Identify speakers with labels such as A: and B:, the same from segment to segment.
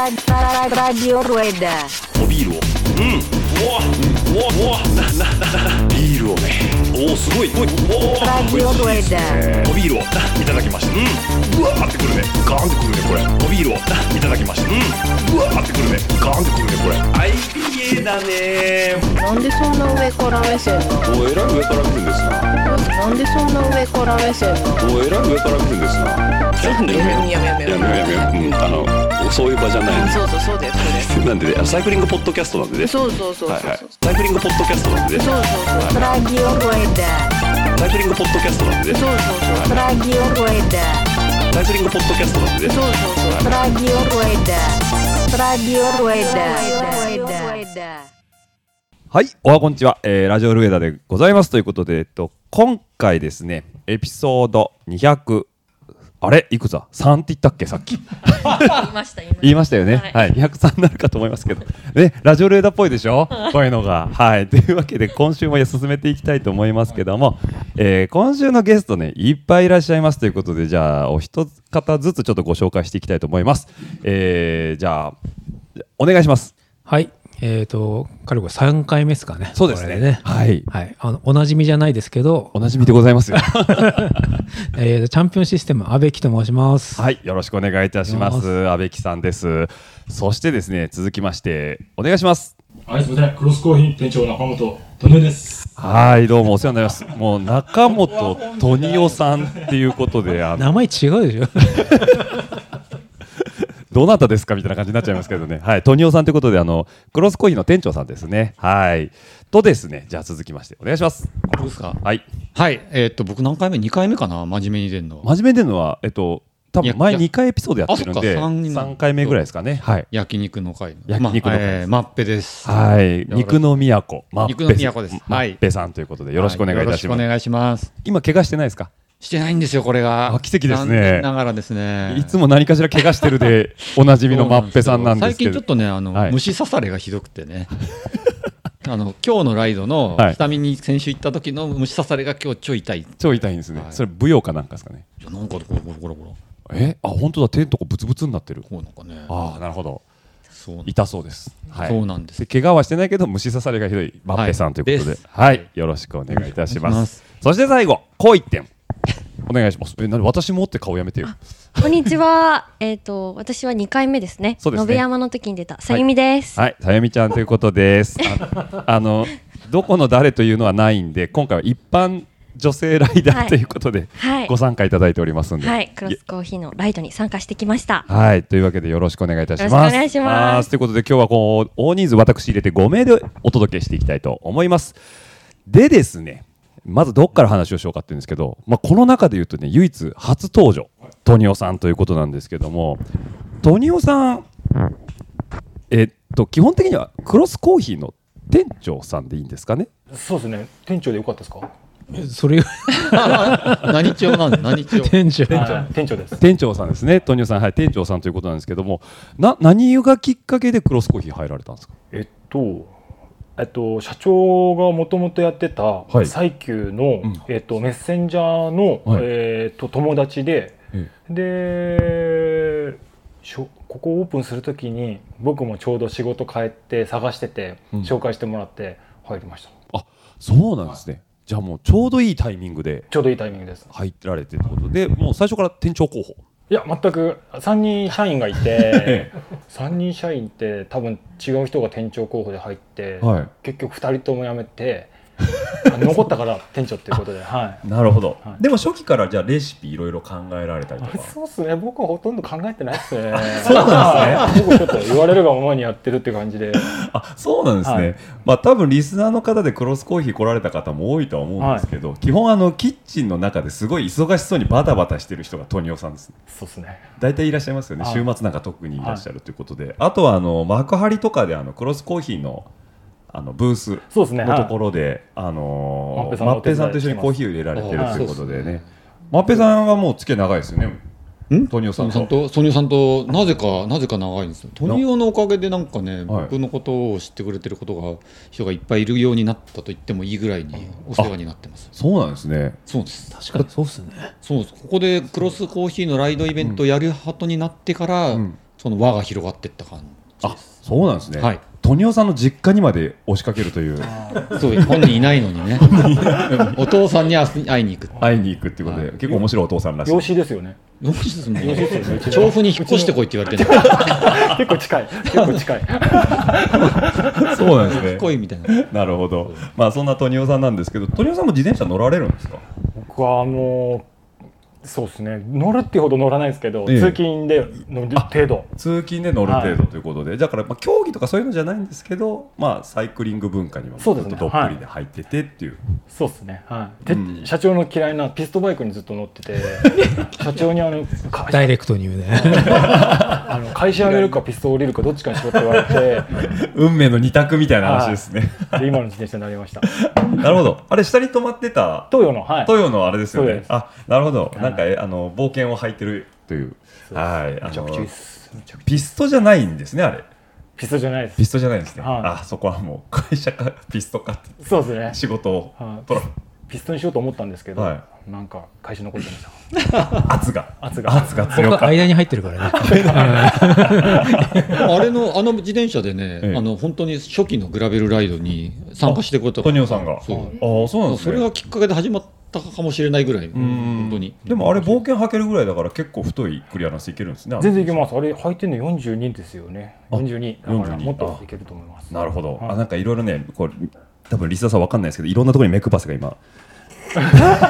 A: Radio Rueda.
B: おビールをうんうわうわうわななななビールをねおおすごいおいお
A: Radio
B: お
A: Rueda.
B: おビールをないただきましたうんうわーってくるねガーンってくるねこれおビールをないただきましたうんうわーってくるねガーンってくるねこれ IPA だね
C: なんでそんな上から目線なの
B: おえらい上から来るんですな
C: なんでそんな上から目線なの
B: おえらい上から来るんですなちょっとねやめやめやめやめやめやめうんあのそういう場じゃない
C: そうそうそうだよそれ
B: なんでねサイクリングポッドキャストなんでね
C: そうそうそうそう
B: はい
C: そう
B: はいサイクリングポッドキャストなんでね
C: そうそうそう
A: Radio Rueda.
B: サイクリングポッドキャストなんでね
C: そうそうそう
A: Radio Rueda.
B: サイクリングポッドキャストなんでね
A: Radio Rueda. Radio Rueda. Radio Rueda.
D: はい、おはこんにちは、えーラジオルエダでございますということで、えっと、今回ですね、エピソード200、あれ、いくつだ ?3 って言ったっけ、さっき。
E: 言いました、言いました
D: 言いましたよね、
E: はい
D: はい、203になるかと思いますけど、ね、ラジオレーダーっぽいでしょ、こういうのが。はい、というわけで、今週も進めていきたいと思いますけども、えー今週のゲストね、いっぱいいらっしゃいますということで、じゃあ、お一方ずつちょっとご紹介していきたいと思います。えーじゃあ、お願いします。
F: はい。えっ、と、かれこれ3回目ですかね。これ
D: はい、
F: はい。あの、おなじみじゃないですけど
D: お、なじみでございます よ。
F: えーと、チャンピオンシステム、安部木と申します。
D: はい、よろしくお願いいたしま
F: お願いし
D: す。阿部木さんです。そしてですね、続きまして、お願いします。
G: はい、すみません。クロスコーヒー店長中本とめです。
D: はい、どうもお世話になります。もう中本トニオさんっていうことで、あの
F: 名前違うでしょ
D: どなたですかみたいな感じになっちゃいますけどね。はい、トニオさんということで、あのクロスコーヒーの店長さんですね。はい、とですね、じゃあ続きましてお願いします。
H: どうですか
D: はい、
H: はい、えーっと、僕何回目 ?2 回目かな真面目に出んの。
D: 真面目でのは、えっと、多分前
H: いやいや
D: 2回エピソードやってるんで、
H: あそっか三人
D: 3回目ぐらいですかね。はい、
H: 焼肉の会の。
D: 焼肉の会
H: まえーマッペです。
D: はい、
H: ろ
D: 肉の都、まっぺ
H: 肉の都です
D: ま
H: は
D: っ
H: い
D: ぺさんということで、よろしくお願いいたしま
H: は
D: す。
H: よろしくお願いします。
D: 今怪我してないですか
H: してないんですよ、これが。
D: あ奇跡ですね
H: 残念ながらですね。
D: いつも何かしら怪我してるで おなじみのマッペさんなんですけど
H: 最近ちょっとね、あの、
D: はい
H: 虫刺されがひどくてね。 あの今日のライドの
D: はい
H: 下見に先週行った時の虫刺されが今日ちょい痛い、
D: 超痛いんですね、
H: はい
D: それ舞踊かなんかですかね
H: いやなんかころころころころ
D: えあ本当だ手のとこブツブツになってる
H: こうなんかね
D: ああなるほど
H: そうなん
D: 痛そうです、はい、
H: そうなんです
D: で怪我はしてないけど虫刺されがひどいマッペさんということで,、は
H: はいいです
D: よろしくお願いいたします
H: お願いします
D: そして最後こう一点お願いしますえ何私もって顔やめてよ
I: こんにちは。えっ、と、私は2回目ですね。
D: そうですね
I: 野辺山の時に出た、さゆみです。
D: はいさゆみちゃんということです ああのどこの誰というのはないんで今回は一般女性ライダ
I: は
D: ー
I: い
D: ということで、
I: はい
D: ご参加いただいておりますんで、
I: はい、クロスコーヒーのライドに参加してきました。
D: はい、というわけでよろしくお願いいたします。
I: よろしくお願いします
D: あーということで今日はこう大人数私入れて5名でお届けしていきたいと思います。でですね、まずどっから話をしようかっていうんですけど、まあこの中で言うとね唯一初登場トニオさんということなんですけども、トニオさん、えっと基本的にはクロスコーヒーの店長さんでいいんですかね。
G: そうですね。店長でよかったですか。
F: それ、
H: 何調なんです何 調
F: 店長。
G: 店長、店長です。
D: 店長さんですね、トニオさんはい店長さんということなんですけども、な何がきっかけでクロスコーヒー入られたんですか。
G: えっと、えっと社長がもともとやってた
D: はい
G: 最急の、
D: うん
G: えっとメッセンジャーの、
D: はい
G: えっと友達で、
D: え
G: で。しょここオープンするときに僕もちょうど仕事帰って探してて、
D: うん
G: 紹介してもらって入りました
D: そうなんですね。じゃあもうちょうどいいタイミングで
G: ちょうどいいタイミングです
D: 入られてってことで、もう最初から店長候補。
G: いや全く3人社員が いて3人社員って多分違う人が店長候補で入って、
D: は。
G: 結局2人とも辞めて残ったから店長っていうことで、はい
D: なるほど
G: は
D: でも初期からじゃあレシピいろいろ考えられたり
G: い、そうっすね僕はほとんど考えてないっすね
D: そうなん
G: ですね 僕ちょっと言われるがままにやってるって感じで
D: あ、そうなんですね。
G: はい
D: まあ多分リスナーの方でクロスコーヒー来られた方も多いとは思うんですけど、基本あのキッチンの中ですごい忙しそうにバタバタしてる人がトニオさんです。
G: そうっすね
D: 大体いらっしゃいますよね、
G: はい
D: 週末なんか特にいらっしゃるということで、あとはあの幕張とかであのクロスコーヒーのあのブース
G: そうですね
D: のとこ
G: は
D: ろで、あのー、
G: マ
D: マッ
G: ッ
D: ペ
G: ペ
D: さ
G: さ
D: んと
G: んと
D: 一緒
G: 一緒
D: に
G: に
D: コ
G: コ
D: ー
G: ー
D: ヒ
G: ヒ
D: ーを入れられて
H: あ
D: る
H: ー
D: ということでね
H: そうですね
D: マッペさんはもう付け長いですよね
H: ん
D: トニオ
H: ソ
D: さん
H: ニオさん
D: と。
H: とソニオさんとなぜかなぜか長いんですよトニオのおかげでなんかね、
D: はい
H: 僕のことを知ってくれてることが人がいっぱいいるようになったと言ってもいいぐらいにお世話になってます
D: そうなんですね。
H: そうです
F: 確かにそうっすね。
H: そうですここでクロスコーヒーのライドイベントをやるはとになってから、
D: うん
H: その輪が広がっていった感
D: あ、そうなんですね。
H: はい
D: トニオさんの実家にまで押しかけるという、
H: じそう本人いないの にねお父さんに会いに行く
D: 会いに行くっていうことで、結構面白いお父さんらしい。
G: 養子ですよね
H: どうしても
G: 養子ですよね
H: 調布に引っ越してこいって言わ れてる
G: 結構近い結構近い
D: そうなんですね。
H: 来いみたいな
D: なるほど。まあそんなトニオさんなんですけど、トニオさんも自転車乗られるんですか。
G: 僕はもうそうですね乗るってほど乗らないですけど、
D: ええ
G: 通勤で乗る程度
D: 通勤で乗る程
G: は
D: 度
G: い
D: ということで、だからまあ競技とかそういうのじゃないんですけど、まあサイクリング文化にはち
G: そ
D: ょ
G: うで
D: っ
G: す
D: と
G: ね
D: どっぷりで入っててっていう。
G: そうですねはいで、
D: うん
G: 社長の嫌いなピストバイクにずっと乗っ てて社長にあのか
F: ダイレクトに言う ね。
G: あの会社辞めるかピスト降りるかどっちかにしろって言われて
D: 運命の二択みたいな話ですね。
G: で今の自転車になりました
D: なるほど。あれ下に止まってた
G: 東洋のはい
D: 東洋のあれですよ
G: そう
D: ね
G: で。す
D: あ、なるほど。
G: い
D: なんかえあの冒険を履いてるという。はい。あ
G: めちゃくちゃいいっ
D: の
G: す
D: ピストじゃないんですねあれ。
G: ピストじゃないです
D: ピストじゃないんですね。
G: はい
D: あ、そこはもう会社かピストかって
G: そうですね
D: 仕事を
G: はい
D: 取ら
G: ピストにしようと思ったんですけど、
D: は
G: なんか会社残ってました
D: 圧が
G: 圧が
D: 圧が強か
F: 僕は
D: った。
F: 間に入ってるから ね。
H: あれのあの自転車でね、
D: ええ
H: あの本当に初期のグラベルライドに参加してくれた
D: トニオさんが。ああ
H: そう
D: ー、そうなんです
H: そ
D: ね。
H: れがきっかけで始まったかもしれないぐらい、本当に。
D: でもあれ冒険履けるぐらいだから結構太いクリアランスいけるんですね。
G: 全然いけますあれ履いてんの42ですよね
D: あ
G: 42だから
D: 42
G: もっといけると思います
D: なるほど。
G: はい
D: あなんかいろいろね、こう多分リスナーさんわかんないですけど、いろんなところに目配せが 今、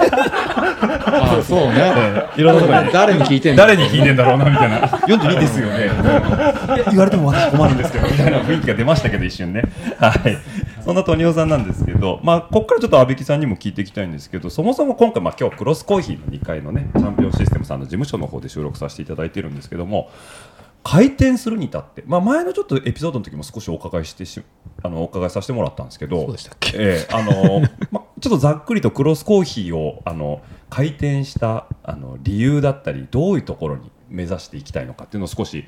H: ああそうね。
D: いろんなところに
H: 誰に聞いてんの
D: 誰に聞いてんだろうなみたいな。42ですよね。いや言われても私困るんですけどみたいな雰囲気が出ましたけど一瞬ね。はい。そんなトニオさんなんですけど、まあここからちょっと阿部木さんにも聞いていきたいんですけど、そもそも今回まあ今日クロスコーヒーの2階のねチャンピオンシステムさんの事務所の方で収録させていただいてるんですけども。開店するに至って、まあ、前のちょっとエピソードの時も少しお伺いしてしあのお伺いさせてもらったんですけど
F: そうでしたっけ
D: ええあ のま、ちょっとざっくりとクロスコーヒーをあの開店したあの理由だったりどういうところに目指していきたいのかっていうのを少し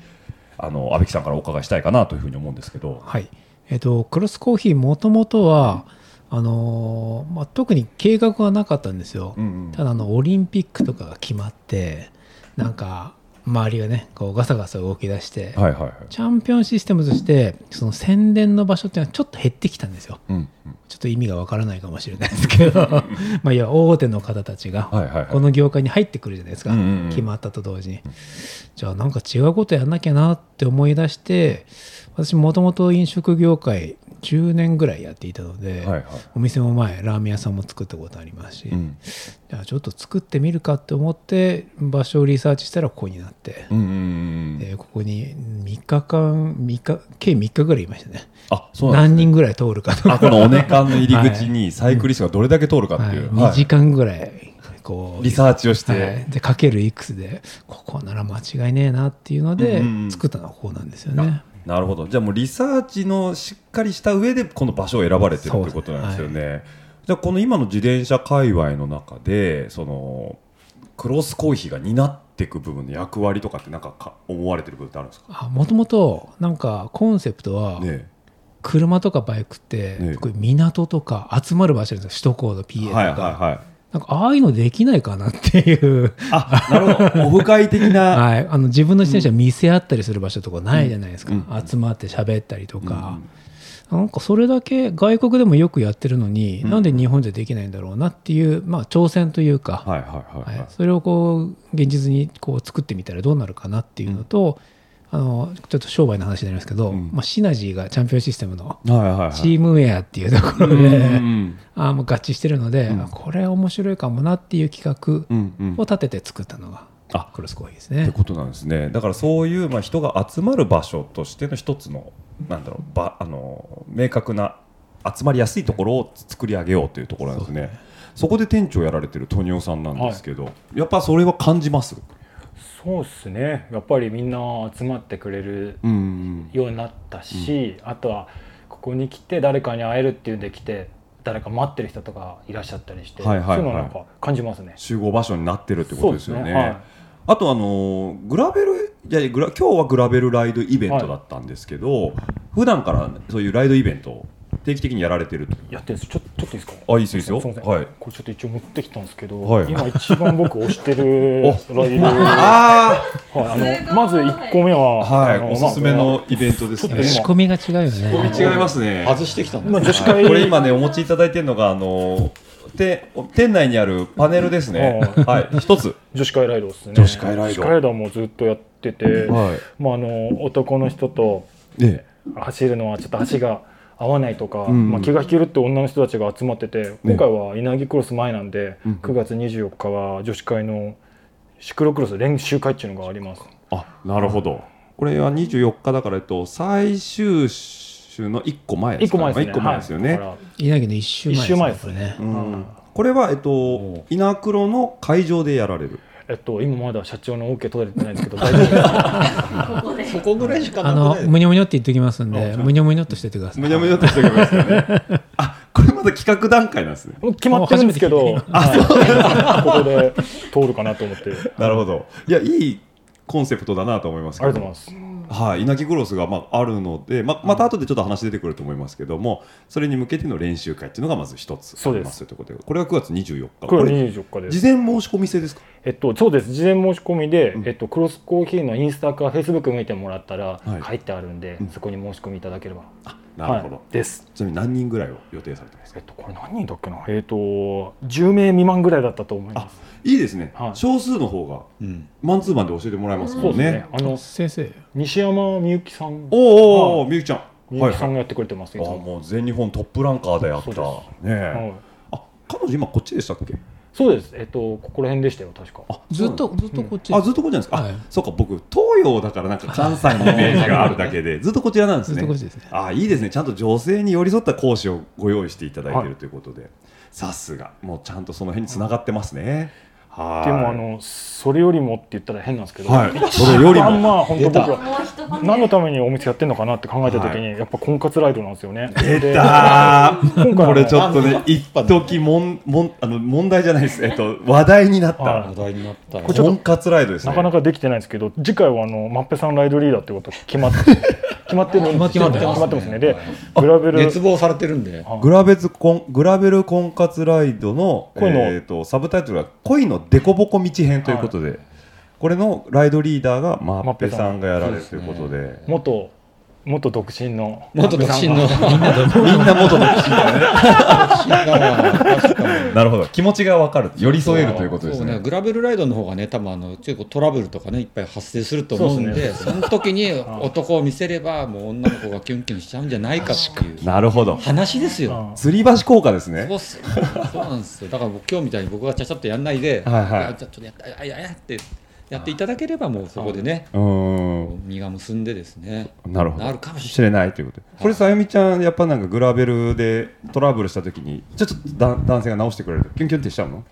D: あの阿部木さんからお伺いしたいかなというふうに思うんですけど、
F: はい。えっ、と、クロスコーヒーもともとは、あのーまあ、特に計画はなかったんですよ。
D: うんうん
F: ただあのオリンピックとかが決まってなんか周りがねこうガサガサ動き出して、
D: はいはいはい、
F: チャンピオンシステムとしてその宣伝の場所っていうのはちょっと減ってきたんですよ
D: うんうん、
F: ちょっと意味がわからないかもしれないです けどまあいや大手の方たちが
D: はいはいはい
F: この業界に入ってくるじゃないですか、
D: うんうんうん
F: 決まったと同時に、じゃあなんか違うことやんなきゃなって思い出して私もともと飲食業界10年ぐらいやっていたので、
D: はいはい
F: お店も前ラーメン屋さんも作ったことありますし、
D: うん
F: じゃあちょっと作ってみるかって思って場所をリサーチしたらここになって、
D: うんうんうんうん
F: でここに3日間3日計3日ぐらいいましたね
D: あそうなん
F: 何
D: ですね
F: 人ぐらい通るかとか
D: あこのおねかんの入り口にサイクリストがどれだけ通るかっていう、
F: はい、2時
D: は
F: 間ぐらいこ
D: いうリサーチをして、
F: はい、でかけるいくつでここなら間違いねえなっていうので
D: うんうんうん
F: 作ったのはここなんですよね、
D: なるほどじゃあもうリサーチのしっかりした上でこの場所を選ばれてるってことなんですよね、じゃあこの今の自転車界隈の中でそのクロスコーヒーが担っていく部分の役割とかってなんかか思われてる部分ってあるんですか
F: あもともとなんかコンセプトは
D: ね
F: 車とかバイクって
D: ね
F: こういう港とか集まる場所なんですよ首都高の
D: え
F: PA とか、
D: はいはいは
F: なんかああいうのできないかなっていう、
D: いあなる ほどオフ会的な
F: はい、あの自分の自転車見せ合ったりする場所とかないじゃないですか、
D: うんう
F: 集まって喋ったりとか、なんかそれだけ外国でもよくやってるのに、なんで日本じゃできないんだろうなっていう、まあ、挑戦というか、
D: はいはいはい
F: は
D: はい
F: い、それをこう現実にこう作ってみたらどうなるかなっていうのと、あのちょっと商売の話になりますけど、
D: うん
F: まあ、シナジーがチャンピオンシステムの
D: はいはいはい
F: チームウェアっていうところで、
D: うん
F: あもう合致してるので、
D: うん
F: あこれ面白いかもなっていう企画
D: うんうん
F: を立てて作ったのが
D: あ
F: クロスコーヒーです
D: って
F: ね。
D: ことなんですね。だからそういうまあ人が集まる場所としての一つのなんだろうばあの明確な集まりやすいところを作り上げようというところなんですね。そこで店長やられてるトニオさんなんですけど、やっぱそれは感じます。
G: そうですねやっぱりみんな集まってくれる
D: うん。
G: ようになったし、あとはここに来て誰かに会えるっていうんで来て誰か待ってる人とかいらっしゃったりして、
D: はいはいはい
G: そういうのなんか感じますね。
D: 集合場所になってるってことですよね。
G: そうですねはい
D: あとあのーグラベルいやグラ今日はグラベルライドイベントだったんですけど、普段からそういうライドイベントを定期的にやられてると
G: やってるんですちょちょっといいですか
D: あいいですよいいですよ
G: すみません、
D: はい
G: これちょっと一応持ってきたんですけど、
D: はい
G: 今一番僕推してる ライブはい、
D: あ
G: あのまず1個目は、
D: あは
G: あ
D: いおすすめのイベントですね
F: 仕込みが違うよね。
D: 違いますね
H: 外してきたんだ
G: まあ女子
D: は
G: 会
D: いこれ今ねお持ちいただいてるのがあのーて店内にあるパネルですね
G: う
D: はい一つ
G: 女子会ライドですね
D: 女子会ライド
G: 女子会ライドはもうずっとやってて、
D: は
G: まあ、あの男の人と
D: いえ
G: 走るのはちょっと足が合わないとか、
D: ん
G: まあ、気が引けるって女の人たちが集まってて今回は稲城クロス前なんで、9月24日は女子会のシクロクロス練習会っていうのがあります
D: あなるほどこれは24日だからえっと最終週の一個前で
G: 1
D: すか
G: 個前ですね
D: 一個前ですよね、
G: はいだから
F: 稲城の一周前
G: 一周前です
F: これね。
D: うんこれは、えっと、イナクロの会場でやられる。
G: えっと、今まだ社長の OK 取られてないんですけど、大丈夫ですか
H: そこぐらいしか
F: あ
H: な
F: の
H: くない
F: むにょむにょって言っておきますんで、むにょむにょっとしててください。
D: むにゃむにゃっとしてくださいね。 あ、これまだ企画段階なんですね。
G: もう決まってるんですけど、はいここで通るかなと思って、あり
D: なるほど。いや、いいコンセプトだなと思いますけど。
G: がとうございます。
D: はい、稲城グロスがまああるので、ままた後でちょっと話出てくると思いますけども、それに向けての練習会っていうのがまず一つあ
G: そう
D: り
G: です
D: ますということで、これは9月24日。
G: 9
D: こ
G: 月
D: れ
G: 24日です。
D: 事前申し込み制ですか。
G: えっと、そうです、事前申し込みで、えっと、クロスコーヒーのインスタかフェイスブック見てもらったら、
D: はい
G: 書いてあるんで、そこに申し込みいただければ。
D: なるほど。
G: はいです。
D: ちなみに何人ぐらいを予定されてますか
G: えっ。と、これ何人だっけな、えっと、10名未満ぐらいだったと思います。
D: いいですね
G: は。い
D: 少数の方が
H: うん
D: マンツーマンで教えてもらえます
G: そう
D: も
G: です
D: ん
G: ね
D: ね。
G: あの
F: 先生、
G: 西山みゆきさん、み
D: おうおうおうみゆきちゃん。
G: ゆきさんがやってくれてます、いつ
D: あ
G: も
D: もう全日本トップランカーでやったね
G: そはい
D: えあ彼女今こっちでしたっけ
G: そうです、えっと、ここら辺でしたよ、確か。
D: あ
F: ずっとずっとこっち。
D: あずっとこっちなんですか、
F: はい
D: あそうか僕東洋だからなんか関西のイメージがあるだけでずっとこちらなんです
F: ず
D: ね
F: っとこっちですね。
D: あいいですねちゃんと女性に寄り添った講師をご用意していただいているということで、さすがもうちゃんとその辺に繋がってますねはい
G: でもあのそれよりもって言ったら変なんですけど、
D: はいそれより
G: まあ
D: も
G: まあ本当僕は何のためにお店やってんのかなって考えた時に、やっぱ婚活ライドなんですよね。
D: 出
G: で
D: たー
G: 今回はね
D: これちょっとね一時もんもんあの問題じゃないですえっと話題になった、
G: はい
H: 話題になった
G: これちょっと
D: 婚活ライドですね
G: なかなかできてないんですけど、次回はあのマッペさんライドリーダーってこと決 まって決まってるんです
H: 決まってますね
G: 決まってますね。で、グラベル
H: 熱望されてるんで
G: はい
D: グラベズコングラベル婚活ライドの
G: 恋の
D: えー、とサブタイトルが「恋のデコボコ道編」ということで、これのライドリーダーがマッペさんがやられるということで
G: 元元独身の
H: 元独身
G: マッ
H: の
G: ペさんが
H: みんな独
D: みんな元の 騎士だね
H: 身だな確かに
D: なるほど気持ちが分かる寄り添えるということです
H: そ
D: ね
H: グラベルライドの方がね多分あの結構トラブルとかねいっぱい発生すると思うんでその時に男を見せればもう女の子がキュンキュンしちゃうんじゃないかっていう
D: なるほど
H: 話ですよ。
G: うん
D: 吊り橋効果です
H: そう
D: ね
H: っすそうなんですよだから僕今日みたいに僕がちゃちゃっとやんないで、
D: はいはい
H: やちょっとやっあややってやっていただければもうそこでね
D: うーん
H: 身が結んでですね
D: なるほど
H: なるかもし
D: 知れないということでこれさゆみちゃんやっぱなんかグラベルでトラブルした時にちょっとだ男性が直してくれるとキュンキュンってしちゃうの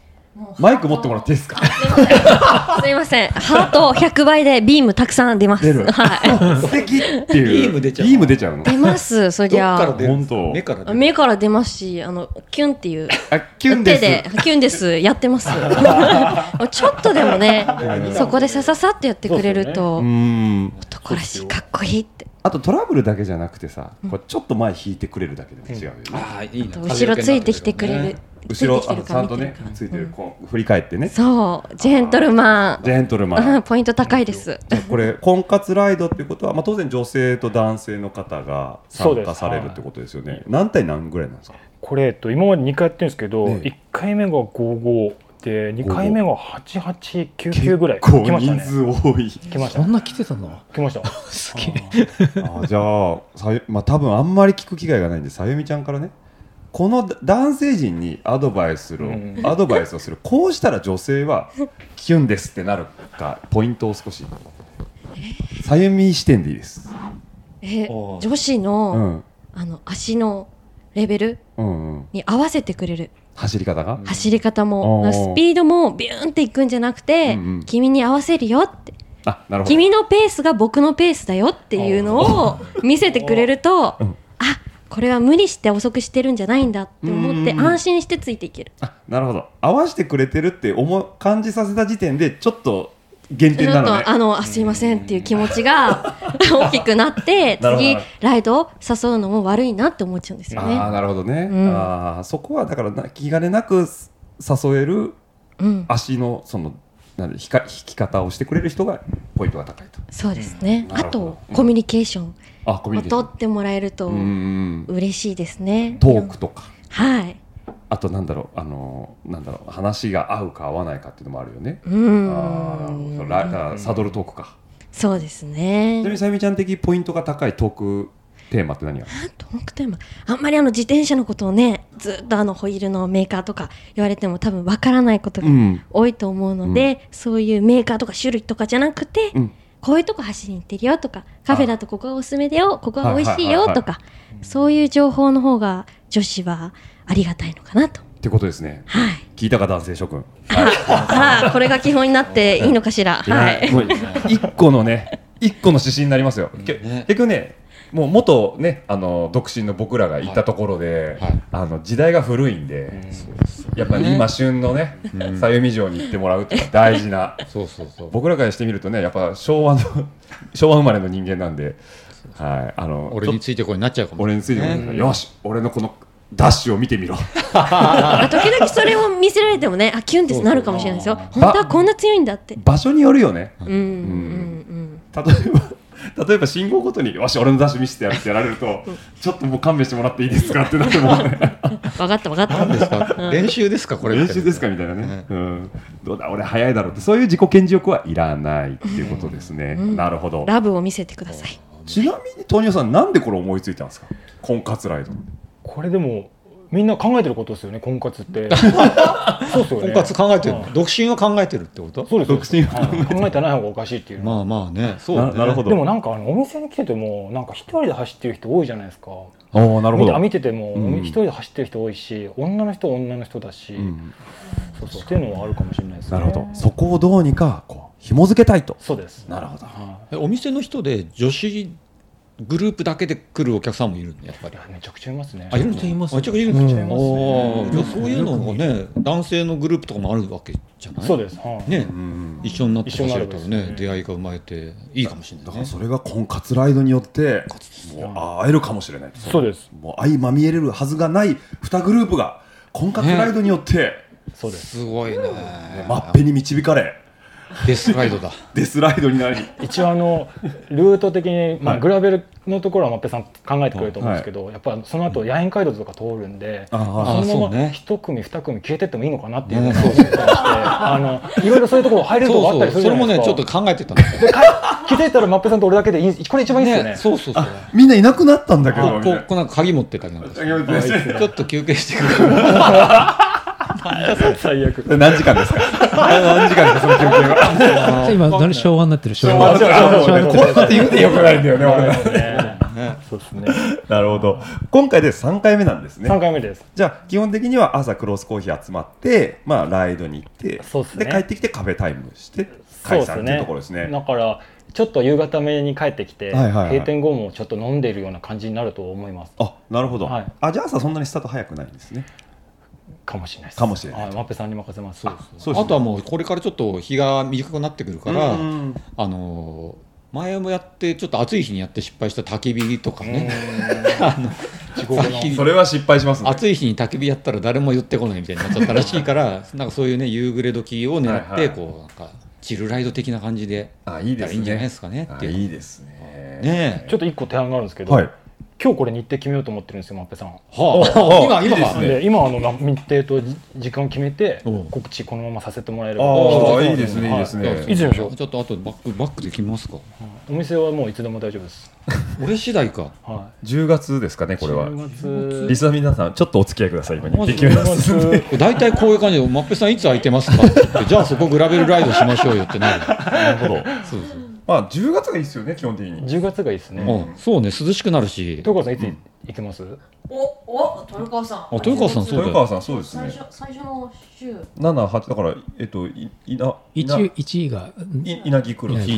D: マイク持ってもらっていいですか
I: すいません。ハート100倍でビームたくさん出ます。
D: 出る
I: はい。
D: 素敵っていう
H: ビーム出ちゃう
D: ビーム出ちゃうの
I: 出ます、そ
H: れ
I: り
H: ないどっから
I: ゃ。
H: 出るんです
D: 本当
H: 目から出る
I: 目から出ますし、あの、キュンっていう。
D: あキュンです
I: 手で、キュンです、やっ てます。ちょっとでもね、そこでさささってやってくれる
D: う
I: と、
D: ーん
I: 男らしい、かっこいいって。
D: あとトラブルだけじゃなくてさ、これちょっと前引いてくれるだけでも違うよね、
H: ああいいな
I: 後ろついてきてくれる。
D: 後ろ
I: つい
D: あ
I: て
D: の
I: き
D: ち
I: てるか
D: ゃんとね
I: 見るか
D: ついてる、こう振り返ってね
I: そう、ジェントルマン
D: ジ。ェントルマン、
I: うんポイント高いです。
D: じゃあこれ婚活ライドっていうことは、まあ、当然女性と男性の方が
G: そ
D: 参
G: うです
D: 加されるってことですよね何対何ぐらいなんですか
G: これ、えっと、今まで2回やってるんですけど、
D: ええ
G: 1回目が55で2回目が8899ぐらい
D: 結構
G: 来ました
D: 人
G: ね
D: 数多い
G: 来ました
F: そんな来てたの。
G: 来ました
F: すげえ。
D: あじゃあさゆ、まあ、多分あんまり聞く機会がないんでさゆみちゃんからねこの男性陣にアドバイスする、
G: うん
D: アドバイスをするこうしたら女性はキュンですってなるかポイントを少しさゆみ視点でいいです、
I: え
H: おう
I: 女子
D: う
I: の、
D: ん
I: あの、足のレベル
D: うんうん、
I: に合わせてくれる。
D: 走り方が、
I: 走り方
D: おー
I: もスピードもビューンっていくんじゃなくて、
D: うんうん
I: 君に合わせるよって
D: あなるほど
I: 君のペースが僕のペースだよっていうのを見せてくれると、
D: うん
I: あこれは無理して遅くしてるんじゃないんだって思って
D: うんうんうん
I: 安心してついていける、
D: あなるほど合わせてくれてるって思う感じさせた時点でちょっと減
I: ち
D: 点
I: ょ
D: な
I: っ
D: のね
I: とあのあすいませんっていう気持 ちが大きくなって
D: なるほど
I: 次ライドを誘うのも悪いなって思っちゃうんですよ
D: ああ
I: ね。
D: なるほどね、
I: うん
D: ああそこはだからな気兼ねなく誘える
I: うん、
D: 足のそのなんで引か引き方をしてくれる人がポイントが高いと
I: そうですね。
D: な
I: あ
D: るほど
I: とコミュニケーション
D: あコミュ
I: を
D: ニケーシ
I: 取
D: ョ
I: ってもらえると
D: ンうん
I: 嬉しいですね。
D: トークとか
I: はい。
D: あとなんだろうあのーなんだろう話が合うか合わないかっていうのもあるよね
I: う
D: ああなるほど
I: ん。
D: ラあサドルトークか
I: そうです
D: ちなみ
I: ね。
D: にさゆみちゃん的ポイントが高いトークテーマって何や
I: あトークテーマあんまりあの自転車のことをねずっとあのホイールのメーカーとか言われても多分わからないことが
D: うん
I: 多いと思うので、そういうメーカーとか種類とかじゃなくて、
D: うん
I: こういうとこ走りに行ってるよとかカフェだとここがおすすめだよここが美味しいよとか、そういう情報の方が女子はありがたいのかなと。
D: ってことですね
I: はい、
D: 聞いたか男性諸君
I: あらこれが基本になっていいのかしら。はい、
D: もう一個のね一個の指針になりますよ、け結局ねもう元ねあの独身の僕らが行ったところで、
H: はい
D: あの時代が古いんで、やっぱり今旬のねさゆみ城に行ってもらうっていうのは大事な
H: そうそうそう
D: 僕らからしてみるとねやっぱ昭和の 昭和生まれの人間なんで、はい、あの
H: 俺についてこいになっちゃうかも
D: 俺についても、
H: ね
D: よし俺のこのダッシュを見てみろ
I: あ時々それを見せられてもねあキュンってなるかもしれないですよ。本当はこんな強いんだって。
D: 場所によるよね
I: うんうん
D: 例えば例えば信号ごとによし俺のダッシュ見せてやるってやられるとちょっともう勘弁してもらっていいですかってなって もうね
I: うん。わかったわかった。
H: 何ですか練習ですかこれ
D: 練習ですかみたいなね、うん、どうだ俺早いだろうってそういう自己顕示欲はいらないっていうことですね、なるほど
I: ラブを見せてください。
D: ちなみに豆乳さんなんでこれ思いついたんですか婚活ライド
G: これでもみんな考えてることですよね婚活って そうですよ
H: 婚
G: ね
H: 活考えてる
G: うん
H: 独身を考えてるってこと
G: そうですよ
D: 独身
G: はい考えてない方がおかしいっていう
H: まあまあねそうだ
D: な
H: よね
D: なるほど
G: でもなんかあのお店に来ててもなんか一人で走ってる人多いじゃないですか
D: おーなるほど
G: 見てても
D: うん
G: 一人で走ってる人多いし女の人は女の人だし、
D: うん
G: そうそうっていうのはあるかもしれないですね
D: なるほどそこをどうにかこう紐付けたいと
G: そうです
D: なるほど
G: は
H: えお店の人で女子グループだけで来るお客さんもいるんだやっぱり
G: いめちゃくちゃいますね
H: あいるん
F: ちゃいます
H: あめちゃくちゃいるんです
G: めちゃくちゃいます
H: おーじゃあそういうのが
F: よく
H: ね男性のグループとかもあるわけじゃない
G: そうです、はい
H: ね
D: うん
H: 一緒になって走れ
G: 一緒
H: たら
G: になるんです
H: ね
G: ね
H: 出会いが生まれていいかもしれ
D: だ
H: ない
D: から
H: ね
D: それが婚活ライドによってもうあ会えるかもしれない
G: そうです
D: もう相まみえれるはずがない2グループが婚活ライドによって、
G: そうです
H: すごいね
D: まっぺに導かれ
H: デスライドだ
D: デスライドになり
G: 一応あのルート的に、ま
D: は
G: あ、
D: い
G: グラベルのところはまっぺさん考えてくれると思うんですけど、やっぱその後野猿街道とか通るんで、
D: あ
H: あ
G: その
H: そう
G: まま
H: ね
G: 一組二組消えてってもいいのかなっていうの
H: ね
G: を思ってまして、あのいろいろそういうところ入れるとこあっ
H: そ
G: た
H: う
G: りす
H: そう
G: る
H: そ
G: じゃ
H: れ
G: ないで
H: もね
G: すか
H: ちょっと考えてたんだよ
G: でか気づいたらマッペさんと俺だけでいいこれ一番いいですよね
H: そうそうそう
D: みんないなくなったんだけど
H: こ
D: みたい
H: こ
D: な
H: こなんか鍵持ってたりなんかして
D: 先ほど言って
H: ちょっと休憩してく る
G: 最悪
D: た何時間ですか何時間ですかその休憩は
F: じゃあ今、誰昭和になってる昭
D: 昭
F: 和
D: 和。だからもうねこういうこと言うてよくないんだよね俺ら
G: そうですね
D: なるほど今回で3回目なんですね
G: 3回目です
D: じゃあ基本的には朝クロスコーヒー集まって、まあ、ライドに行って
G: そうっすね
D: 帰ってきてカフェタイムして
G: そう
D: 解
G: で
D: 散
G: す
D: っていう
G: ね
D: ところですね
G: だからちょっと夕方目に帰ってきて、
D: はいはいはい
G: 閉店後もちょっと飲んでいるような感じになると思います
D: あなるほど、
G: はい
D: あじゃあ朝そんなにスタート早くないんですね
G: かもしれないです
D: かもしれない
G: はいマッペさんに任せますそうです
D: そうですね
H: あとはもうこれからちょっと日が短くなってくるから、
D: うん
H: あのー前もやってちょっと暑い日にやって失敗した焚き火とかね、
G: 地獄の
H: 最近
D: それは失敗しますね
H: 暑い日に焚き火やったら誰も寄ってこないみたいになっちゃったらしい からなんかそういうね夕暮れ時を狙っ
D: はいはい
H: てこう、なんかチルライド的な感じで
D: あいい
H: や
D: で
H: ったら
D: す
H: い
D: ね
H: いんじゃないですかねっ
D: あ
H: ていう
D: いいですね
H: ねえ
G: ちょっと一個提案があるんですけど、
D: はい
G: 今日これ日程決めようと思ってるんですよマッペさん
H: はあ、今今
D: いいで
H: は
D: すね
G: で今あの日程とじ時間決めて
H: おう
G: 告知このままさせてもらえれば
D: ああ
G: はい
D: いですねいいです
H: いや
D: ね
G: いつにしましょう
H: ちょっとあとバックバックできますか
G: お店はもういつでも大丈夫です
H: 俺次第か
G: は
D: 10月ですかね
G: い
D: これは
G: 10
D: リ
G: 月
D: スナーの皆さんちょっとお付き合いください今
H: マ
D: に
H: ジ
D: で
H: で
D: きます
H: 大体こういう感じで「マッペさんいつ空いてますか?」って言 って「じゃあそこグラベルライドしましょうよ」ってなる
D: なるほど
H: そうそう
D: まあ10月がいいですよね基本的に
G: 10月がいいですね
H: あそうね涼しくなるし
G: 豊川さんいつ行けます、
C: おお豊川さん
H: あ豊川さんそうだ
D: 豊
H: よ
D: 川さんそうです
C: 最
D: ね
C: 初最初の週
D: 78だからえっといいな
F: 1位が、
D: い稲城黒
H: 稲城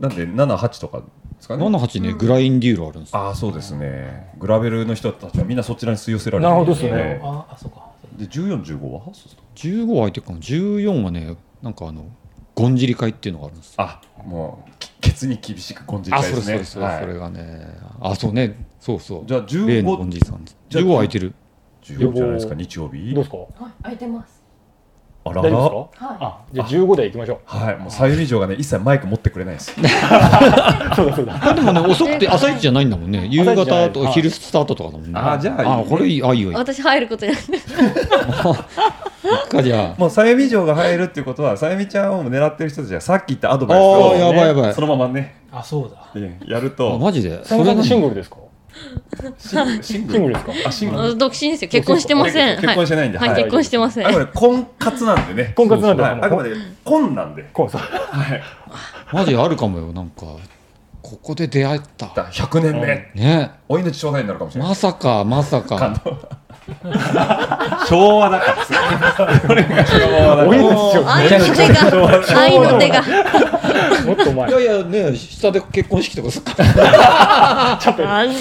D: なんで78とかですかね
H: 78ねグラインデュールあるんですよ
D: ああそうですねグラベルの人たちはみんなそちらに吸い寄せられて
G: なるほどですね
F: あ、あそうか。
D: で1415はそうすると
H: 15は空いてるかも14はねなんかあのゴンジリ会っていうのがあるんですよ
D: あもうケツに厳しく根治
H: あ
D: たい
H: そ
D: で
H: れ
D: す
H: そ
D: ね
H: れそれ、それがねあそうねそうそう
D: じゃあ15
H: 例のゴンジリさんです
D: じゃあ
H: 15空いてる
D: はい、14じゃないですか日曜日
G: どうですか
J: はい、空いてます。
D: あら
G: 大
D: ら
G: 丈夫ですか
J: は
G: あじゃあ15で行きましょ
D: はいもうさゆり嬢がね一切マイク持ってくれないんです
G: うそうだそうだ
H: あでもね遅くて朝一じゃないんだもんね夕
G: 朝一じゃな
H: 方
G: い
H: と昼スタートとかだもんね
D: あじゃあいいね
H: あこれいいあいいよいいよ
I: 私入ることになる
H: そっかじゃあ
D: もうさゆみ嬢が入るっていうことはさゆみちゃんを狙ってる人たちがさっき言ったアドバイス
H: あーやばいやば
D: を
H: い
D: そのままね
F: あそうだ
D: ええやる
H: あ
D: と
H: マジで
G: さ
H: そ
G: ん
H: れ
G: さん
H: な
G: のシン
H: ん
G: グルですか
D: シン
G: シングルですか
D: あシングル
I: あ独身ですよ結婚してません
D: 結婚してないんで
I: はい、
D: は
I: はいい、結婚してません
D: あくまで 婚活なんでね
G: 婚活なんで
D: はいあくまで婚なんで
G: こうそう
H: マジあるかもよなんかここで出会った
D: 100年目
H: ね
D: お命頂戴になるかもしれない
H: まさかまさか
D: 昭和だからこれが昭和だ
G: お
D: か
G: い
D: ら
G: ですよ
I: 愛の手が愛の手が
G: もっと前
H: いやいやね下で結婚式とかすっか
I: あん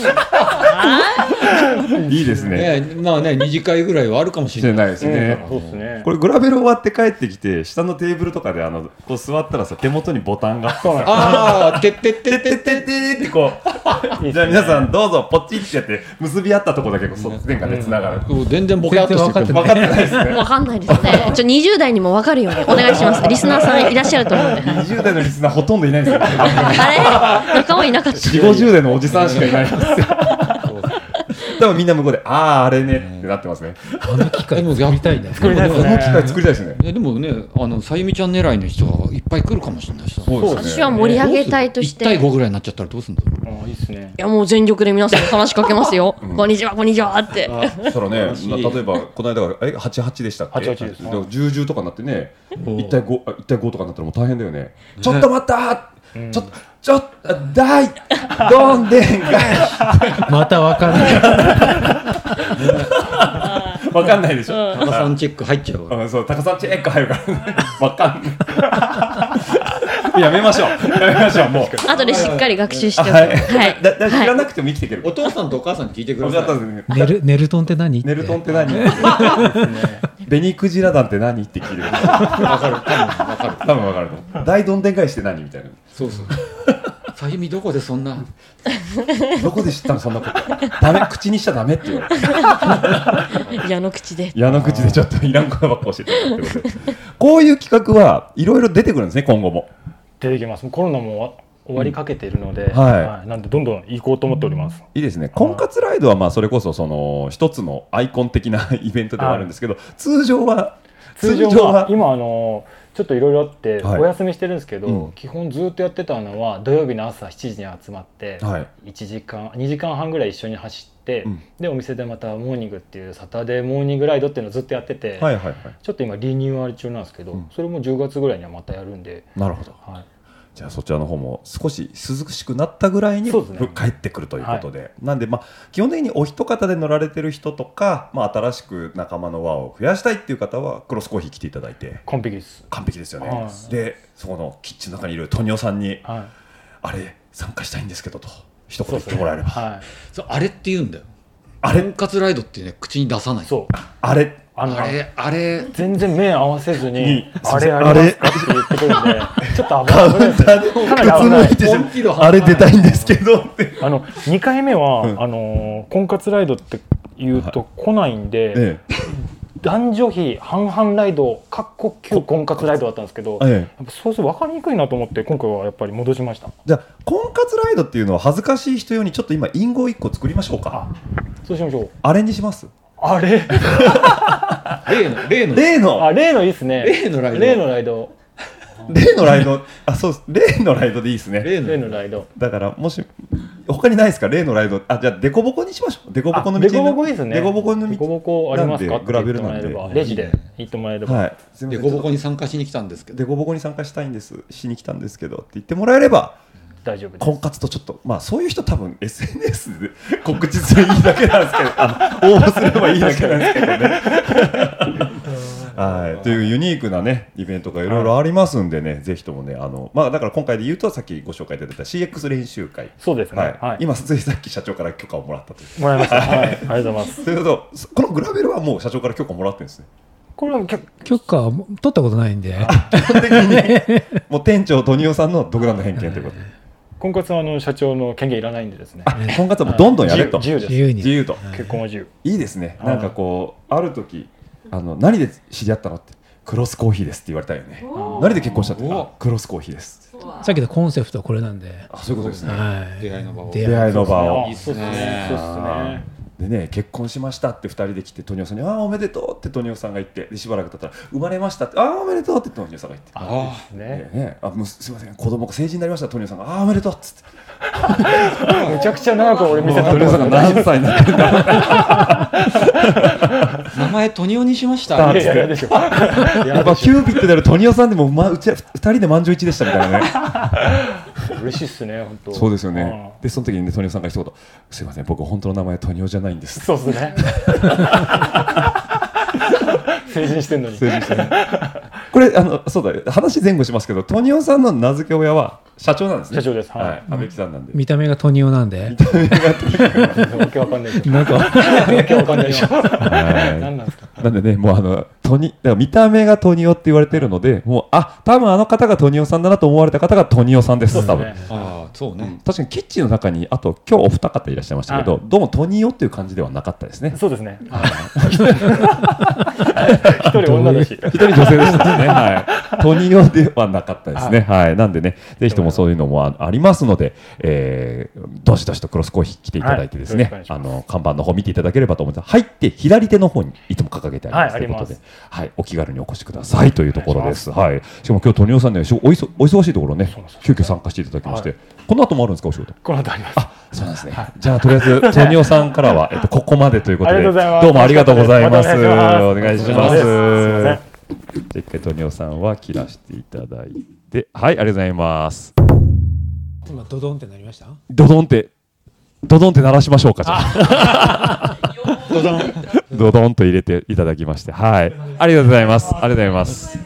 D: いいですね
H: ねまあね二次会ぐらいはあるかもし
D: して
H: れない
D: ないですね
G: そうですね
D: これグラベル終わって帰ってきて下のテーブルとかであのこう座ったらさ手元にボタンが
G: そうなんです
H: ああてってっ て
D: て
H: っ
D: って
H: て
D: ってってってこうじゃあ皆さんどうぞポチってやって結び合ったとこだけこうそう前回ねつながる
H: こう全然ボケっとしてくる
D: 分かってないですね
I: わかんないですね。ちょ20代にもわかるようにお願いします。リスナーさんいらっしゃると思うんで。
D: 20代のリスナーほとんどいないですよ
I: あれ仲間いなかった。
D: 4 5 0代のおじさんしかいないんですよ
H: そう
D: 多分みんな向こうであああれねってなってますね
F: あの機
H: で
F: 械
H: も
F: 作りたいんだ
G: 作りたい
D: こ
G: です
D: の機
G: ね
D: 会作りたいですね
H: いやでもねあのさゆみちゃん狙いの人がいっぱい来るかもしれないしさ
D: そうです
I: 私
D: ね
I: は盛り上げたいとし
H: 1
I: て。
H: 対
I: い
H: 5ぐらいになっちゃったらどうすんだろう
G: あいいですね
I: やもう全力で皆さんに話しかけますよ。こんにちはこんにちはって。
D: そしたらね、
H: しい
D: な例えばこの間がえ八八でしたっけ？
G: 88です
D: から十十とかになってね、一対五あ一対五とかになったらもう大変だよね。ちょっと待った、ちょっとちょっと大どんでんが
F: またわかん ない
D: わかんないでしょ。
H: 高さんチェック入っちゃうわ
D: あそう高さんチェック入るからね わかんない。や めましょうやめましょうもう。
I: 後でしっかり学習しておく。
D: は
I: はいい。
D: だだ知らなくても生きていける。
H: お父さんとお母さんに聞いてく
D: 分か
H: だ
D: った
H: さ
D: ん
H: い
D: ですね。
F: ネルネルトンって何
D: ネルトンって何？ ベニクジラ団って何って聞いてる。
H: わかる多分わかる
D: 多分わかると思う。大どんでん返しって何みたいな。
H: そうそうさゆみどこでそんな
D: どこで知ったのそんなこと。ダメ口にしちゃダメって言われて。
I: 矢の口で。
D: 矢の口でちょっといらんことばっか教えてもらってことで。こういう企画はいろいろ出てくるんですね今後も。
G: 出てきますコロナもわ終わりかけているので、
D: はい
G: なんでどんどん行こうと思っております、
D: いいですね。婚活ライドはまあそれこそその一つのアイコン的な イベントではあるんですけど、通常は
G: 通常は今あのちょっといろいろあって
D: はい
G: お休みしてるんですけど、
D: うん
G: 基本ずっとやってたのは土曜日の朝7時に集まって、
D: はい
G: 1時間2時間半ぐらい一緒に走って、
D: うん
G: でお店でまたモーニングっていうサタデーモーニングライドっていうのをずっとやってて、
D: はいはいはい。
G: ちょっと今リニューアル中なんですけど、
D: うん
G: それも10月ぐらいにはまたやるんで、
D: なるほど。
G: はい、
D: じゃあそちらの方も少し涼しくなったぐらいに
G: そうですね
D: 帰ってくるということで、なんでまあ基本的にお一方で乗られてる人とか、まあ、新しく仲間の輪を増やしたいっていう方はクロスコーヒー来ていただいて
G: 完璧です、
D: 完璧ですよね、
G: はい
D: でそこのキッチンの中にいるトニオさんに
G: は
D: 「あれ参加したいんですけど」と一
G: い、そ
D: 言言っ
G: うです
D: てもらえれば、
G: は
H: そうあれって言うんだよ
D: あ
H: 婚
D: れ
H: 活ライドってね口に出さない
G: い、そう
D: あれ
G: あの
H: あれあれ
G: 全然目合わせず
D: に
G: に「あれありますか?」って言ってくるんでちょっと危ない危ないです
D: カウンターで
G: かなり危
D: 靴
H: な
D: 脱
H: い
D: いでしまうあれ出たいんですけど」って。
G: あの2回目は、あのー婚活ライドって言うと来ないんで、
D: え
G: 男女比半々ライドかっこ旧婚活ライドだったんですけど、
D: え
G: や
D: ええ
G: っぱそうすると分かりにくいなと思って今回はやっぱり戻しました
D: じゃあ婚活ライドっていうのは恥ずかしい人用にちょっと今隠語一個作りましょうか
G: あそうしましょう
D: あれにします
G: あれ
H: 例の例の
D: 例の
G: あ例のいいっすね
H: 例のライド
G: 例のライド
D: 例のライ ド、あ、そうです。例のライドでいいですね。
H: 例の
G: 例のライド
D: だから、もし、他にないですか例のライド。あ、じゃあ、デコボコにしましょう。デコボコの道
G: デコボコいいですね
D: デコボコの
G: デコ
D: 道。
G: ボコありますか
D: な
G: っ
D: んで
G: て
D: グラベ
G: 言って
D: ル
G: も
D: なん
G: ら
D: で
G: えればレジで言ってもらえれば、
D: はい。すみ
H: で
D: ま
H: ご
D: せ
H: ぼこ
D: ん。
H: に参加しに来たんですけど
D: デコボコに参加したいんです。しに来たんですけど。って言ってもらえれば、
G: 大丈夫です
D: 婚活とちょっと、まあ、そういう人多分 SNS で 告知すればいいだけなんですけど、あの応募すればいいだけなんですけどね。はい、というユニークなねイベントがいろいろありますんでね、ぜひともねあの、まあ、だから今回で言うとさっきご紹介いただいた CX 練習会
G: そうですね
D: はい
G: はい
D: 今ついさっき社長から許可をもらったという。
G: もらいました、はい、ありがとうございます
D: ということはこのグラベルはもう社長から許可もらってるんですね。
G: これは結
F: 許可はも取ったことないんで、
D: 基本的に ねもう店長トニオさんの独断の偏見ということで
G: 婚活はあの社長の権限いらないんでですね
D: あ婚活はもうどんどんやれと
G: 自由自
F: 自
G: 由で
F: 由
D: 自
F: に。
D: 由と
G: す結婚は自由
D: いいですね
G: はい
D: なんかこうある時あの何で知り合ったのってクロスコーヒーですって言われたよね何で結婚したってあクロスコーヒーです
F: さっきのコンセプトはこれなんで、
D: あそういうことですね
F: はい。
H: 出会いの場を
F: 出
D: 出
F: 会い。
D: 会いの場を
G: あそうですねそうですね
D: でね結婚しましたって2人で来てトニオさんに「ああおめでとう」ってトニオさんが言ってでしばらく経ったら「生まれました」って「ああおめでとう」ってトニオさんが言って。
H: あ
G: ね
D: ねね、あむすみません子供が成人になりましたトニオさんが「ああおめでとう」っつって
G: めちゃくちゃ長く俺見せた
D: トニオさんが何歳になってるか
H: あ名前トニオにしまし
D: あ
H: た
D: ー
G: いやいや嫌でしょ
D: やっぱキューピッド であるトニオさんでも、ま、うちは2人で満場一致でしたみたいなね
G: 嬉しいっすね本当
D: そうですよねでその時にねトニオさんが一言「すみません僕本当の名前トニオじゃないんです」
G: そうです ね成人してんのに
D: 成人してね これあのそうだ話前後しますけどトニオさんの名付け親は社長なんですね
G: 社長ですはい
D: はい、安倍木さんなんで
F: 見た目がトニオなんで、
G: わけわかんないでしょ
F: なんか、
G: わけわかんないでしょ
D: はい
G: 何なんですか
D: なんでね、もうあの、トニ、だから見た目がトニオって言われてるので、もう、あ、多分あの方がトニオさんだなと思われた方がトニオさんです、多分。
H: ああそうね
D: 確かにキッチンの中に、あと今日お二方いらっしゃいましたけど、どうもトニオっていう感じではなかったですね。
G: そうですね一人女だし
D: 一人女性でしたし ね、はい、トニオではなかったですね、はい、なんでね、ぜひともそういうのもあありますので、えー、どしどしとクロスコーヒー来ていただいてですね、
G: はいよろしくお
D: あ
G: 願いし
D: の看板の方見ていただければと思います。入って左手の方にいつも掲げてありますということ
G: はい
D: で、
G: あり
D: はい、お気軽にお越しくださいというところです。はい、しかも今日トニオさんね、しょおいそお忙しいところね
G: そうなんです、よ
D: 急遽参加していただきまして、
G: は
D: この後もあるんですかお仕事。
G: この後あります
D: そうなんですね。じゃあとりあえ ずトニオさんからはえっとここまでということ
G: あ
D: で、
G: りがとうございます
D: どうもありがとうございます。
G: また
D: お
G: お
D: 願
G: 願
D: い
G: い
D: し
G: し
D: ま。
G: ますすすいません
D: じゃあ一回トニオさんは切らしていただいて、はい、ありがとうございます。
F: 今、ドドンってなりました
D: ドドンって、ドドンって鳴らしましょうか、じゃあ。ドドン。ドドンと入れていただきまして、はい。ありがとうございます。ありがとうございます。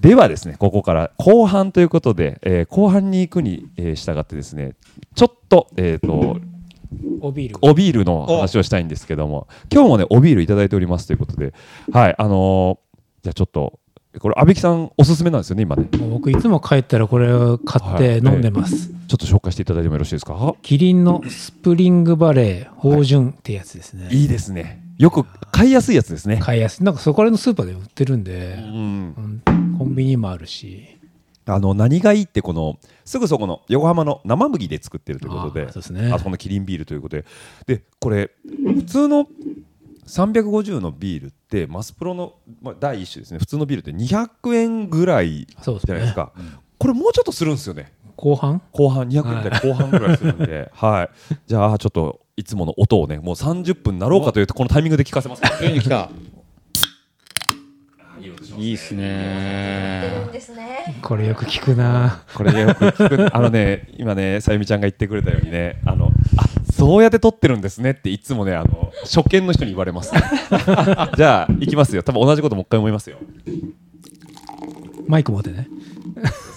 D: ではですね、ここから後半ということで、えー後半に行くに、えー従ってですね、ちょっと、えっ、と、
F: おビール。
D: おビールの話をしたいんですけども、今日もね、おビールいただいておりますということで、はい、あのーじゃあちょっと、これ、阿部木さんおすすめなんですよね、今ね。
F: もう僕、いつも帰ったらこれを買って飲んでます。
D: ちょっと紹介していただいてもよろしいですか
F: キリンのスプリングバレー、芳醇ってやつですね。
D: いいですね。よく買いやすいやつですね。
F: 買いやすい。なんかそこら辺のスーパーで売ってるんで、
D: うん。
F: うんコンビニもあるし。
D: あの、何がいいって、この、すぐそこの横浜の生麦で作ってるということで
F: あ、そうですね
D: あそこのキリンビールということで、で、これ、普通の350のビールって、マスプロの、まあ、第一種ですね、普通のビールって200円ぐらいじ
F: そうですね
D: ゃないですか。これもうちょっとするんですよね。
F: 後半
D: 後半200円台後半ぐらいするんで、はい、じゃあちょっといつもの音をねもう30分なろうかというとこのタイミングで聞かせますか
H: ついに来たいいっすね
I: ですね。
F: これよく聞くな
D: これねよく聞くあのね今ねさゆみちゃんが言ってくれたようにねあのあそうやって撮ってるんですねっていつもねあの初見の人に言われ ます、じゃあ行きますよ多分同じこともう一回思いますよ
F: マイク持ってね。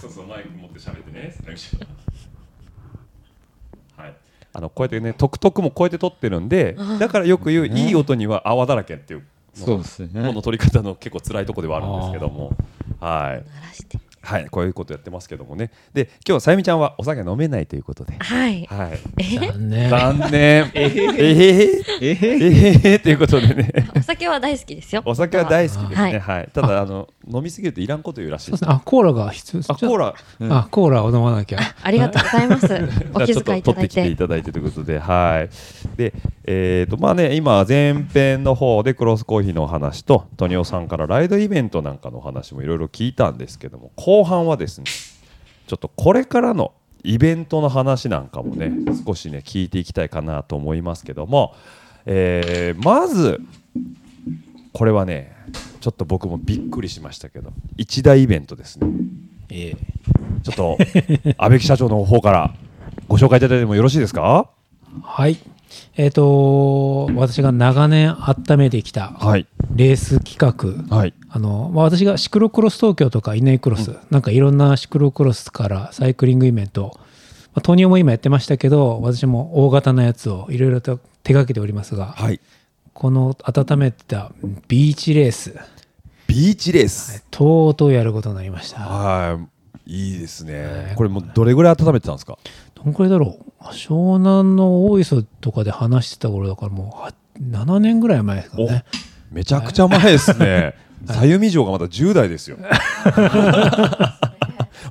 D: そうそうマイク持って喋ってねはいあのこうやってねトクトクもこうやって撮ってるんでだからよく言う、いい音には泡だらけっていう
H: そうです
D: こ
H: ね
D: の取り方の結構辛いとこではあるんですけども、はい、
I: 鳴らして。
D: はい、こういうことやってますけどもね。で、今日さゆみちゃんはお酒飲めないということで、
I: はい。
D: はい、
F: 残念。
D: 残念。えええ
H: え
D: え
H: へ
D: えということでね、
I: お酒は大好きですよ。
D: お酒は大好きです
I: は
D: ね。
I: い。
D: はい、ただあの飲みすぎるといらんこと言うらしい
F: そうで。すね。あ、コーラが必要です
D: あ、コーラ。
F: あ、コーラを飲まなきゃ。
I: ありがとうございます。お気
D: じゃあちょ
I: 遣い
D: っ
I: い
D: と取
I: ただ
D: って
I: い
D: きて
I: て
D: い。ただいてということで、はい。で、えっ、と、まあね、今、前編の方でクロスコーヒーのお話と、トニオさんからライドイベントなんかのお話もいろいろ聞いたんですけども、後半はですね、ちょっとこれからのイベントの話なんかもね、少しね、聞いていきたいかなと思いますけども、えーまず、これはね、ちょっと僕もびっくりしましたけど、一大イベントですね。
F: ええ
D: ちょっと、安倍木社長の方からご紹介いただいてもよろしいですか
F: はい。えっ、と、私が長年温めてきた
D: はい。
F: レース企画。
D: はい。
F: あの、まあ、私がシクロクロス東京とかイネイクロス、なんかいろんなシクロクロスからサイクリングイベント、まあ、トニオも今やってましたけど、私も大型なやつをいろいろと手掛けておりますが、
D: はい。
F: この温めたビーチレース
D: ビーチレース。
F: とうとうやることになりました
D: はい。いいですね
F: い。
D: これもうどれぐらい温めてたんですか。
F: どんくらいだろう湘南の大磯とかで話してた頃だからもうは7年ぐらい前ですかね
D: めちゃくちゃ前ですね。さゆみ嬢がまだ10代 ですよ。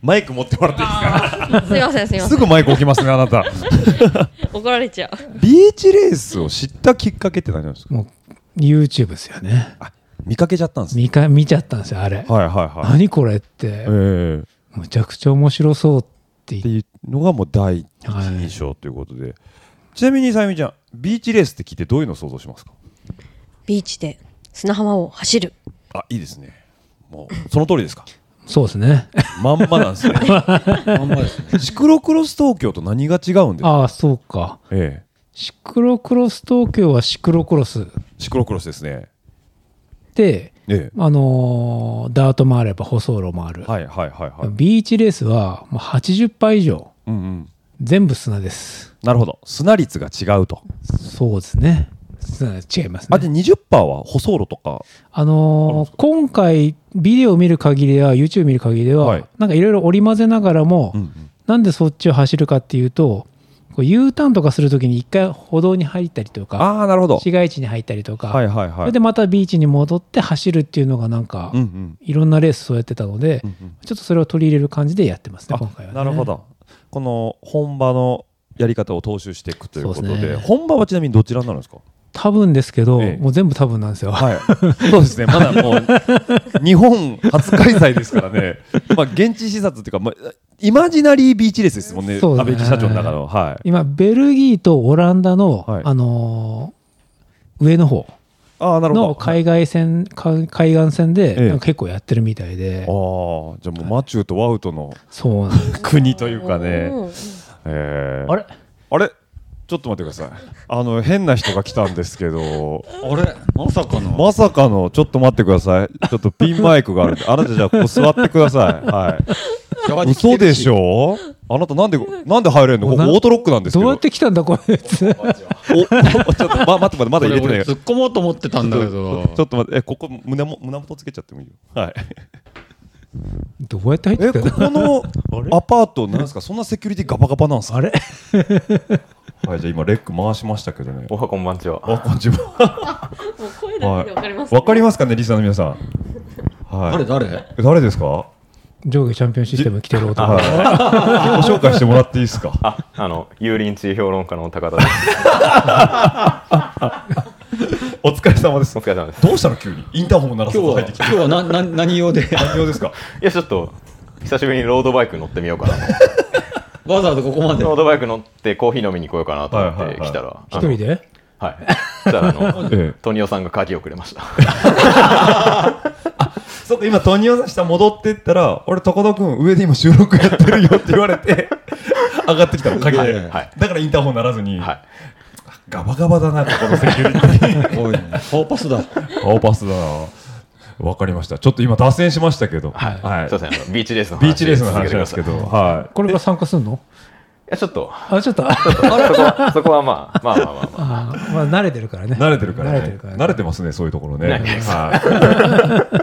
D: マイク持ってもらっていいですか。
I: すいませんすいますせん
D: ぐマイク置きますね、あなた。
I: 怒られちゃう
D: ビーチレースを知ったきっかけって何なんですか。
F: もう YouTube ですよね
D: 見かけちゃったんですね。
F: 見か見ちゃったんですよあれ
D: はいはいはい。
F: 何これって
D: ええ
F: むちゃくちゃ面白そうって言
D: っ
F: っ
D: ていうのがもう第一印象ということで、ちなみにさゆみちゃんビーチレースって聞いてどういうのを想像しますか
I: ビーチで砂浜を走る
D: あいいですねもうその通りですか
F: そうですね
D: まんまなんですね
H: まんまですね。
D: シクロクロス東京と何が違うんですか、
F: ああそうか
D: え
F: シクロクロス東京はシクロクロス
D: え、シクロクロスですね
F: で、
D: ええ
F: あのーダートもあれば舗装路もある、
D: はいはいはいはい、
F: ビーチレースはもう80杯以上
D: うんうん、
F: 全部砂です
D: なるほど砂率が違うと、
F: そうですね砂違います
D: あで
F: ね
D: 20%は舗装路とか
F: あのー今回ビデオ見る限りでは YouTube 見る限りでは、
D: はい
F: なんかいろいろ織り交ぜながらも、
D: うんうん
F: なんでそっちを走るかっていうとこう U ターンとかするときに一回歩道に入ったりとか
D: ああなるほど
F: 市街地に入ったりとか、
D: はいはいは
F: そ
D: い
F: れでまたビーチに戻って走るっていうのがなんか、
D: うんうん
F: いろんなレースそうやってたので、
D: うんうん
F: ちょっとそれを取り入れる感じでやってますね、今回は、ね。
D: なるほ。どこの本場のやり方を踏襲していくということ
F: そう
D: で
F: ですね
D: 本場はちなみにどちらになるんですか
F: 多分ですけど、
D: ええ
F: もう全部多分なんですよ。
D: はい、そうですね、まだ もう日本初開催ですからね、まあ、現地視察っていうか、まあ、イマジナリービーチレースですもんね、
F: そう
D: 安
F: です
D: 倍
F: ね
D: 木社長の中の、はい、
F: 今、ベルギーとオランダの、
D: はい
F: あのー上の方
D: ああ、なるほ
F: の
D: ど、あ
F: 海外線、海海岸線で、
D: ええ
F: なんか結構やってるみたいで
D: あ、ーじゃあもうマチューとワウトの
F: そうなんです。
D: 国というかね、
I: うん
D: えー
F: あれ
D: あれ、ちょっと待ってください、あの変な人が来たんですけど、
H: あれまさかの。
D: まさかの、ちょっと待ってください、ちょっとピンマイクがあるんで、あなた、じゃあ、ここ座ってください。はい嘘でし
H: ょ。
D: ょあなたなんでなんで入れんのここ
F: な
D: オートロックなんですけ
F: ど
D: ど
F: うやって来たんだ、これつ。
D: おちょっと、ま、待って待って、ま
H: ま
D: だ入れてない
H: 突っ込もうと思ってたんだけど。
D: ちょっと待って、え、ここ胸も、胸元つけちゃってもいいよ。はい。
F: どうやって入って
D: え、
F: きた
D: こ
F: んだ
D: こ のアパート、なんですか、そんなセキュリティガバガバなんですか。
F: あれ
D: はい、じゃ、今レック回しましたけどね。
B: おはこんばんちは。
D: あ、こんにちは。
I: もう声だけでわかります
D: わかりますかね、リスナーの皆さん。は
H: 誰
D: い。
H: 誰
D: 誰ですか。
F: 上下チャンピオンシステム来てる男
D: はい。自己紹介してもらっていいですか。
B: あ、あの、油淋鶏評論家の高田です。
D: お疲れ様です
B: お。疲れ様です。
D: どうしたの、急に。インターホンも鳴らす
H: 今日
D: と
H: は
D: 入ってき
H: 今
D: て。
H: 日はなな何用で
D: 何用ですか。
B: いや、ちょっと、久しぶりにロードバイク乗ってみようかな。
H: わざわざここまで
B: ロードバイク乗ってコーヒー飲みに来ようかなと思って来たら。
F: 一人で
B: あのはい。そしたら、あの、
D: ええ
B: トニオさんが鍵をくれました。
D: そうか、今、トニオさん下戻ってったら、俺、高田君、上で今収録やってるよって言われ て、上がってきたの、鍵で。
H: はい
D: だからインターホンならずに、
B: はい。
D: ガバガバだな、ここのセキュリ ティ。
H: おい顔パスだ
D: 青パスだな。わかりました。ちょっと今、脱線しましたけど、はい。
B: すいませんあの、ビーチレースの話。
D: ビーチレースの話なんです
B: 続けて
D: け
B: ください。い
D: ど、は
F: これから参加す るの
B: や、ちょっと、
F: あ、ちょっと、
B: ちょっとそこは、そこはまあ、まあまあまあまあ。
F: あーまあ、慣れてるからね。
D: い。慣れてるからね。
F: 慣れてるからね
D: 慣れてますね、そういうところね。
B: 慣れて
D: はい。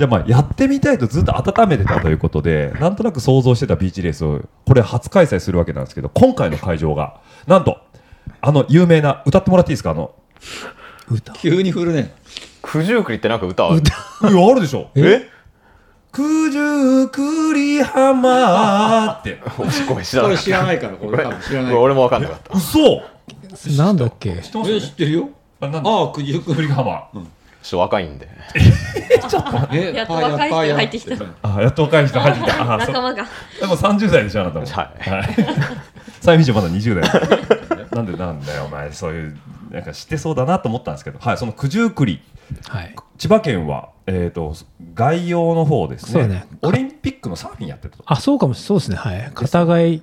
D: いや まあ、やってみたいとずっと温めてたということで、なんとなく想像してたビーチレースを、これ初開催するわけなんですけど、今回の会場が、なんと、あの有名な、歌ってもらっていいですか、あの、
F: 歌
H: 急に振るね
B: 九十九里ってなんか歌ある
D: いや、あるでしょ。
B: え
D: 九十九里浜って。
B: ごめん、知ら
H: こ
B: な
H: れ
B: かっ
H: 知らないからこれ多分知
B: た。
H: らな
B: こ
H: い
B: れ俺もわかんなかった。
D: 嘘
F: なんだっけ
D: 知ってます
H: え知ってるよ
D: あれなんだ
H: ああ九十九
D: 九
H: 里
D: 里浜。
B: ちょっと若いんで。
H: え
I: やっと
H: パー
I: 若い人
H: パー
I: 入ってきた
H: うん
D: あ、やっと若い人入ってきた。あ、そ
I: 仲間が
D: でも30代でしょ、あなたも。
B: はい
D: はい。最初まだ20代。なんでなんだよ、お前。そういう、なんか知ってそうだなと思ったんですけど、はい、その九十九里。
F: はい。
D: 千葉県は、えっと、概要の方です
F: そう
D: ね。
F: だね
D: オリンピックのサーフィンやってると。
F: あ、そうかもしそうですね。はい。片貝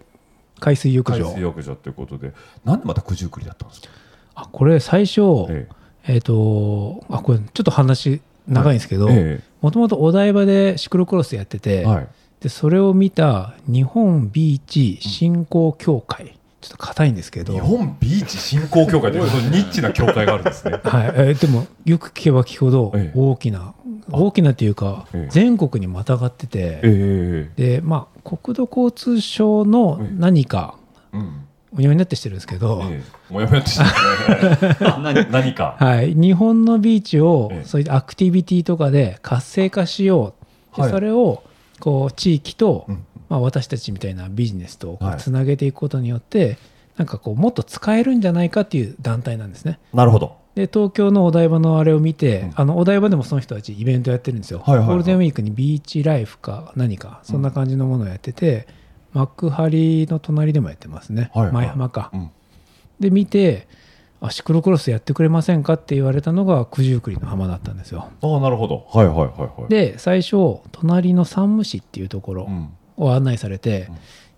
F: 海水浴
D: 海
F: 場
D: 水。浴場ということで、なんでまた九十九里だったんですか
F: あ、これ最初、
D: え
F: えっ、と、あ、これちょっと話長いんですけど、
D: え
F: もともとお台場でシクロクロスやってて、
D: え。はい。
F: でそれを見た日本ビーチ振興協会、ちちょっと硬いんですけど
D: 日本ビーチ振興協会というそのニッチな協会があるんですね
F: はい、えーでもよく聞けば聞くほど大きな、大きなというか、全国にまたがってて、でまあ国土交通省の何か、もやもやになってしてるんですけど、
D: もやもやっとしてる何何か
F: はい、日本のビーチを、そういうアクティビティとかで活性化しよう、で
D: はい
F: それをこう地域と、まあ、私たちみたいなビジネスとこ
D: は
F: う
D: い
F: つなげていくことによって、なんかこうもっと使えるんじゃないかっていう団体なんですね。
D: なるほど
F: で東京のお台場のあれを見て、あのお台場でもその人たちイベントやってるんですよ、
D: はいはいはい
F: ゴールデンウィークにビーチライフか何かそんな感じのものをやってて、幕張の隣でもやってますね、
D: はいはい
F: 前浜か、で見てあシクロクロスやってくれませんかって言われたのが九十九里の浜だったんですよ
D: ああなるほどはいはいはいはい
F: で最初隣の山武市っていうところを案内されて、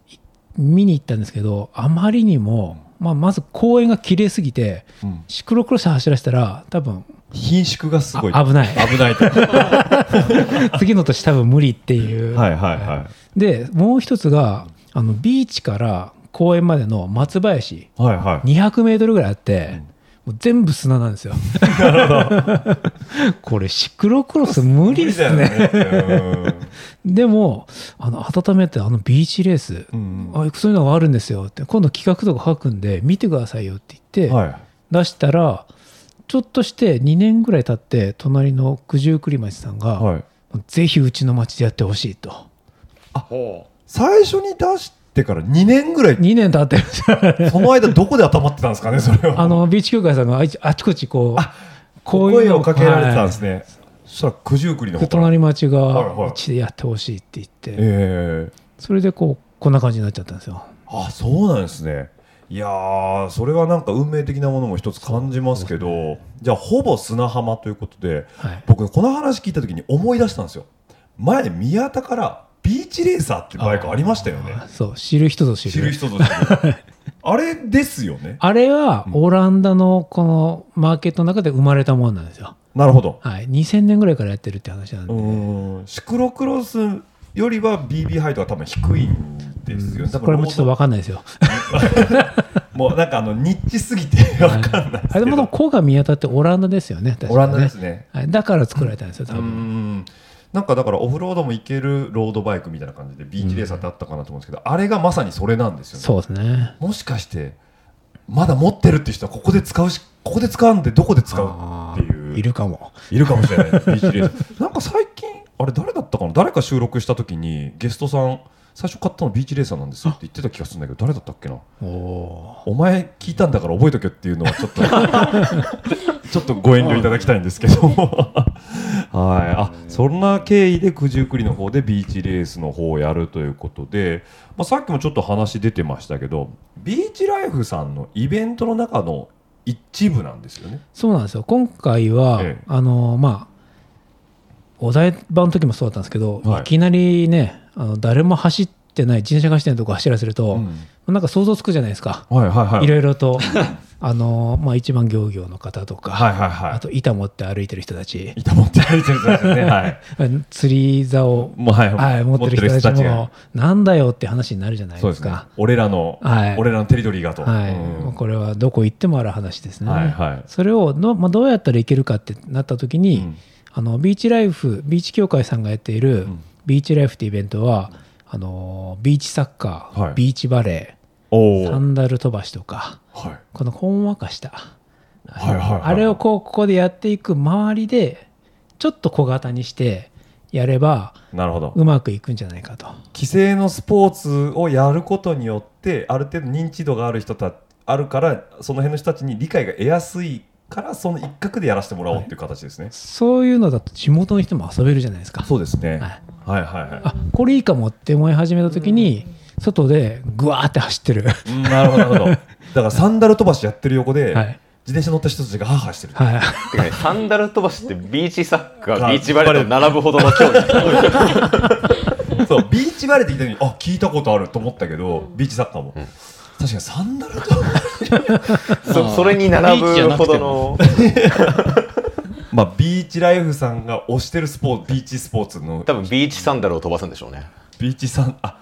F: い見に行ったんですけどあまりにも、まあ、まず公園が綺麗すぎて、シクロクロス走らせたら多分
D: 貧縮がすごい
F: あ 危ない
D: 危ないと
F: 次の年多分無理っていう、
D: はいはいは
F: でもう一つがあのビーチから公園までの松林、
D: はいは
F: 200メートルぐらいあって、もう全部砂なんですよ これシクロクロス無理です
D: 無理
F: ね
D: だよね
F: でもあの温めてあのビーチレース、あそういうのがあるんですよって今度企画とか書くんで見てくださいよって言って、出したらちょっとして2年ぐらい経って隣の九十九里町さんが、ぜひうちの町でやってほしいと
D: 最初に出してから2年ぐらい
F: 2年経ってる
D: その間どこで頭ってたんですかねそれは
F: あのビーチ協会さんがあいちあちこちこうこ
D: 声をかけられてたんです
F: ね、
D: ね、そしたら九十九里の方
F: はいで
D: から
F: 隣町
D: はいは
F: が
D: いう
F: ちでやってほしいって言って、
D: え
F: それでこうこんな感じになっちゃったんですよ
D: あそうなんですねいやーそれはなんか運命的なものも一つ感じますけどじゃあほぼ砂浜ということで、僕この話聞いた時に思い出したんですよ前宮田からビーチレーサーっていうバイクありましたよね
F: そう知る人ぞ知る
D: 知る人ぞ知るあれですよね
F: あれはオランダのこのマーケットの中で生まれたものなんですよ
D: なるほど、
F: はい、2000年ぐらいからやってるって話なんで
D: シクロクロスよりは BB ハイトは多分低いんですよね、多分
F: これもちょっと分かんないですよ
D: もうなんかあのニッチすぎて分かんない
F: あれもでも甲賀宮田ってオランダですよね確かね
D: オランダですね
F: はい、だから作られたんですよ多
D: う
F: 分
D: んなんかだからオフロードも行けるロードバイクみたいな感じでビーチレーサーってあったかなと思うんですけど、あれがまさにそれなんですよね
F: そうですね
D: もしかしてまだ持ってるって人はここで使うしここで使うんでどこで使うっていう
F: いるかも
D: いるかもしれないビーチレーサーなんか最近あれ誰だったかな誰か収録した時にゲストさん最初買ったのビーチレーサーなんですよって言ってた気がするんだけど誰だったっけなお前聞いたんだから覚えとけっていうのはちょっ とちょっとご遠慮いただきたいんですけどはいあそんな経緯で九十九里の方でビーチレースの方をやるということで、まあ、さっきもちょっと話出てましたけどビーチライフさんのイベントの中の一部なんですよね。
F: そうなんですよ今回は、あのまあお台場の時もそうだったんですけど、
D: はい
F: い、きなりねあの誰も走ってない自転車が走ってないとこ走らせると、なんか想像つくじゃないですか、
D: はいはいはい
F: ろいろ とあの、まあ、一番行業の方とか、
D: はいはいはい
F: あと板持って歩いてる人たち
D: 板持って歩いてる人たち ねはい
F: 釣り竿
D: もうはい
F: 持ってる人たち
D: 持ってる人たち
F: も
D: が
F: なんだよって話になるじゃない
D: そう
F: で
D: ですすね
F: か。
D: 俺らの、
F: はい
D: 俺らのテリトリーがと、
F: はい
D: うん
F: まあこれはどこ行ってもある話ですね、
D: はいはい
F: それをの、まあ、どうやったらいけるかってなった時に、あのビーチライフビーチ協会さんがやっている、ビーチライフってイベントはあのビーチサッカー、
D: はい
F: ビーチバレ
D: お
F: ーサンダル飛ばしとか、このほんわかした、
D: はいはいはい
F: あれをこうここでやっていく周りでちょっと小型にしてやれば
D: なるほど
F: うまくいくんじゃないかと。
D: 規制のスポーツをやることによってある程度認知度がある人たあるからその辺の人たちに理解が得やすいからその一角でやらせてもらおうっていう形ですね、
F: そういうのだと地元の人も遊べるじゃないですか。
D: そうですね、はい、はいはい
F: あこれいいかもって思い始めた時に外でぐわーって走ってる。
D: うんなるほどなるほどだからサンダル飛ばしやってる横で、
F: はい
D: 自転車乗った人たちがハーハーしてる、
C: てかね、サンダル飛ばしってビーチサッカー、ビーチバレーと並ぶほどの競技。
D: そうビーチバレーって聞いた時にあ聞いたことあると思ったけどビーチサッカーも、確かにサンダル飛ばし
C: そそれに並ぶほど の。
D: まあ、ビーチライフさんが推してるスポーツ、ビーチスポーツの。
C: 多分ビーチサンダルを飛ばすんでしょうね。
D: ビーチサン、あ、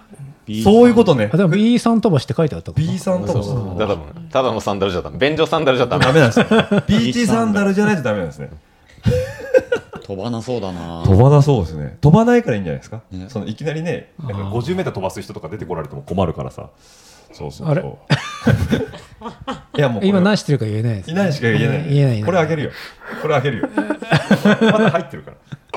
D: そういうことね
F: あでも B さん飛ばしって書いてあったかな
D: B さん飛ばし
F: そう
C: だからただのサンダルじゃダメ便所サンダルじゃダメ
D: ダメなんです ねビーチサンダルじゃないとダメなんですね
H: 飛ばなそうだな
D: 飛ばなそうですね飛ばないからいいんじゃないですか、そのいきなりねなんか50メーター飛ばす人とか出てこられても困るからさそうそうそう
F: あ れ
D: いやもうこれ
F: 今何してるか言えないですね、
D: いないしか言えない。
F: 言えない言えない
D: これあげるよ。これあげるよ。まだ入ってるか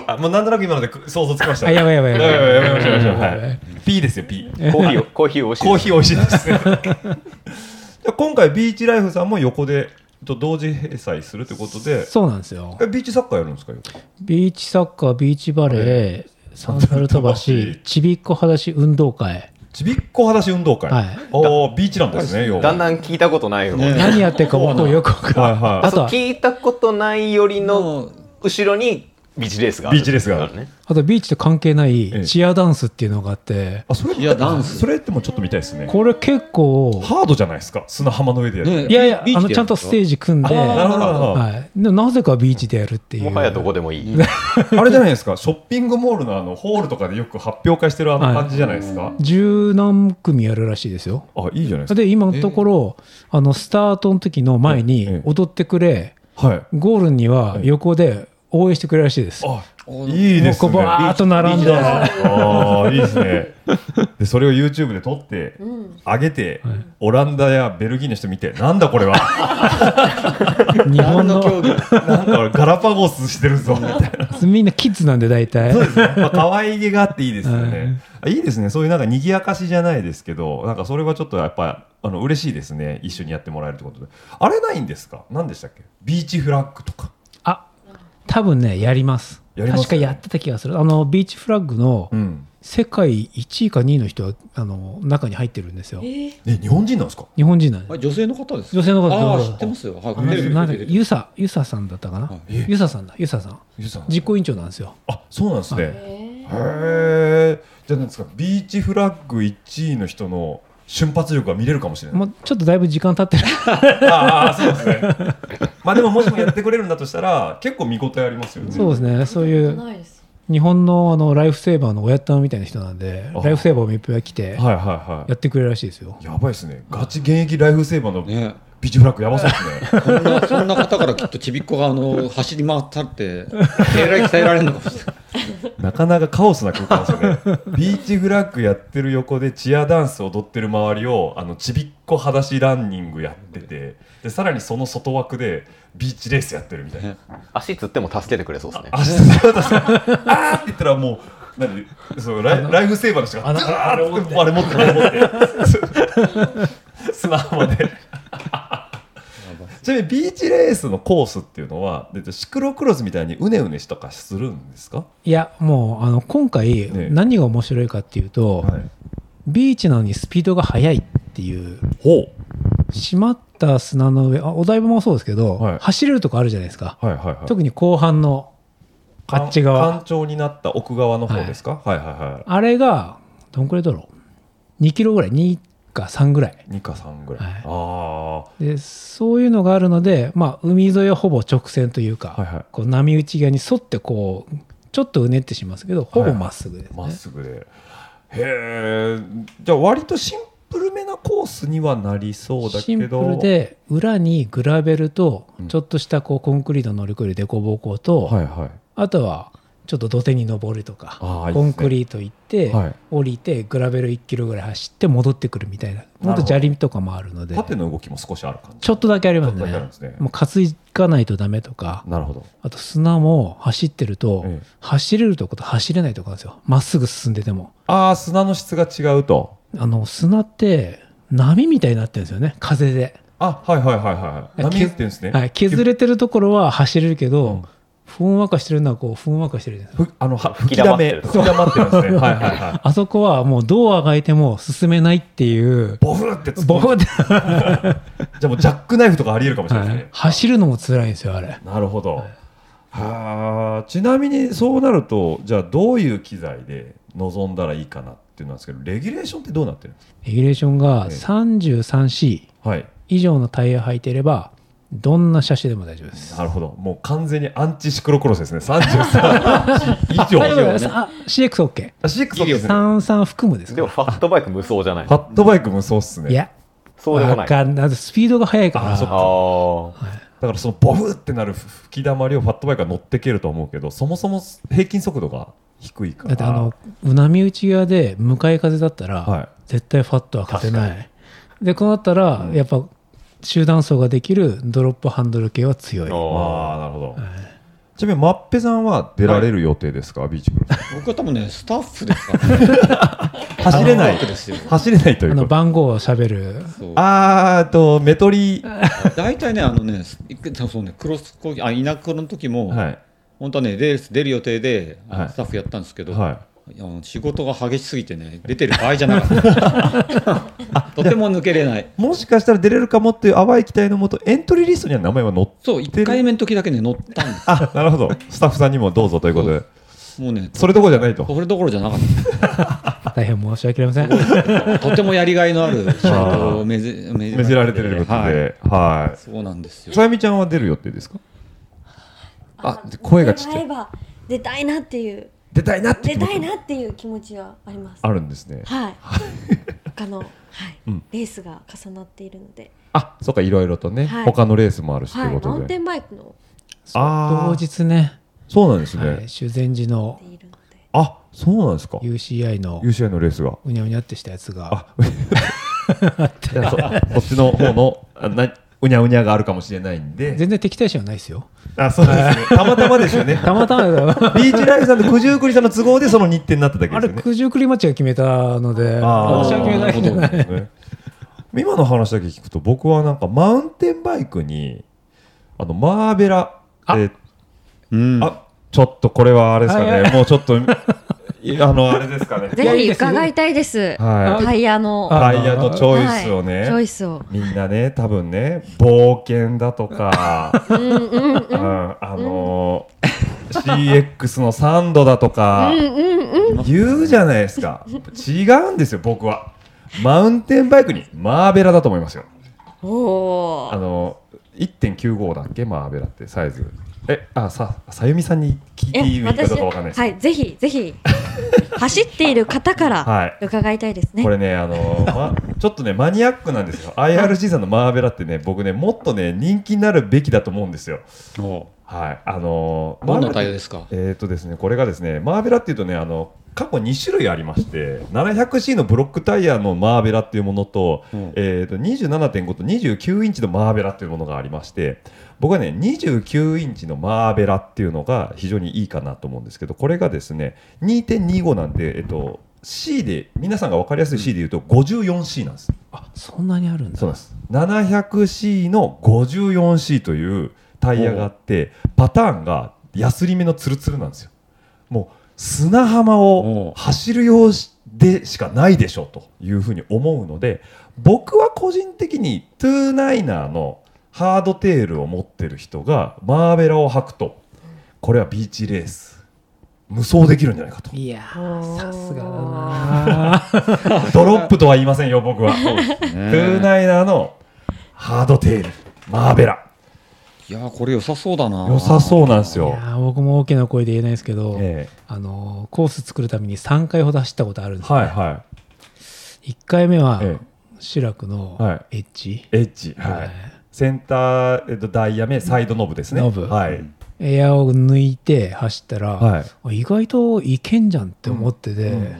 D: ら。あ、もうなんとなく今ので想像つきました。
F: あやばいやばいやばい
D: やばいやばいやばいやばいやばいはい。P ですよ、P。
C: コーヒーをコーヒー美味しい
D: コーヒー美味しい ですね。じゃあ今回、ビーチライフさんも横で、と同時閉鎖するということで、
F: そうなんですよ
D: えビーチサッカーやるんですか、横
F: ビーチサッカービーチバレーサンダル飛ばしちびっこ裸足運動会
D: ちびっこ裸足運動会、
F: はい、
D: おービーチなんですね、要
C: だ
D: は
C: んだん聞いたことないよ、
F: 何やってるか僕もよく分からない
C: あ
F: あと
C: と
F: は
C: 聞いたことないよりの後ろにビーチレースがある
D: ビーチレースがある
C: ね
F: あとビーチと関係ないチアダンスっていうのがあって
D: あそれいやダンスそれってもちょっと見たいですね
F: これ結構
D: ハードじゃないですか砂浜の上でやる、
F: いやいやあのちゃんとステージ組んで
D: あーなるほどなるほど
F: はい、でもなぜかビーチでやるっていう
C: もはやどこでもいい
D: あれじゃないですか、ショッピングモールのあのホールとかでよく発表会してるあの感じじゃないですか。
F: 十何組やるらしいですよ
D: あ、いいじゃないですか。
F: で今のところ、あのスタートの時の前に踊ってくれ、ゴールには横で応援してくれるらしいです、
D: いいですね。
F: もうこうバーッと並んで
D: いいああ、いいですね。で、それを YouTube で撮って、上げて、オランダやベルギーの人見て、なんだこれは。
F: 日本
D: な
F: の
D: んかガラパゴスしてるぞ、 みたいな。
F: みんなキッズなんで大体
D: そうですね。まあ、可愛げがあっていいですよね。あいいですね。そういうなんか賑やかしじゃないですけど、なんかそれはちょっとやっぱ、あの、嬉しいですね。一緒にやってもらえるってことで。あれないんですか何でしたっけビーチフラッグとか。
F: 多分ねやります
D: やります
F: 確かやってた気がするあのビーチフラッグの世界1位か2位の人はあの中に入ってるんですよ、
D: え、日本人なんですか
F: 日本人なんです
H: あ女性の方です
F: 女性の方
H: ああ
F: 女性
H: 知
F: の方
H: ってますよは
F: あの
H: い
F: なんだっけユサユサさんだったかな、ユサさんだユサさん
D: ゆうさん
F: 実行委員長なんですよ
D: あ、そうなんですね。へえ。じゃあなんですか、ビーチフラッグ1位の人の瞬発力が見れるかもしれない。
F: もうちょっとだいぶ時間経ってる
D: ああ、そうですね。まあでも、もしもやってくれるんだとしたら、結構見応えありますよね。
F: そうですねそういう
I: ないです
F: 日本のあのライフセーバーの親玉みたいな人なんで
D: あ
F: ライフセーバーもいっぱい来て
D: はいはいは
F: やってくれるらしいですよ
D: い。やばいですね。ガチ現役ライフセーバーのビ
H: ー
D: チフラッグやばそうですね。
H: そんなそんな方からきっとちびっこがあの走り回ったってえらい鍛えられるのかもしれない
D: なかなかカオスな空間ですよね。ビーチフラッグやってる横でチアダンス踊ってる周りをあのちびっこ裸足ランニングやっててでさらにその外枠でビーチレースやってるみたいな。
C: 足つっても助けてくれそうですね
D: 足つって渡すあーって言ったらもう何そうライライフセーバーの人がああれ持ってあれ持ってあれ持 って砂浜で。ちなみにビーチレースのコースっていうのはえっとシクロクロスみたいにうねうねしとかするんですか
F: いやもうあの今回何が面白いかっていうと、ビーチなのにスピードが速いっていう
D: ほ
F: 締まった砂の上あお台場もそうですけど、走れるとこあるじゃないですか、
D: はいはいはい
F: 特に後半のあっち側
D: 干潮になった奥側の方ですか、はい、はいはい
F: あれがどんくらいだろう2キロぐらい2か3ぐらい
D: 2か3ぐらい、ああ
F: でそういうのがあるので、まあ、海沿いはほぼ直線というか、こう波打ち際に沿ってこうちょっとうねってしますけどほぼまっすぐですね、
D: まっすぐでへえじゃあ割とシンプルめなコースにはなりそうだ
F: シ
D: けど
F: ンプルで裏にグラベルとちょっとしたこうコンクリート乗り越える凸凹と、あとはちょっと土手に登るとか
D: あーいいです
F: コ
D: ね
F: ンクリート行って、
D: はい
F: 降りてグラベル1キロぐらい走って戻ってくるみたいな
D: ほど
F: 本当砂利とかもあるので
D: 縦の動きも少しある感じ
F: ちょっとだけあります
D: ちょっとだ
F: ね
D: けあるんですね
F: もう担がないとダメとか
D: なるほど
F: あと砂も走ってると、走れるとこと走れないとこなんですよまっすぐ進んでても
D: ああ砂の質が違うと
F: あの砂って波みたいになってるんですよね風で。
D: あはいはいはいはい波打ってるんですね、
F: はい、削れてるところは走れるけど、ふんわかしてるのはこうふんわかしてるじゃないですか
D: あのは吹き溜め吹き溜まってるんですねはいはいはい
F: あそこはもうどうあがいても進めないっていう
D: ボフって突っ
F: ボフって
D: じゃあもうジャックナイフとかありえるかもしれないですね、
F: 走るのも辛いんですよあれ
D: なるほど、はあちなみにそうなるとじゃあどういう機材で臨んだらいいかなっていうのなんですけどレギュレーションってどうなってるんですか
F: レギュレーションが 33C
D: はい
F: 以上のタイヤ履いてればどんな車種でも大丈夫です。
D: なるほど。もう完全にアンチシクロクロスですね。33 以上。
F: 大丈夫です。あ CX OK。
D: CX ですね。
F: 三三含むです
C: でもファットバイク無双じゃない
D: ファットバイク無双っすね。
F: いや、
C: そうでもな
F: わ
C: い
F: かんない。スピードが速いか
D: あ
F: ら。
D: そっかだからそのボブってなる吹き溜まりをファットバイクは乗ってけると思うけどそもそも平均速度が低いか
F: だ
D: ら
F: ってあの南内側で向かい風だったら、絶対ファットは勝てないでこうなったら、やっぱ集団走ができるドロップハンドル系は強い
D: ああなるほど、ちなみにマッペさんは出られる予定ですか、ビーチクロス
H: 僕は多分ね、スタッフですから、
D: 走れない
H: スタッフですよ
D: 走れないというこ
F: あの
D: と
F: 番号をしゃべる
D: あーとメトリ
H: 大体ね、あのね、いくそうね、クロスコーヒー、あ、稲子の時も、本当はね、レース出る予定で、
D: はい
H: スタッフやったんですけど、
D: はい
H: や仕事が激しすぎてね、出てる場合じゃな かった。とても抜けれない。
D: もしかしたら出れるかもっていう淡い期待のもとエントリーリストには名前は載って
H: そう、1回目の時だけね、乗ったんで。
D: あ なるほどスタッフさんにもどうぞということです
H: もうね、
D: それどころじゃないと
H: それどころじゃなかっ
F: 大変申し訳ありません
H: た。とてもやりがいのある仕事をめずめ
D: めじられてることで、
H: は
D: はいい、
H: そうなんですよ
D: さやみちゃんは出る予定ですか。あ、で声がちっちゃ
I: 会え
D: い。
I: ば出たいなっていう
D: 出たいなって
I: 出たいなっていう気持ちはあります
D: あるんですね。
I: はい他の、はい
D: うん
I: レースが重なっているので
D: あ、そうか、いろいろとね、
I: はい
D: 他のレースもあるしと
I: はいいう
D: こ
I: マウ
D: と
I: ン
D: で。
I: テンバイクの
D: あ
F: 当
D: ー
F: 日ね
D: そうなんですね。
F: はい修善寺の
D: あ、そうなんですか。
F: UCI の
D: UCI のレースが。
F: うにゃうにゃってしたやつ が
D: じゃあそそっちの方の、あ、な、うにゃうにゃがあるかもしれないんで。
F: 全然敵対心はないですよ
D: あ、そうですね。たまたまですよね。
F: たまたま だよ
D: ビーチライフさんと九十九里さんの都合で、その日程になっただけ
F: あ
D: です
F: れ
D: よね。
F: 九十九里町が決めたので
D: あー
F: 私は決めたんじゃない
D: なるほどね今の話だけ聞くと僕はなんかマウンテンバイクにあのマーベラあ,、えーあちょっとこれはあれですかね、
K: はいはい
D: もうちょっといあのあれですかね
K: ぜひ伺 いたいです。
D: はい
K: タイヤの。
D: タイヤのチョイスをね、
K: はいチョイスを。
D: みんなね多分ね冒険だとか、
K: うんうん
D: う、
K: うんん。
D: あのー CX のサンドだとか、
K: うんうんうん。
D: 言うじゃないですか違うんですよ僕はマウンテンバイクにマーベラだと思いますよ
K: お
D: あ
K: ー
D: の1.95だっけマーベラってサイズえあささゆみさんに聞いていい
I: え
D: のか
I: 私
D: どうかわかんないです
I: はいぜひ ぜひ走っている方か
D: はい
I: ら伺いたいですね
D: これねあの、ま、ちょっとねマニアックなんですよ IRC さんのマーベラってね僕ねもっとね人気になるべきだと思うんですよはいあの
H: どん
D: マーベラっ
H: な
D: て
H: 対応ですか
D: えっ、とですねこれがですねマーベラっていうとねあの過去2種類ありまして 700C のブロックタイヤのマーベラっていうものと,、えー、と27.5と29インチのマーベラっていうものがありまして僕はね29インチのマーベラっていうのが非常にいいかなと思うんですけどこれがですね2.25なんで、えっと C で皆さんが分かりやすい C で言うと 54C なんです。
F: そんなにあるんだ
D: そうなんです 700C の 54C というタイヤがあってパターンがヤスリ目のツルツルなんですよもう砂浜を走る用でしかないでしょというふうに思うので僕は個人的にトゥーナイナーのハードテールを持ってる人がマーベラを履くとこれはビーチレース無双できるんじゃないかと
F: いやーさすがだな
D: ドロップとは言いませんよ、僕は。トゥーナイナーのハードテール、マーベラ。
H: いやーこれ良さそうだな。
D: 良さそうなんですよ。
F: あー僕も大きな声で言えないですけど、
D: え
F: あのーコース作るために3回ほど走ったことあるんですよ、
D: はいは
F: 1回目は、
D: え
F: シラクのエッジ、
D: エッジ。はい。センター、えっと、ダイヤ目、サイドノブですね。
F: ノブ
D: はい。
F: エアを抜いて走ったら、
D: はい
F: あ意外といけんじゃんって思ってて、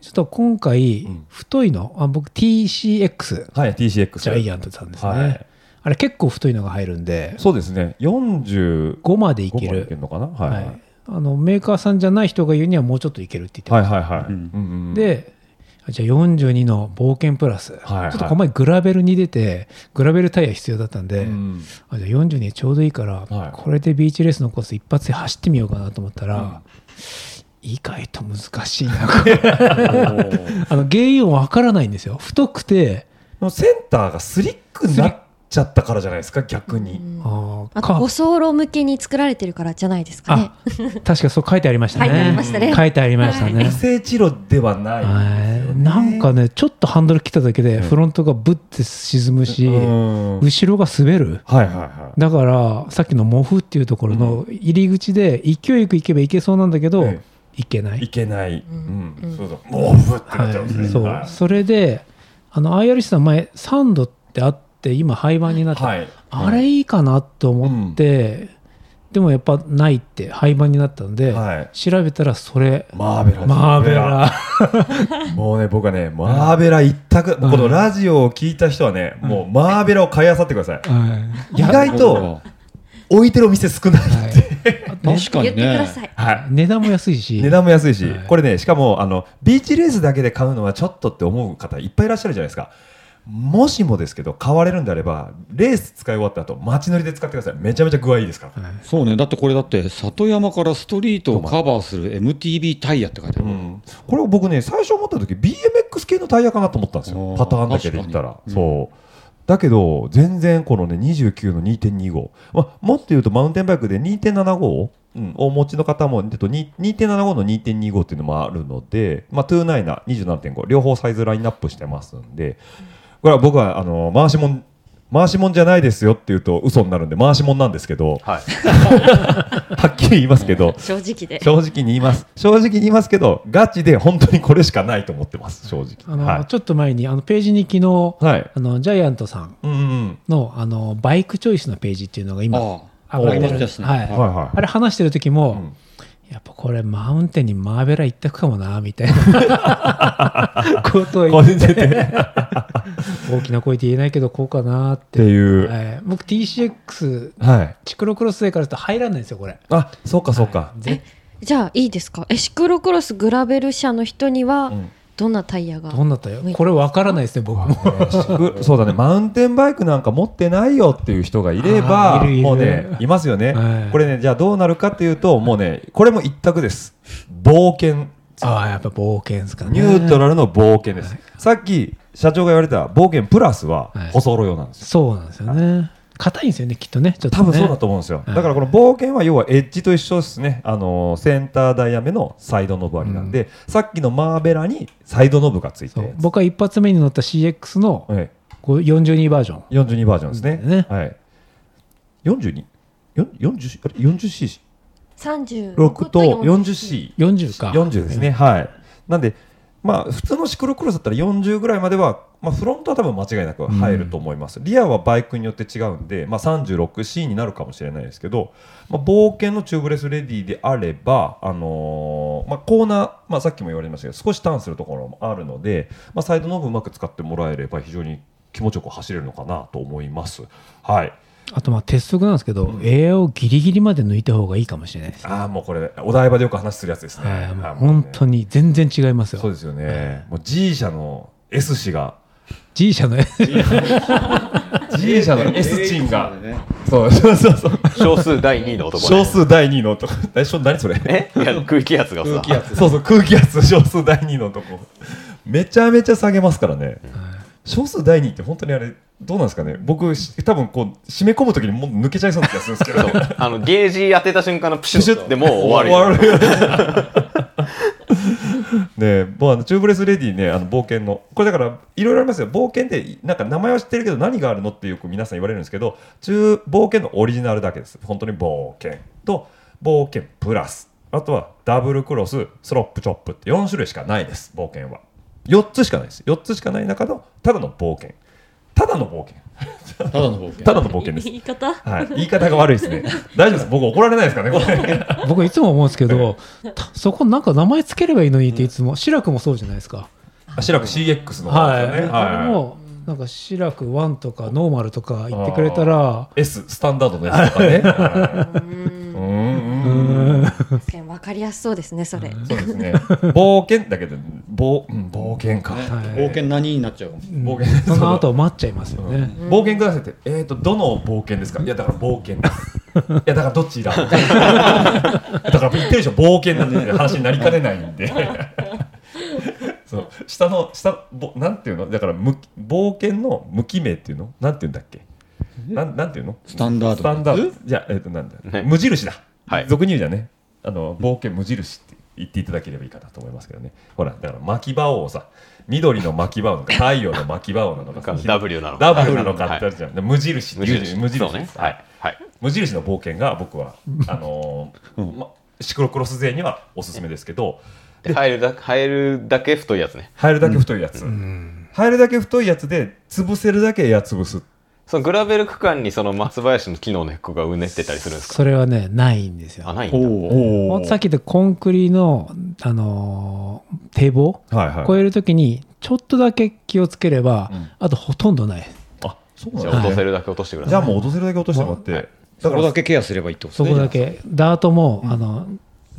F: ちょっと今回、太いのあ僕 TCX、
D: はい、TCX。
F: ジャイアントさんですね、
D: はい
F: あれ結構太いのが入るんで
D: そうですね。45
F: までいける
D: いけるのかなはい。はい
F: あのメーカーさんじゃない人が言うにはもうちょっといけるって言って
D: は
F: ま
D: い
F: した、
D: はいはい。うんうんうん、
F: でじゃあ42の冒険プラス、
D: はい
F: ちょっとこの前グラベルに出てグラベルタイヤ必要だったんで、あじゃあ42ちょうどいいから、これでビーチレースのコース一発で走ってみようかなと思ったら、意外と難しいなこれあの原因わからないんですよ太くて
D: センターがスリックになっちゃったからじゃないですか逆に、
F: あ
I: あと、ご僧侶向けに作られてるからじゃないですかね。
F: 確かそう書いてありましたね。
I: 書いてありましたね
F: 書いてありましたね
D: 不正治療ではない、
F: なんかね、ちょっとハンドル切っただけで、フロントがブッて沈むし、後ろが滑る。
D: はいはいは
F: だから、さっきのモフっていうところの入り口で、勢いよく行けば行けそうなんだけど、行けない。
D: いけない、うんそうそうモーフってなっちゃうんですね、
F: そう
D: はい
F: それであの IR さん前サンドってあって今廃盤になった、
D: はい
F: あれいいかなと思って、でもやっぱないって廃盤になったんで、調べたらそれ
D: マーベラ
F: マーベラ
D: もうね僕はねマーベラ一択、もうこのラジオを聞いた人はね、もうマーベラを買いあさってください、
F: はい
D: 意外と置いてるお店少ない
F: 確かにね言ってください
D: はい
F: 値段も安いし
D: 値段も安いし、これねしかもあのビーチレースだけで買うのはちょっとって思う方いっぱいいらっしゃるじゃないですかもしもですけど買われるんであればレース使い終わった後街乗りで使ってくださいめちゃめちゃ具合いいですから、
H: そうねだってこれだって里山からストリートをカバーする MTB タイヤって書いてある、
D: これを僕ね最初思った時 BMX 系のタイヤかなと思ったんですよパターンだけで言ったら、そうだけど全然このね29の2.25、まあ、もっと言うとマウンテンバイクで2.75うんをお持ちの方もえっとに2.75の2.25っていうのもあるので、まあ、29な27.5両方サイズラインナップしてますんでこれは僕はあの回しもん回しもんじゃないですよっていうと嘘になるんで回しもんなんですけど、 はっきり言いますけど
I: 正 直で
D: 正直に言います正直に言いますけどガチで本当にこれしかないと思ってます正直
F: あの、
D: はい
F: ちょっと前にあのページに昨日、あのジャイアントさんの,、あのバイクチョイスのページっていうのが今
H: あ
F: 上がって
H: あり
F: るん
H: ま
F: で
H: し
F: す、
H: たね
F: はい
H: はいはい
F: あれ話してる時も、やっぱこれマウンテンにマーベラ一択かもなみた いなことを言って 大きな声で言えないけどこうかなって
D: っていう
F: はい僕 TCX、
D: はい
F: チクロクロスでからすると入らないんですよこれ
D: あそうかそうか、
F: ぜ
I: じゃあいいですかえシクロクロスグラベル車の人にはどんなタイヤが、
F: どんなタイヤこれわからないですね僕も
D: うそうだねマウンテンバイクなんか持ってないよっていう人がいれば
F: あーいるいる
D: もうねいますよね、これねじゃあどうなるかっていうともうねこれも一択です冒険
F: ああやっぱ冒険ですかね
D: ニュートラルの冒険です、さっき社長が言われた冒険プラスは細ろ用なんですよ、
F: そうなんですよね硬いんですよねきっとねちょっと
D: 多
F: ね
D: 分そうだと思うんですよ、だからこの冒険は要はエッジと一緒ですね、あのーセンターダイヤ目のサイドノブありなんで、さっきのマーベラにサイドノブがついてる
F: 僕は一発目に乗った CX の
D: え
F: こう42バージョン
D: 42バージョンですねはい、42? よん 40? あれ 40cc?
I: 36
D: 6と
I: 40C
D: 40か40ですね、はいなんでまあ普通のシクロクロスだったら40ぐらいまでは、まあ、フロントは多分間違いなく入ると思います、リアはバイクによって違うんで、まあ、36C になるかもしれないですけど、まあ、冒険のチューブレスレディであれば、あのーまあ、コーナー、まあ、さっきも言われましたけど少しターンするところもあるので、まあ、サイドノブうまく使ってもらえれば非常に気持ちよく走れるのかなと思います。はい、
F: あとまあ鉄則なんですけど、エアをギリギリまで抜いた方がいいかもしれないです
D: ああもうこれお台場でよく話するやつですね。
F: はいも
D: は
F: う
D: い
F: 本当に全然違いますよ
D: そうですよね。もう G 社の S 氏が
F: G 社 の
D: G 社の S チンが
C: えーね
D: そうそうそうそう
C: 少数第二位の男ね
D: 少数第二位の男え少 何それえ
C: いや空気圧がさ
D: 空気圧そうそう空気圧少数第二位の男めちゃめちゃ下げますからね。少数第二位って本当にあれどうなんですかね。僕し多分こう締め込むときにもう抜けちゃいそうな気がするんですけど。
C: あのゲージ当てた瞬間のプシュッってもう終わる
D: 終わ ねもうあのチューブレスレディねあの冒険のこれだからいろいろありますよ冒険ってなんか名前は知ってるけど何があるのってよく皆さん言われるんですけど中冒険のオリジナルだけです本当に冒険と冒険プラスあとはダブルクロススロップチョップって4種類しかないです冒険は4つしかないです4つしかない中のただの冒険ただの冒険ただの冒険ただの冒険です
I: 言い方
D: はい、言い方が悪いですね大丈夫です僕怒られないですかねこれ
F: 僕いつも思うんですけどたそこなんか名前つければいいのにっていつも志らくもそうじゃないですか
D: あシラク CX の方
F: はい、
D: ですよね
F: あれもなんか志らく1とかノーマルとか言ってくれたら
D: あー S スタンダードの S とかね うんうん
I: 確かに分かりやすそうですねそれ
D: そうですね冒険だけど冒うん冒険か、
H: 冒険何になっちゃうかも
D: 冒険
F: その後待っちゃいますよね、
D: うん冒険くださいってえっ、ー、とどの冒険ですかいやだから冒険ですいやだからどっち だだから言ってるでしょ冒険なんで話になりかねないん でそう下の下ぼなんていうのだからむ冒険の無記名っていうのなんていうんだっけなんなんていうの
H: スタンダード
D: スタンダードじゃあえっ、となんだ、無印だ、俗に言うじゃねあの冒険無印って言っていただければいいかなと思いますけどねほらだから巻き場王さ緑の巻き場王なのか太陽の巻き場王なのか
C: W なのか
D: W なのかってあるじゃん、無印って言うじゃん無
C: 無
D: 印
C: 印
D: です
C: そうねはいはい
D: 無印の冒険が僕はあのーまシクロクロス勢にはおすすめですけど
C: で入るだ入るだけ太いやつね
D: 入るだけ太いやつ、入るだけ太いやつで潰せるだけエア潰す
C: そのグラベル区間にその松林の木の根っこがうねってたりするんですか
F: それはねないんですよ
C: あないんだ
F: ほんとさっき言ったコンクリの、あのー堤防、
D: はいはい
F: 越えるときにちょっとだけ気をつければ、あとほとんどない
D: あそう
C: じゃあ落とせるだけ落としてください
D: じゃあもう落とせるだけ落としてもらって、だから
H: そこだけケアすればいいってこと
F: そ
H: で
F: こ
H: すね
F: だけダートも、あの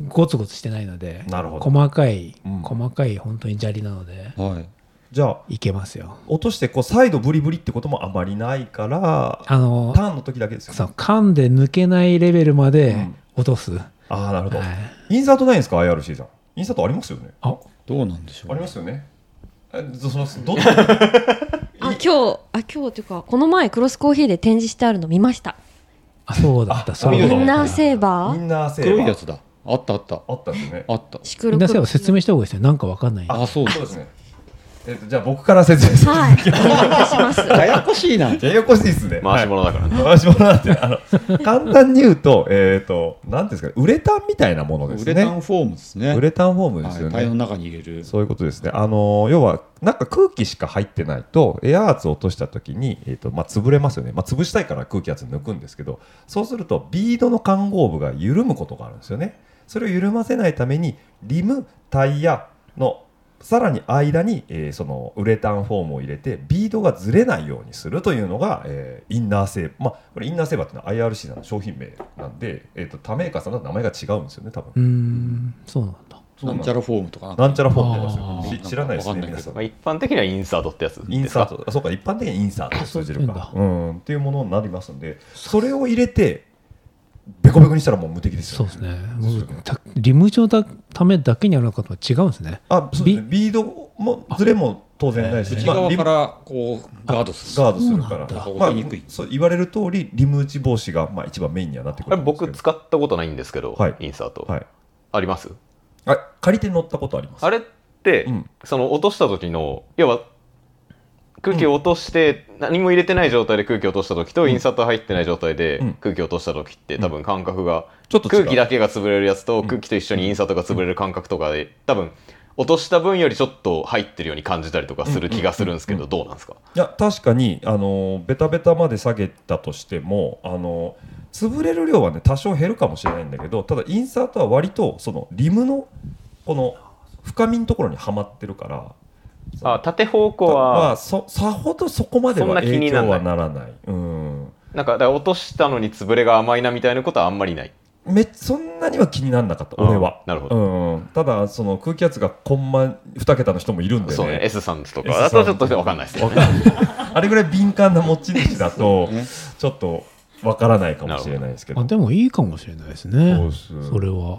F: ゴツゴツしてないので
D: なるほど
F: 細かい、細かい本当に砂利なので
H: はい
D: じゃあ
F: いけますよ
D: 落としてこう再度ブリブリってこともあまりないから
F: あの
D: ターンの時だけですよね
F: そう噛んで抜けないレベルまで落とす、
D: ああなるほど、インサートないんですか IRC さんインサートありますよね
F: あ
H: どうなんでしょう
D: ありますよねえそその どう
I: あ今日あ今日というかこの前クロスコーヒーで展示してあるの見ました
F: あそうだったそう
H: あ
I: イ
H: いいよ
I: ンナーセーバー
D: インナーセーバー
H: 黒いやつだあったあった
D: あったですね
H: あった
I: シ
F: みんなせば説明した方がいいですねなんかわかんない
H: あそう
D: そうですねえっとじゃあ僕から説明する
I: はいお願いします
H: ややこしいな
D: ややこしいですね
C: 回し物だからね
D: 回し物なんてあの簡単に言うとえっとなんていうんですかねウレタンみたいなものですね
H: ウレタンフォームですね
D: ウレタンフォームですよ
H: は
D: ね
H: いタイヤの中に入れる
D: そういうことですね。あの要はなんか空気しか入ってないとエア圧を落とした時にえっ、とまあ潰れますよね。まあ潰したいから空気圧抜くんですけど、そうするとビードの環合部が緩むことがあるんですよね。それを緩ませないためにリムタイヤのさらに間に、えーそのウレタンフォームを入れてビードがずれないようにするというのが、えーインナーセーバー、まあ、これインナーセーバーっていうのは IRC さんの商品名なんで、えー、と他メーカーさんの名前が違うんですよね多分
F: うーんそうなんだ
D: そうなん
H: なんちゃらフォームとか
D: なんちゃらフォームってやつで
H: あ
D: す
H: ー
D: よし知らないですね皆さん
C: まあ一般的にはインサートってやつ
D: イン
C: です
D: サー
C: か
D: トあそうか一般的にはインサートと通じるかうんっていうものになりますんでそれを入れてベコベコにしたらもう無敵ですよね
F: そうですねもうたリム上のためだけにあるのかとは違うんですね
D: あそうですねビードもズレも当然ないし
H: 内
D: まあ
H: 側
D: リム
H: からこうガードする
D: ガードするからま
H: ま
D: あ
H: あにくい
D: そう言われる通りリム打ち防止がまあ一番メインにはなってく
C: あ
D: る
C: れ
D: んです
C: 僕使ったことないんですけど、インサート、あります
D: あ借りて乗ったことあります
C: あれって、その落とした時の要は空気を落として、何も入れてない状態で空気を落とした時と、インサート入ってない状態で空気を落とした時って、多分感覚が
D: ちょっと違う
C: 空気だけが潰れるやつと、空気と一緒にインサートが潰れる感覚とかで多分落とした分よりちょっと入ってるように感じたりとかする気がするんですけど、どうなんですか
D: いや確かにあのベタベタまで下げたとしてもあの潰れる量はね多少減るかもしれないんだけどただインサートは割とそのリムのこの深みのところにはまってるから
C: あ縦方向
D: まあ
C: は
D: そさほどそこまで
C: そん
D: は
C: な気
D: 影
C: に
D: 響
C: な
D: は
C: らない
D: ならないうん
C: なんかだから落としたのに潰れが甘いなみたいなことはあんまりない
D: めそんなには気にならなかった俺は
C: なるほど
D: うん、ただその空気圧がコンマ2桁の人もいるんでね
C: そうね S さんとか
D: S
C: だとちょっと分かんないですね
D: わかんないあれぐらい敏感な持ち主だとちょっとわからないかもしれないですけど
F: あでもいいかもしれないですね
D: そう
F: それは、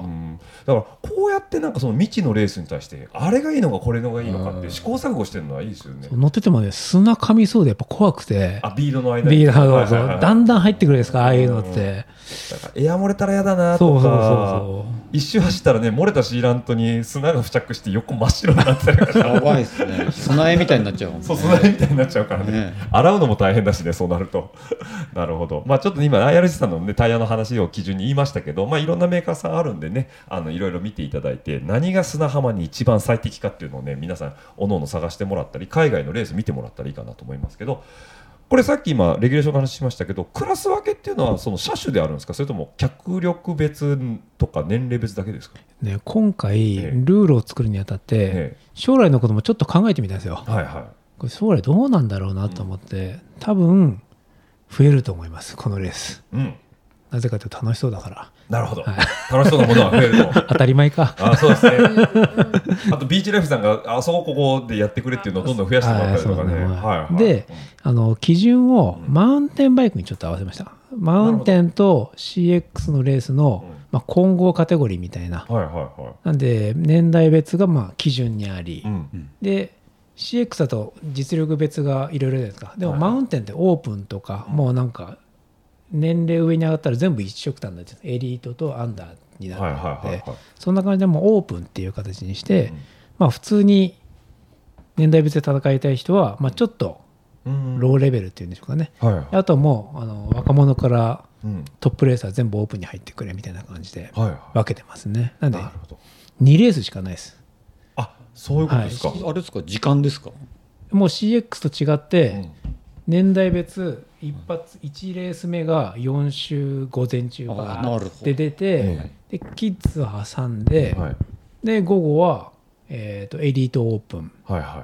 D: だからこうやってなんかその未知のレースに対してあれがいいのかこれのがいいのかって試行錯誤してるのはいいですよね。
F: 乗っててもね砂噛みそうでやっぱ怖くて
D: あビールの間に
F: ビールが
D: はいはいはい
F: だんだん入ってくるんですかああいうのって
D: エア漏れたら嫌だなとか
F: そうそうそう
D: 一周走ったらね漏れたシーラントに砂が付着して横真っ白になったりとか
H: やばいっすね備えみたいになっちゃうもんね
D: そう備えみたいになっちゃうからね洗うのも大変だしねそうなると なるほどまあちょっと今 IRC さんの、ね、タイヤの話を基準に言いましたけどまあいろんなメーカーさんあるんでねあのいろいろ見ていただいて何が砂浜に一番最適かっていうのをね皆さんおのおの探してもらったり海外のレース見てもらったらいいかなと思いますけどこれさっき今レギュレーションの話しましたけどクラス分けっていうのはその車種であるんですかそれとも脚力別とか年齢別だけですか
F: ね、今回、ルールを作るにあたって、将来のこともちょっと考えてみたんですよ。これ将来どうなんだろうなと思って、多分増えると思います、このレース。
D: うん
F: なぜかというと楽しそうだから。
D: なるほど
F: はい
D: 楽しそうなものは増えると
F: 当たり前か。
D: あそうですねあとビーチライフさんがあそこここでやってくれっていうのをどんどん増やしてもらったりとかね
F: はいそうですね
D: はいはい
F: で、あの基準をマウンテンバイクにちょっと合わせました。マウンテンと CX のレースの、まあ、混合カテゴリーみたいな。
D: はいはいはい
F: なんで年代別がまあ基準にあり、で CX だと実力別がいろいろじゃないですかでも
D: はい
F: マウンテンってオープンとか、もうなんか年齢上に上がったら全部一色単になっちゃうエリートとアンダーになるので、
D: はいはいはいはい
F: そんな感じでもうオープンっていう形にして、まあ普通に年代別で戦いたい人は、まあ、ちょっとローレベルっていうんでしょうかね、
D: はい
F: あともうあの若者から
D: うん
F: トップレーサー全部オープンに入ってくれみたいな感じで
D: はいはい
F: 分けてますね、なんで2レースしかないですあ
D: そういうことですか
H: あれですか時間ですか
F: もう CX と違って、年代別一発1レース目が4週午前中
H: あな
F: が
H: るほど
F: で出て、
H: え
F: でキッズを挟んで、で午後は、えー、とエリートオープン
D: はいはい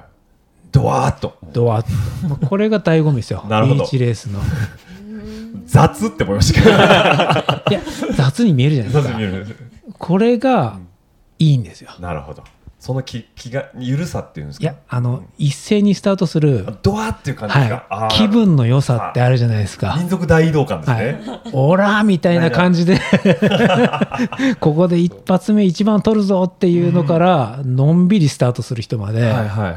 D: ドワーッと
F: ドワッと、まあこれが醍醐味ですよ
D: なるほど
F: ビーチレースの
D: 雑って思いましたけど
F: いや雑に見えるじゃな いです
D: 雑
F: か
D: に見える
F: これがいいんですよ、
D: なるほどその気気が緩さっていうんです
F: い
D: か
F: やあの、一斉にスタートする
D: ドワっていう感じですか
F: は
D: あー
F: い、気分の良さってあるじゃないですか
D: 民族大移動感ですね、
F: はいオラみたいな感 じでここで一発目一番取るぞっていうのからのんびりスタートする人まで、
D: はいはいはい
F: は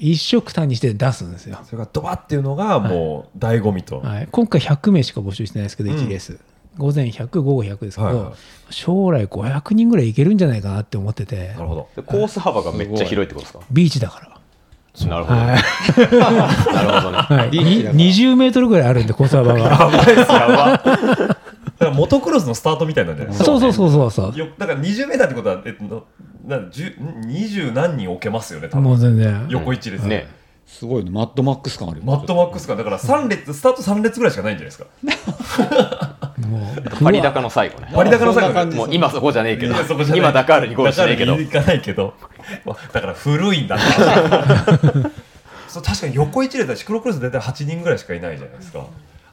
F: い一色単にして出すんですよ
D: それがドバっていうのがもう醍醐味と、
F: はい、今回100名しか募集してないですけど、
D: うん
F: 1レース午前100午後100ですけど、
D: はいはい
F: 将来500人ぐらいいけるんじゃないかなって思ってて
D: なるほど
C: でコース幅がめっちゃ広いってことですか
F: ビーチだから
C: なるほど。
F: はい
C: なるほどね。
F: はい、20メートルぐらいあるんでコース幅 が
D: だからモトクロスのスタートみたいなんじゃないですか
F: そうそうそうそうそう
D: よだから20メーターってことはえっとな二十何人置けますよね多分
F: もう全然
D: 横一列ね
H: すごいねマッドマックス感ある
D: マッドマックスがだから三列スタート三列ぐらいしかないんじゃないですか
C: バリ高の最後ね。
D: バリ高の最後ね
C: もう今そこじゃねえけど
D: いやそこじゃな、い
C: 今ダカールにゴールしねえけど
D: ダカール。に行かないけど だから古いんだ なそう確かに横一列だシクロクロス大体8人ぐらいしかいないじゃないですか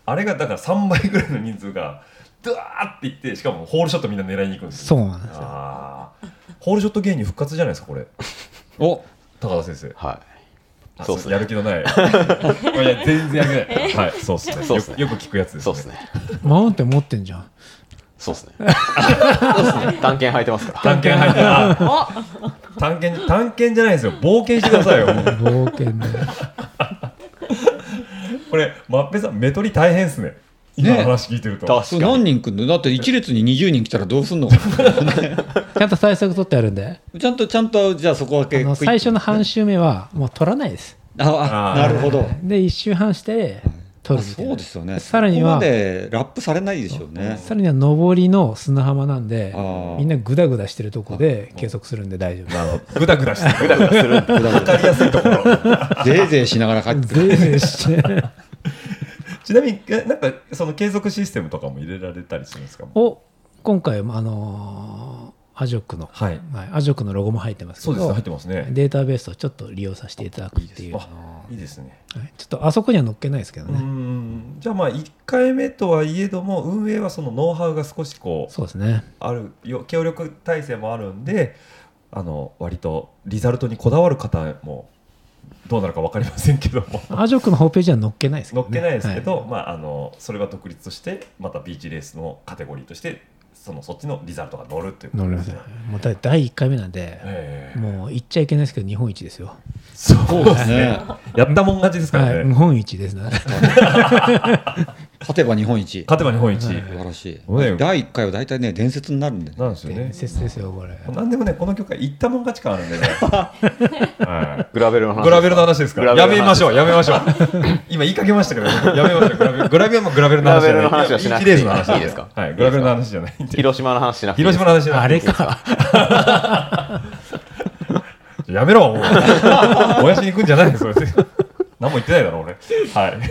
D: あれがだから3倍ぐらいの人数がドワーっていってしかもホールショットみんな狙いに行くんですよ
F: そうなんです
D: あーホールショット芸人復活じゃないですかこれ
H: お
D: 高田先生
C: はい
D: そ
C: そううっ
D: っす
C: す
D: ね
C: ね
D: やる気のないいや全然やる気ない
C: え
D: はいそうっすね
C: そう
D: よ
C: っすね
D: くよく聞くやつですねそうっすね
F: マウンテン持ってんじゃん
C: そうですね。探検履いてますから。
D: 探検履いてます探検探検じゃないですよ冒険してくださいよ
F: 冒険ね
D: これマッペさん目取り大変っすね今の話聞いてると、
H: そう何人来るのだって一列に20人来たらどう すんのち
F: ゃんと対策取ってあるんで
H: ちゃんとちゃんとじゃあそこだけ
F: あの
H: クイッ
F: 最
H: ク
F: 初の半周目はもう取らないです
H: ああなるほど
F: で1周半して取るみたいな
H: そうですよね
F: さらには
H: そこまでラップされないでしょうね
F: さらには上りの砂浜なんで
H: ー
F: みんなグダグダしてるとこで計測するんで大丈夫
D: なるほどグダグダしてる
H: グダグダするんだわかりやすいところ
D: ぜ
H: いぜいしながら帰ってくる
F: ぜいぜいして
D: ちなみにえなんかその継続システムとかも入れられたりするんですか
F: を今回もあのーアジョックの、
D: はい
F: アジョックのロゴも入ってますけ
D: そ
F: ど
D: うです入ってますね
F: データベースをちょっと利用させていただくっていう
D: あいいですね
F: はいちょっとあそこには載っけないですけど
D: う
F: ね、
D: んじゃあまあ1回目とはいえども運営はそのノウハウが少しこう
F: そうですね
D: あるよ協力体制もあるんであの割とリザルトにこだわる方もどうなるか分かりませんけども
F: アジョックのホームページには載っけないですけ
D: 乗
F: ど、
D: っ
F: ね、
D: けないですけ
F: は
D: ど、まあ、あのそれが独立としてまたビーチレースのカテゴリーとしてそのそっちのリザルトが乗るっていうこと
F: 乗
D: で
F: りますす
D: ね
F: よもうだ第1回目なんで、
D: え
F: もう言っちゃいけないですけど日本一ですよ
D: そうですねやったもん勝ちですからね
F: はい日本一ですね
H: 勝てば日本一
D: 勝てば日本一
H: はい素晴らし
D: ね
H: い第一回は大体ね伝説になるんでね
D: なんですよね 伝
F: 説ですよこれ
D: なんでもねこの曲は言ったもん勝ち感あるん でねはい
C: グラベルの話
D: グラベルの話ですから
C: グラ
D: や
C: ベ
D: め
C: ルの
D: ま
C: 話
D: しょうやめましょう 今言いかけましたけどやめましょうグラベルグラベルもグラベルの話じゃな
C: グラベルの
D: い
C: 話はしなく
D: ビ
C: て
D: ー
C: い
D: チ
C: い
D: レースの話
C: いいですか
D: はい、グラベルの話じゃないんで
C: 広島の話しなくていいです
D: 広島
C: か
D: の話じゃなくていいですやめろもう燃やしに行くんじゃないよそれ何も言ってないだろ俺はい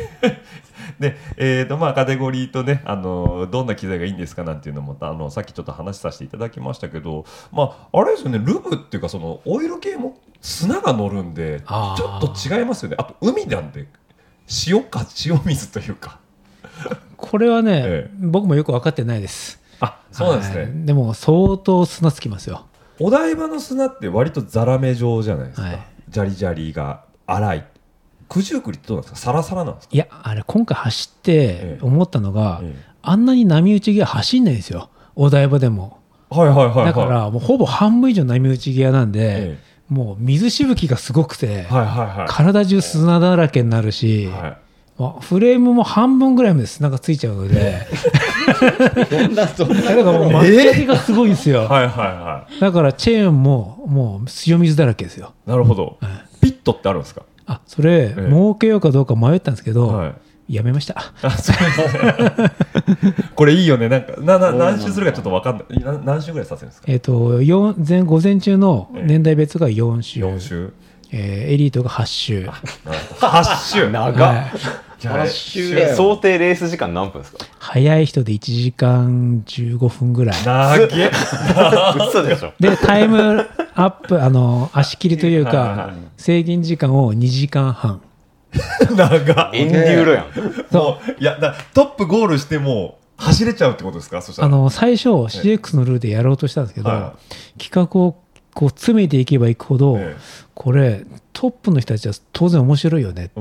D: でえーとまあ、カテゴリーとねあのどんな機材がいいんですかなんていうのもあのさっきちょっと話させていただきましたけど、まあ、あれですよねルブっていうかそのオイル系も砂が乗るんでち
F: あー
D: ょっと違いますよねあと海なんで塩か塩水というか
F: これはね、僕もよく分かってないです
D: あそうなんですね
F: はいでも相当砂つきますよ
D: お台場の砂って割とザラメ状じゃないですか、ジャリジャリが粗い九十九里ってどうなんですかサラサラなんですか
F: いやあれ今回走って思ったのが、あんなに波打ち際走んないんですよお台場でも
D: はいはいはいはい
F: だからもうほぼ半分以上波打ち際なんで、もう水しぶきがすごくて、
D: はいはいはい
F: 体中砂だらけになるし、まあフレームも半分ぐらいまで砂がついちゃうので、 だからもう巻き上げがすごいんですよ。
D: はいはいは
F: だからチェーンももう塩水だらけですよ。
D: い。なるほど。ピットってあるんですか
F: あそれ、
D: ええ
F: 儲けようかどうか迷ったんですけど、やめました。
D: これいいよね。なんか、な、な、
F: そうなんだ
D: 何周するかちょっとわかんない。な何周ぐらいさせるんですか
F: えっと四前午前中の年代別が4週、えーエリートが8週
D: 8周
F: はい
C: 8周え想定レース時間何分ですか
F: 早い人で1時間15分ぐらい
D: 長
C: え嘘でしょ
F: でタイムアップあの足切りというか制限時間を2時間半
D: 長
C: エンデューロやん。
D: もう、いや、だトップゴールしてもう走れちゃうってことですかそしたら。
F: あの最初 CX のルールでやろうとしたんですけど、
D: は
F: 企画をこう詰めていけばいくほど、これトップの人たちは当然面白いよねって、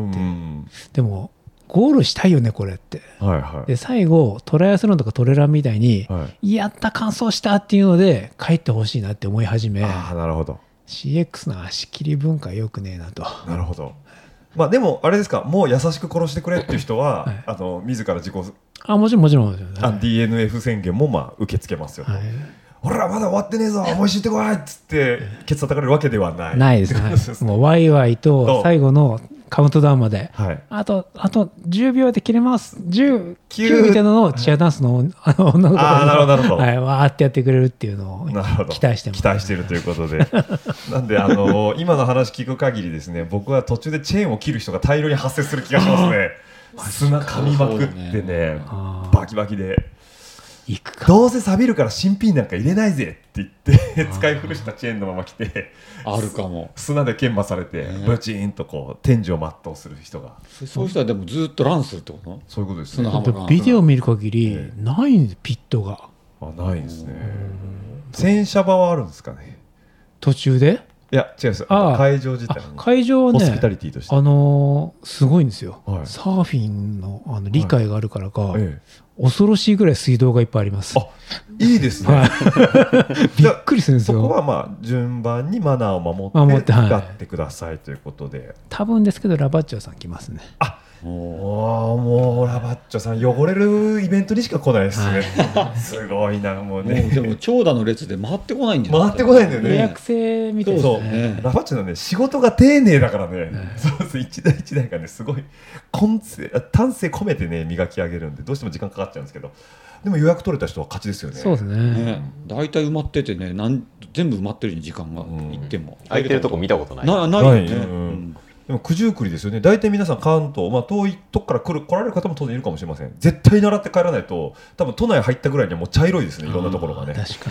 F: でもゴールしたいよねこれって
D: はいは
F: で最後トライアスロンとかトレランみたいに、やった完走したっていうので帰ってほしいなって思い始め
D: あなるほど
F: CX の足切り文化よくねえなと
D: なるほど。まあでも、あれですか、もう優しく殺してくれっていう人は、あの、自ら自己、
F: あもちろんもちろんもちろん
D: あ DNF 宣言もまあ受け付けますよと。ほら、まだ終わってねえぞ、思い知ってこいっつって、ケツ叩かれるわけではない。
F: ないです、はい、もうワイワイ
D: そ
F: と
D: う
F: 最後のカウントダウンまで、
D: はい
F: あとあと10秒で切れます19みたいなのをチアダンスのあの女の子
D: あーなるほどなるほど
F: はい、わーってやってくれるっていうのを期待してます
D: 期待してるということで なんであ の今の話聞く限りですね僕は途中でチェーンを切る人が大量に発生する気がしますね砂噛みまくってねバキバキでどうせ錆びるから新品なんか入れないぜって言って使い古したチェーンのまま来て
H: あるかも
D: 砂で研磨されてブチーンとこう天井を全うする人が
H: そういう人はでもずっとランするってこと
D: そういうことです
H: ね。
F: だってビデオ見る限りないんですピットが
D: あないですね洗車場はあるんですかね
F: 途中で
D: いや違うんです
F: あー
D: 会場自体に
F: 会場はね
D: ホスピタリティとして
F: あのーすごいんですよ、サーフィンのあの理解があるからか、恐ろしいぐらい水道がいっぱいあります
D: いいですね。
F: びっくりするんです
D: そこは
F: よ
D: まあ順番にマナーを守
F: 守
D: っ
F: っててはい
D: 使ってくださいということで。
F: 多分ですけどラバッチョさん来ますね
D: おーもうラバッチョさん汚れるイベントにしか来ないですね。 すごいなもうね。
H: でも長蛇の列で回ってこないんじゃない
D: 回ってこないんだよね。
H: 予約
F: 制みたいです
D: そう
F: ね
D: そうラバッチョのね仕事が丁寧だからね。そうそう一台一台がねすごい根性丹精込めてね磨き上げるんでどうしても時間かかっちゃうんですけど。でも予約取れた人は勝ちですよね。
H: 大体埋まっててねなん全部埋まってるじゃん時間が行っても
D: 空いてるとこ見た
C: こと
H: なないよね
D: うんでも九十九里ですよね大体皆さん関東、まあ、遠いとこから来る来られる方も当然いるかもしれません絶対習って帰らないと多分都内入ったぐらいにはもう茶色いですねいろんなところがね
F: 確か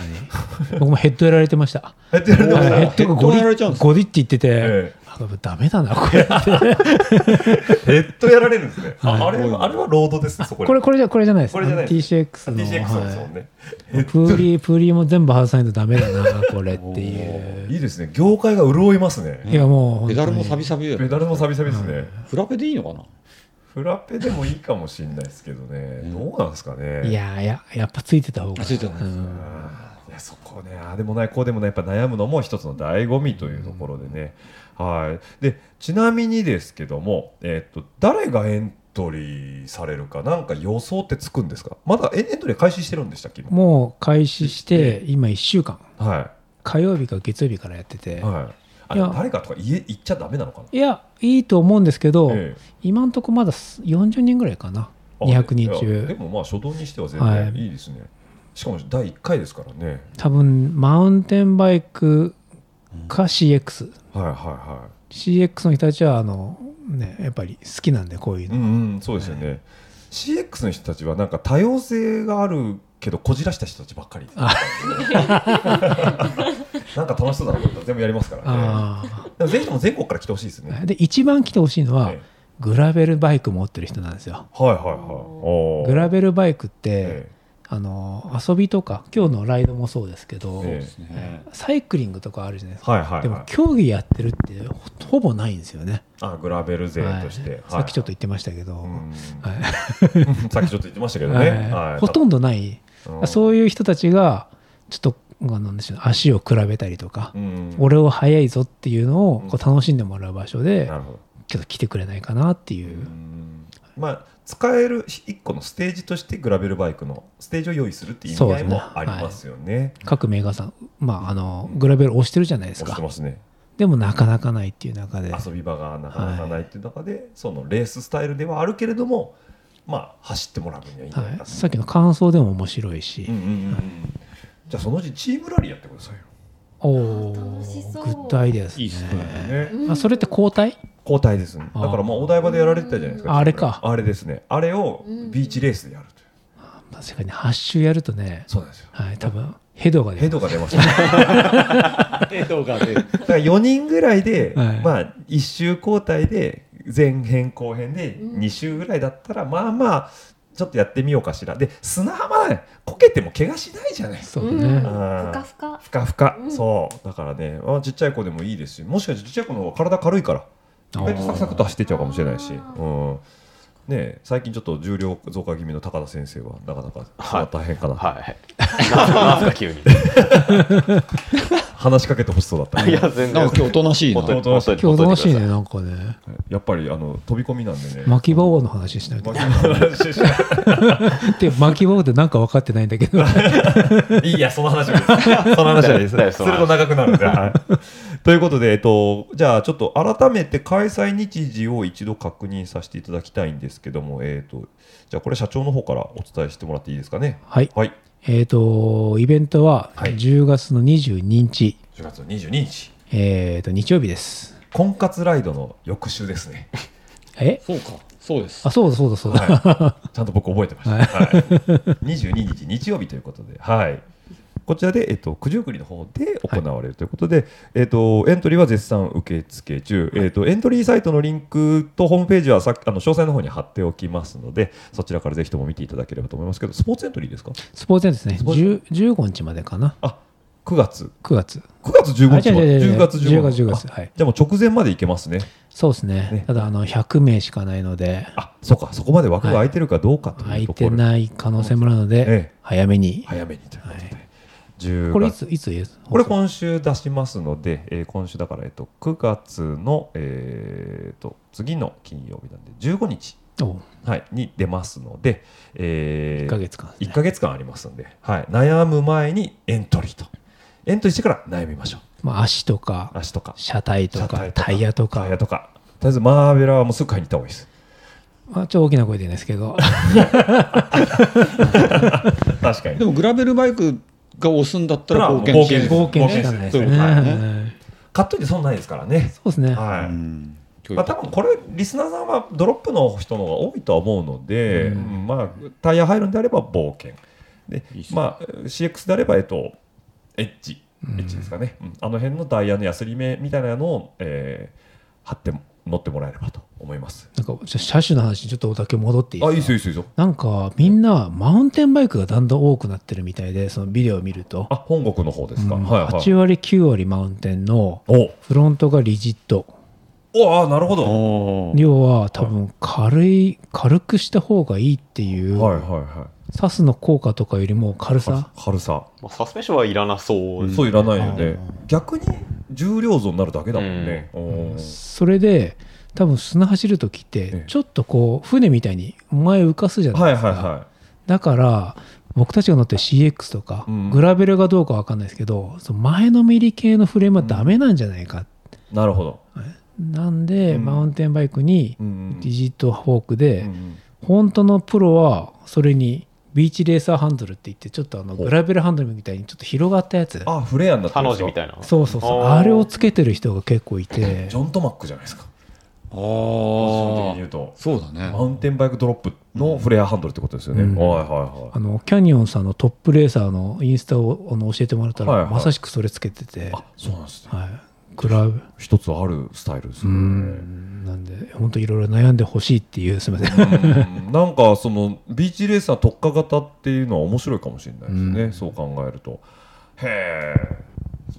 F: に僕もヘッドやられてました
D: ヘッドやられてました
F: ヘッドがゴ
D: ヘッド
F: リ
D: やられちゃうん
F: ッ
D: ですか
F: ゴリって言ってて、
D: え
F: あダメだなこれって
D: ヘッドやられるんですね、ああ
F: はい
D: れはあれはロードですね そこ
F: これこれじゃこれじゃないです
D: これじゃないです
F: TCX の
D: TCX ですもんね
F: はいプーリープーリーも全部外さないとダメだなこれっていう
D: いいですね業界が潤いますね
F: いやもう
H: ペダルもサビサビだよ
D: ペダルもサビサビですね、
H: フラペでいいのかな
D: フラペでもいいかもしれないですけどね、どうなんですかね
F: いやいややっぱついてた方が
H: ついてた方が
D: いやそこねああでもないこうでもないやっぱ悩むのも一つの醍醐味というところでね、はいでちなみにですけども、えっと誰がエントリーされるかなんか予想ってつくんですかまだえエントリー開始してるんでしたっけ今
F: もう開始して今1週間、
D: はい、
F: 火曜日か月曜日からやってて、
D: はいあ
F: いや、
D: 誰かとか言え言っちゃダメなのかない
F: やいいと思うんですけど、今んとこまだ40人ぐらいかな
D: あ
F: 200人
D: いやで
F: 中
D: もまあ初動にしては全
F: は
D: 然
F: い
D: いいですね、しかも第1回ですからね
F: 多分マウンテンバイクか CX、
D: はいはいはい
F: CX の人たちはあのねやっぱり好きなんでこういうの、
D: うんうん、そうですよね、CX の人たちはなんか多様性があるけどこじらした人たちばっかりなんか楽しそうだなと思ったら全部やりますから
F: あ
D: ねでもぜひとも全国から来てほしいですねはい
F: で一番来てほしいのは、グラベルバイク持ってる人なんですよ
D: はいはいおー
F: グラベルバイクって、
D: え
F: あの遊びとか今日のライドもそうですけど、
D: ええそうですね
F: サイクリングとかあるじゃないですか、
D: はいはいはい
F: でも競技やってるってほほぼないんですよね
D: あグラベル勢として、は
F: は
D: いい
F: さっきちょっと言ってましたけど、
D: さっきちょっと言ってましたけどねはい
F: ほとんどない、
D: うん
F: そういう人たちがちょっとがなんでしょうね足を比べたりとか、俺は速いぞっていうのをこう楽しんでもらう場所で、けど来てくれないかなっていう、
D: まあ使える一個のステージとしてグラベルバイクのステージを用意するっていう意
F: そう
D: 味合
F: で
D: い
F: すね
D: もありますよね。
F: 各メーカーさん、まあ、あのグラベル押してるじゃないですか
D: 押してますね
F: でもなかなかないっていう中で
D: 遊び場がなかなかないっていう中で、そのレーススタイルではあるけれども、まあ走ってもらうにはいいんじゃないかな、
F: さっきの感想でも面白いし、
D: じゃあそのうちチームラリーやってくださいよ。
F: おおグッドアイデアですね
D: いいっすね
F: あそれって交代
D: 交代ですねだからまあお台場でやられてたじゃないですか。
F: ああれか。
D: あれですね。あれをビーチレースでやるという。
F: 確かに8周やるとね
D: そうなんですよ
F: はい多分ヘドが出
D: ヘドが出ました
F: ヘドが
D: だから4人ぐらいで、まあ1周交代で前編後編で2周ぐらいだったら、まあまあちょっとやってみようかしらで砂浜ねこけても怪我しないじゃない
F: そうねう
D: ふ
F: ん
D: か
I: ふか
D: ふかふか、そうだからねあちっちゃい子でもいいですしもしかしてちっちゃい子の方が体軽いから意外とサクサクと走ってっちゃうかもしれないし、うんね、最近ちょっと重量増加気味の高田先生はなかなかそれは大変かな、はい
C: なんすか急に
D: 話しかけてほしそうだった
C: いや全然なんか今日おとなしいな
D: おとなしい
C: 今日お
F: となしいねなんかね
D: やっぱりあの飛び込みなんでね
F: 巻き場王の話しないと
D: 巻き場王の話しない
F: で巻き場王ってなんか分かってないんだけど
D: いや、その話はです。その話はです。すると長くなるんで。はいということで、えっと、じゃあちょっと改めて開催日時を一度確認させていただきたいんですけども、えっと、じゃあこれ社長の方からお伝えしてもらっていいですかね。
F: はい、
D: はい、
F: えっ、とイベントは10月の22日、
D: 10月の22日。
F: えっ、と日曜日です
D: 婚活ライドの翌週ですね。
F: え
D: そうか。そうです
F: あそうだそうだそうだ、
D: はい、ちゃんと僕覚えてました。は
F: は
D: いい、22日日曜日ということで、はい。こちらで、えっと、九十九里の方で行われるということで、えっと、エントリーは絶賛受付中、えっと、エントリーサイトのリンクとホームページはさっきあの詳細の方に貼っておきますので、そちらからぜひとも見ていただければと思いますけど、スポーツエントリーですか
F: スポーツ園ですね10 15日までかな
D: あ9月
F: 9月
D: 9月15日ま
F: あ違う違
D: で
F: う違う
D: 10月15
F: 10月
D: 日
F: 10月
D: あ
F: はい
D: じゃあもう直前まで行けますね。
F: そうですねただあの100名しかないので
D: あそうかそこまで枠が空いてるかどうかと
F: 空
D: いう
F: い
D: ところ
F: てない可能性もあるので、早めに
D: 早めにということで、10
F: これい
D: 月
F: ついつ言う
D: これ今週出しますので、えー今週だから、えっと、9月の、えー、と次の金曜日なんで15日、
F: お
D: はい、に出ますので、え
F: 1ヶ月間
D: 1ヶ月間ありますんで、はい、悩む前にエントリーとエントリーしてから悩みましょう
F: まあ、足とか
D: 足とか
F: 車体とかタイヤとか
D: タイヤとかとりあえずマーベラはもうすぐ買いに行った方がいいです
F: まあ、ちょっと大きな声で言うんです けど
D: 確かに
H: でもグラベルバイクが押すんだったら冒険し
D: 冒険しかないです
H: そう
D: ね
H: いうことだよね
D: 買っといて損ないですからね
F: そうですね
D: はい、まあ、多分これリスナーさんはドロップの人の方が多いとは思うので、うんまあ、タイヤ入るんであれば冒険でまあ、CX であれば、えっと、エッジエッジですかね、うんあの辺のダイヤのやすり目みたいなのを、えー貼っても乗ってもらえればと思います。
F: なんかじゃあ車種の話にちょっとだけ戻っていいです
D: あ
F: か
D: いいですよいいですよ
F: なんかみんなマウンテンバイクがだんだん多くなってるみたいでそのビデオを見ると
D: あ本国の方ですか、はいはい
F: 8割9割マウンテンのフロントがリジット
D: おあなるほど
F: 要は多分軽い軽くした方がいいっていう、
D: はいはいはい、
F: サスの効果とかよりも軽さ
D: 軽さ
C: まあサスペンションはいらなそう
D: そういらないので逆に重量増になるだけだもんね、おー
F: それで多分砂走る時ってちょっとこう船みたいに前浮かすじゃないですか、
D: はいはいは
F: だから僕たちが乗ってる CX とか、グラベルがどうかわかんないですけどその前のめり系のフレームはダメなんじゃないか、
D: なるほど
F: なんで、マウンテンバイクにディジットフォークで、本当のプロはそれにビーチレーサーハンドルって言ってちょっとあのグラベルハンドルみたいにちょっと広がったやつ
D: あフレアになってるんですか
C: たいな
F: そうそうそうあれをつけてる人が結構いて
D: ジョントマックじゃないですか
H: ああ
D: そうだねマウンテンバイクドロップのフレアハンドルってことですよね、
F: うん
D: はいはいはい
F: あのキャニオンさんのトップレーサーのインスタをあの教えてもらったら、
D: はいはい
F: まさしくそれつけててあ
D: そうなんです
F: ね、はい、グラブ
D: 一つあるスタイルです
F: う
D: よね
F: んなんで本当いろいろ悩んでほしいっていうすみません、
D: うんなんかそのビーチレーサー特化型っていうのは面白いかもしれないですね、そう考えるとへえ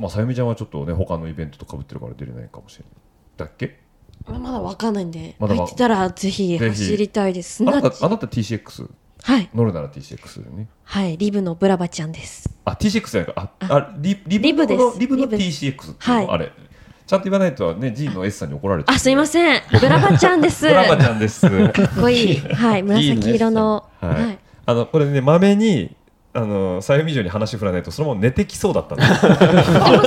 D: まあさゆみちゃんはちょっとね他のイベントとかぶってるから出れないかもしれないだっけ
L: まだわかんないんで、
D: まだわ
L: 入ってたらぜひ走りたいです。す
D: あ
L: な
D: な
L: わ
D: た
L: ち
D: あなた TCX
I: はい
D: 乗るなら TCX でね
I: はい、リブのブラバちゃんです。
D: あ TCX じゃないかああリリ
I: リブ
D: ブの
I: で
D: こ
I: す
D: のリブの
I: リブです
D: TCX っていうの
I: はい
D: あれちゃんと言わないとね G の S さんに怒られちゃう
I: あ、すいません。ブラバちゃんです。
D: ブラバちゃん です
I: かっこいい。はい、紫色の。
D: はい、
I: はい
D: あのこれねまめにあのさゆみ以上に話振らないとそのまま寝てきそうだったん です
I: 言って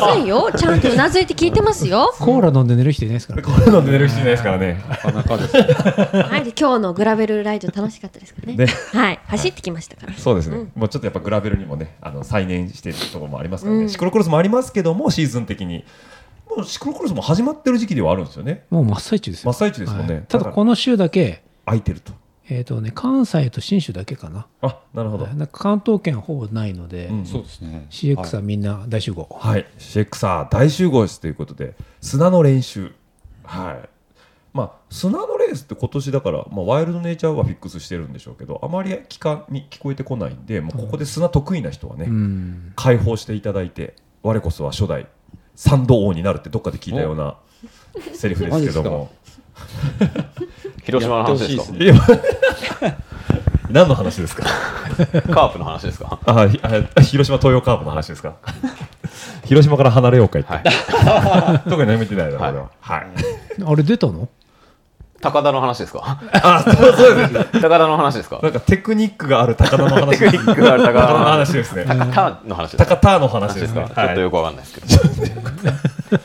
I: ませんよ。ちゃんとうなずいて聞いてますよ。
F: コーラ飲んで寝る人いないですから、
D: コーラ飲んで寝る人いないですからねなかなかです
I: はい、で今日のグラベルライド楽しかったですかね。
D: ね
I: はい、走ってきましたから。
D: そうですね、
I: ん
D: もうちょっとやっぱグラベルにもねあの再燃しているところもありますからね、
I: うん
D: シクロクロスもありますけどもシーズン的にもうシクロクロスも始まってる時期ではあるんですよね
F: もう真っ最中ですよ
D: 真っ最中ですもんね、
F: はいただこの週だけ
D: 空いてると
F: えっ、とね関西と信州だけかな
D: あなるほど、
F: なんか関東圏はほぼないので、
D: そうですね
F: CX はみんな大集合
D: はい、シェクサー大集合ですということで砂の練習はいまあ砂のレースって今年だから、まあ、ワイルドネイチャーはフィックスしてるんでしょうけどあまり聞かに聞こえてこないんで、まあ、ここで砂得意な人はね、
F: うん
D: 解放していただいて我こそは初代三度王になるってどっかで聞いたようなセリフですけども
C: 広島の話ですか
D: いや 何の話ですか
C: カープの話ですか
D: あひあ広島東洋カープの話ですか 広島から離れようか言って、 特に何も言ってないな、これははい
F: あれ出たの
C: 高田の話ですか
D: あそうそうです
C: 高田の話ですか
D: なんかテクニックがある高田の話
C: テクニックがある高田の話
D: の話ですね
C: 高田の話です
D: 高田の話ですか
C: ちょっとよくわかんないですけど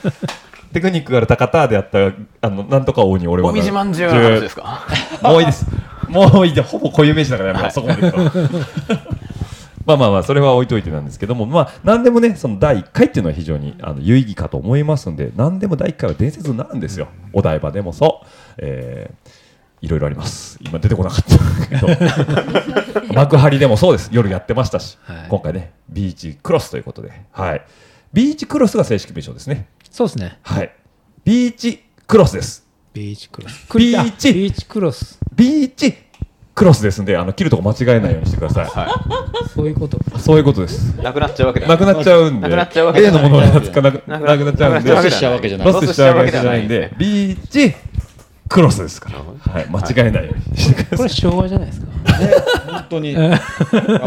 D: テクニックがある高田であったあのなんとか王に俺は
C: おみじまんじゅうの話ですか
D: もういいですもういいでほぼ固有名詞だからやめよう、
C: はい
D: そこまで行くの まあまあまあそれは置いといてなんですけどもまあ何でもねその第1回っていうのは非常にあの有意義かと思いますので何でも第1回は伝説になるんですよ、お台場でもそう、えーいろいろあります今出てこなかった けど幕張でもそうです夜やってましたし、今回ねビーチクロスということではいビーチクロスが正式名称ですね
F: そうですね
D: はいビーチクロスです
F: ビーチクロス
D: ビーチ
F: ビーチクロス
D: ビーチクロスですんであの切るとこ間違えないようにしてください、
F: そういうこと
D: そういうことです
C: なくなっちゃうわけだ
D: なくなっちゃうんで
C: なくなっちゃうわけじ
D: A
C: ゃな
D: の
C: い
D: ものがなくなくなくなっちゃうんで
C: なくなっちゃうわけじゃない
D: ロスしちゃうわけじゃないんでビーチクロスですから、はい、間違えないようにしてください
F: これ昭和じゃないですか
H: 本当にや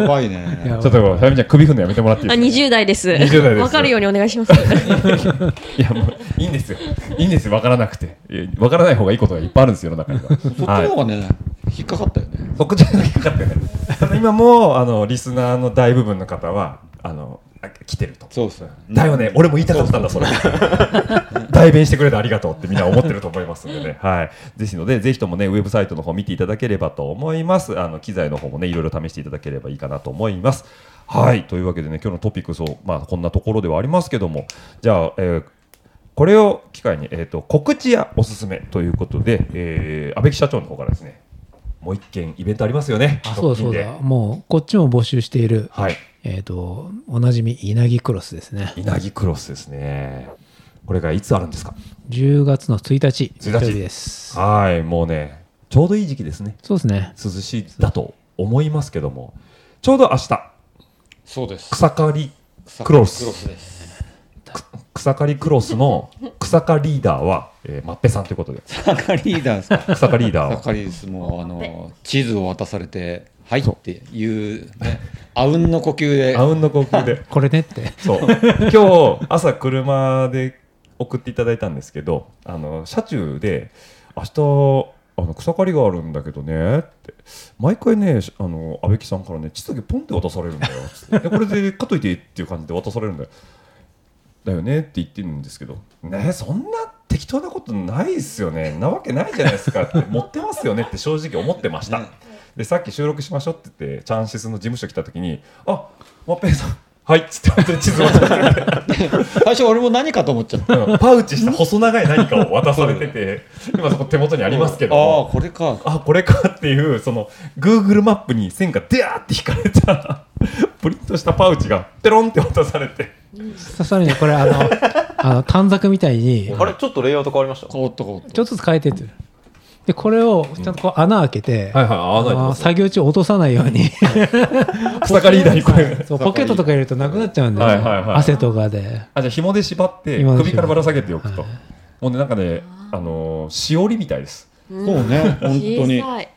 H: ばいね
D: ちょっとさゆみちゃん首振るのやめてもらっていい
I: あ、
D: ですか
I: 20代です。
D: 20代です
I: わかるようにお願い します。
D: いやもういいんですよいいんですよわからなくていやわからない方がいいことがいっぱいあるんですよ世の中にはそっち
H: の方がね、引っかかったよね
D: そこじゃなかったよね。ただ今もあのリスナーの大部分の方はあのあ来てると。
H: そうそう。
D: だよね。俺も言いたかったんだ それ。代弁してくれてありがとうってみんな思ってると思いますんで ね。はい。ですのでぜひともねウェブサイトの方見ていただければと思います。あの機材の方もねいろいろ試していただければいいかなと思います。はい。というわけでね今日のトピックスをまあこんなところではありますけども、じゃあ。えーこれを機会に、えー、と告知やおすすめということで、えー、安倍木社長の方からですねもう一件イベントありますよね。
F: あそうだ
D: 直
F: そ
D: 近
F: う
D: で
F: だもうこっちも募集している、
D: はい
F: えっ、とおなじみ稲城クロスですね
D: 稲城クロスですね。これがいつあるんですか。
F: 10月の1日
D: 1日
F: 日曜日です
D: はい、もうね、ちょうどいい時期ですね。
F: そうですね。
D: 涼しいだと思いますけども、ちょうど明日。
H: そうです。
D: 草刈りクロス。
H: 草刈りクロスです
D: く草刈りクロスの草刈リーダーは、えー、まっぺさんということで。
H: 草刈リーダーですか
D: 草刈リー ダーは
H: 草刈ですもうあの地図を渡されて「はい」っていうねあうんの呼吸で
D: あうんの呼吸で
F: これねって
D: そう今日朝車で送っていただいたんですけどあの車中で明日あの草刈りがあるんだけどねって毎回ねあの安倍木さんからね地図だけポンって渡されるんだよつってでこれでかといてっていう感じで渡されるんだよだよねって言ってるんですけどねそんな適当なことないっすよねなわけないじゃないですかって 持ってますよねって正直思ってました、でさっき収録しましょうって言ってチャンシスの事務所来た時に「あマッペイさんはい」っつって本当に地図渡されて
H: 最初俺も何かと思っちゃった
D: パウチした細長い何かを渡されてて今そこ手 元にありますけど
H: ああこれか
D: あこれかっていうその Google マップに線がでやーって引かれたプリントしたパウチがペロンって渡されて
F: さらにこれ あのあの短冊みたいに
C: あれちょっとレイアウト変わりました
H: 変わった変わった
F: ちょっとずつ変えてってるでこれをちゃんとこう穴開けて、
D: はいはい穴開いてます
F: あの作業中落とさないよ うに
D: 草刈り台にこれ
F: そうポケットとか入れるとなくなっちゃうんで、
D: はいはいはい
F: 汗とかで
D: あじゃあ紐で縛って
F: 紐で縛って
D: 首からぶら下げておくと、もうねなんかねあのーしおりみたいです
H: そうね本当に
I: 小さい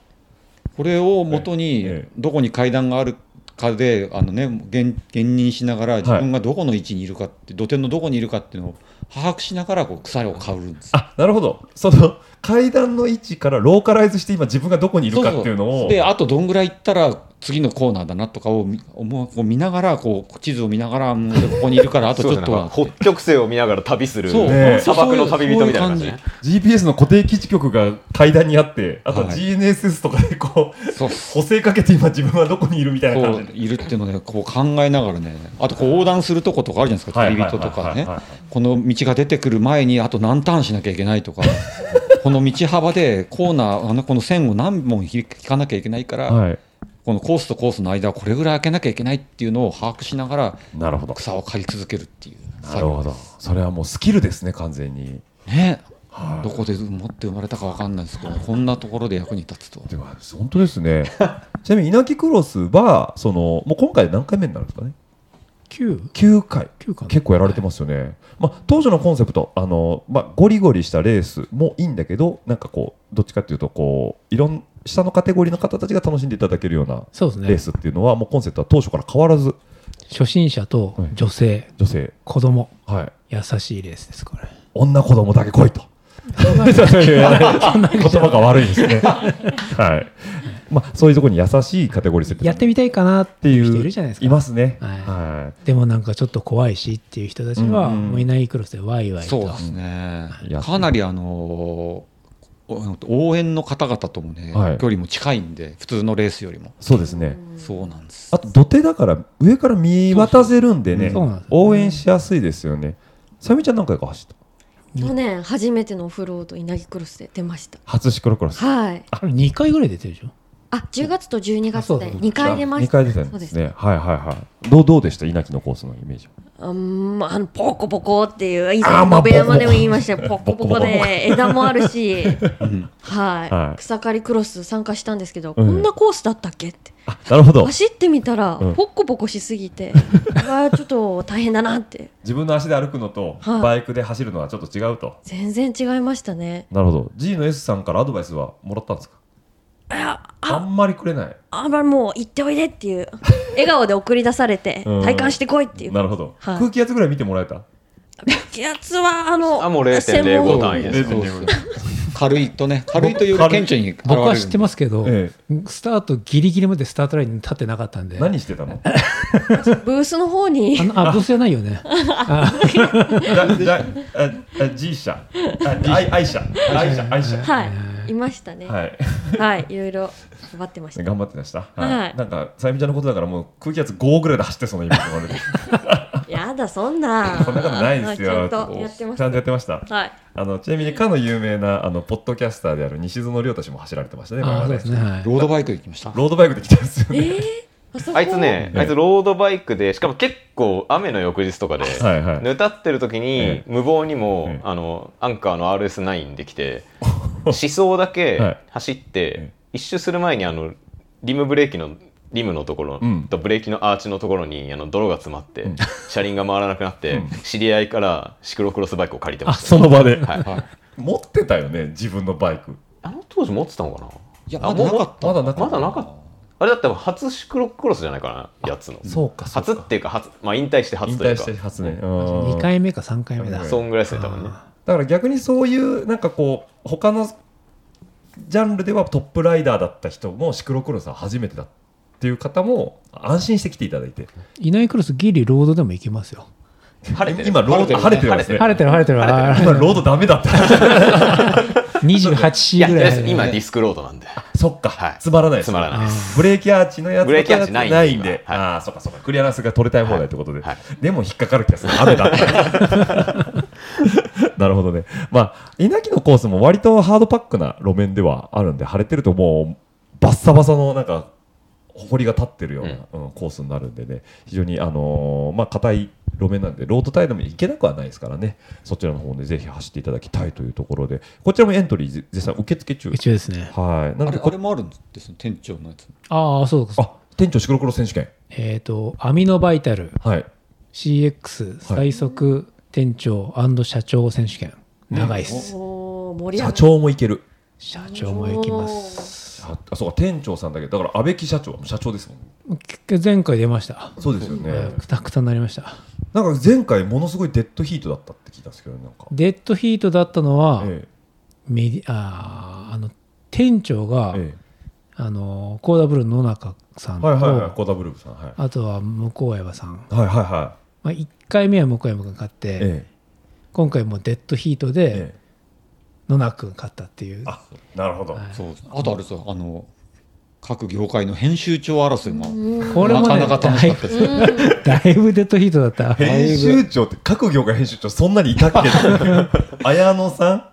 H: これを元にどこに階段があるかであの、ね、現現認しながら自分がどこの位置にいるかって、土手のどこにいるかっていうのを把握しながらこう草をかぶるんです
D: あなるほどその階段の位置からローカライズして今自分がどこにいるかっていうの
H: そ
D: を
H: うであとどんぐらい行ったら次のコーナーだなとかを見思うこう見ながらこう地図を見ながらもうここにいるからあとちょっとは
C: そうですねなんか北極星を見ながら旅する
H: そう
C: 砂漠の旅人みたいな感じね
D: GPS の固定基地局が階段にあってあと
H: はい
D: GNSS とかでこう、補正かけて今自分はどこにいるみたいな
H: こ
D: 感じ
H: ういるっていうのをねこう考えながらねあとこう横断するとことかあるじゃないですか
D: はい
H: 旅
D: はいはい
H: 人とかね
D: はいはい
H: この道が出てくる前にあと何ターンしなきゃいけない とかこの道幅でコーナーあのこの線を何本引かなきゃいけないから、
D: はい
H: このコースとコースの間をこれぐらい開けなきゃいけないっていうのを把握しながら
D: なるほど
H: 草を刈り続けるっていう
D: なるほどそれはもうスキルですね完全に
H: ね、どこで持って生まれたかわかんないですけどこんなところで役に立つと。
D: 本当ですね ちなみに稲城クロスはそのもう今回何回目になるんですかね
F: 9
D: 9回
F: かな
D: 結構やられてますよね、まあ、当初のコンセプトあの、まあ、ゴリゴリしたレースもいいんだけどなんかこうどっちかっていうとこういろん下のカテゴリーの方たちが楽しんでいただけるような
F: そうですね
D: レースっていうのはもうコンセプトは当初から変わらず
F: 初心者と女性、
D: 女性
F: 子供、、
D: はい
F: 優しいレースですこれ
D: 女子供だけ来いといやい やいや言葉が悪いですねはい、まあ、そういうところに優しいカテゴリー設定
F: やってみたいかなっていう人いるじゃないですか
D: いますね
F: はい
D: は
F: でもなんかちょっと怖いしっていう人たちは、
H: うんうん
F: もういないクロスでワイワイと
H: そうですね、かなりあのお応援の方々ともね、
D: はい
H: 距離も近いんで普通のレースよりも
D: そうですね
H: そうなんです
D: あと土手だから上から見渡せるんでね
H: そうなんです
D: 応援しやすいですよねさゆみちゃん何回か走った
L: 去年初めてのオフロード稲城クロスで出ました
D: 初シクロクロス
L: はい
F: あれ2回ぐらい出てるでしょ
L: あ10月と12
F: あそ
L: 月で
F: うそうそう
L: 2回出まし
D: 2
L: た
D: 回出た
L: そ
D: ん
L: う
D: で
L: ですす
D: ねはいはいはいどうどうでした稲城のコースのイメージは
L: うんまああのポコポコっていう以
D: あ
L: 前
D: ーまあ
L: 延山でも言いましたポ
D: ポコポ
L: コ
D: コ
L: ポコで枝もあるしはい、
D: はい
L: 草刈りクロス参加したんですけど、
D: うん
L: こんなコースだったっけって
D: なるほど
L: 走ってみたら、
D: うん
L: ポッコポコしすぎてあーちょっと大変だなって
D: 自分の足で歩くのと
L: はい
D: バイクで走るのはちょっと違うと
L: 全然違いましたね
D: なるほど G の S さんからアドバイスはもらったんですかあんまりくれない
L: あまりもう行っておいでっていう笑顔で送り出されて
D: うん
L: 体感してこいっていう
D: なるほど
L: はい
D: 空気圧ぐらい見てもらえた
L: 気圧はあの
C: あもう
L: 専
C: 0.05
L: 門
C: 単位です
H: そうそう軽いとね軽いというより顕著に現れ
F: 僕
H: る
F: は知ってますけど、スタートギリギリまでスタートラインに立ってなかったんで
D: 何してた の
L: ブースの方に
F: あのあブースじゃないよねあ
D: じゃじゃああ G 社あ愛愛社愛社愛社
L: はいいましたね
D: はい
L: はいいろいろ頑張ってました
D: 頑張ってました。
L: はい
D: なんか、さゆみちゃんのことだから、もう空気圧5ぐらいで走ってそうなイメージもある。
L: やだそんな
D: そんなことないです
L: ち
D: よ。
L: ゃんとやってまし
D: ちゃ
L: た
D: んとやってました。
L: はい
D: あの、ちなみに、かの有名な、あの、ポッドキャスターである西園亮太氏も走られてましたね。
C: あー
D: 前ま
C: そうですねはい
H: ロードバイクで来ました。
D: ロードバイクで来たんですよね。
C: あいつね、あいつロードバイクで、しかも結構雨の翌日とかで、
D: はいはい
C: ぬたってる時に、無謀にも、あの、アンカーの RS9 できて、思想だけ走って、一周する前に、あの、リムブレーキの、リムのところ
D: うん
C: とブレーキのアーチのところにあの泥が詰まって車輪が回らなくなって知り合いからシクロクロスバイクを借りてました
D: その場で。
C: はい
D: 持ってたよね、自分のバイク。
C: あの当時持ってたのかない
H: や
C: あ
H: まだなかった
C: まだなかったあれだって初シクロクロスじゃないかなやつの
D: そうか
C: 初っていうか初まあ引退して初というか
D: 引退して初ねうん
F: 2回目か3回目だ
C: そんぐらいですね多分ね
D: だから逆にそういうなんかこう他のジャンルではトップライダーだった人もシクロクロスは初めてだっていう方も安心して来ていただ いて
F: いないクロスギリロードでも行けますよ
C: 晴れてる
D: 今ロード晴れてるんですね
F: 晴れてる晴れてる
D: 晴れ てる今ロードダメだった
F: 28
C: い
F: ぐら
C: や
F: い
C: 今ディスクロードなんで
D: そっか、つまらないです
C: つまらないです
D: ブレーキアーチのやつ
C: ブレーキアーチないんで
D: ないんで、ああそっかそっかクリアランスが取れたい放題ってことで、でも引っかかる気がする雨だった らなるほどねまあ稲城のコースも割とハードパックな路面ではあるんで晴れてるともうバッサバサのなんか埃が立ってるような、うんコースになるんでね非常にあのーまあ硬い路面なんでロードタイヤでも行けなくはないですからねそちらの方でぜひ走っていただきたいというところでこちらもエントリーぜ絶賛受付中
F: 中ですね
D: はいなん
H: あ
D: で
H: れあれもあるんですね店長のやつ
F: ああそうかそうか
D: 店長シクロクロス選手権
F: えっ、とアミノバイタル、
D: はい、
F: CX 最速店長社長選手権長いっす
L: おー盛り上が
D: 社
L: る
D: 長もいける
F: 社長も行きます
D: ああそうか店長さんだけどだから安倍木社長社長ですもん
F: 結局前回出ました
D: そうですよね
F: うんくたくたになりました
D: なんか前回ものすごいデッドヒートだったって聞いたんですけどなんか
F: デッドヒートだったのは、メディあーあの店長が、あのコーダブルの野中さんと、
D: はいはいはいコーダブルーさんはい
F: あとは向山さん、
D: はいはいは
F: まあ、1回目は向山君が勝って、今回もデッドヒートで、野中君が勝ったっていう
D: いなるほど、
H: そうあとあれですよあの各業界の編集長争いも
F: これ
H: な
F: も
H: か
F: ね
H: なか楽しかったですね
F: だいぶデッドヒートだった
D: 編集長って各業界編集長そんなにいたっけ 綾野さん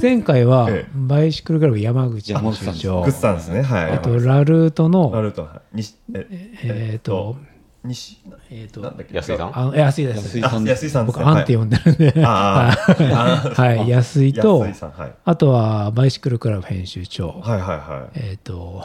F: 前回は、バイシクルクラブ山口の
D: 山口さ
F: 社
D: ん
F: 長
D: グッさんですねはい
F: あとラルートの
D: ラルトはい西
F: えっと
D: 西
F: えっと
D: なんだっけ
C: 安井さん
F: あの安井で
D: 安
F: す
D: 井さん
F: あ
D: 安井さんですね
F: 僕アンって呼んでるんで
D: あーあー
F: は
D: あ
F: い安井と
D: 安井さんはい
F: あとはバイシクルクラブ編集長
D: はいはいはい
F: えっと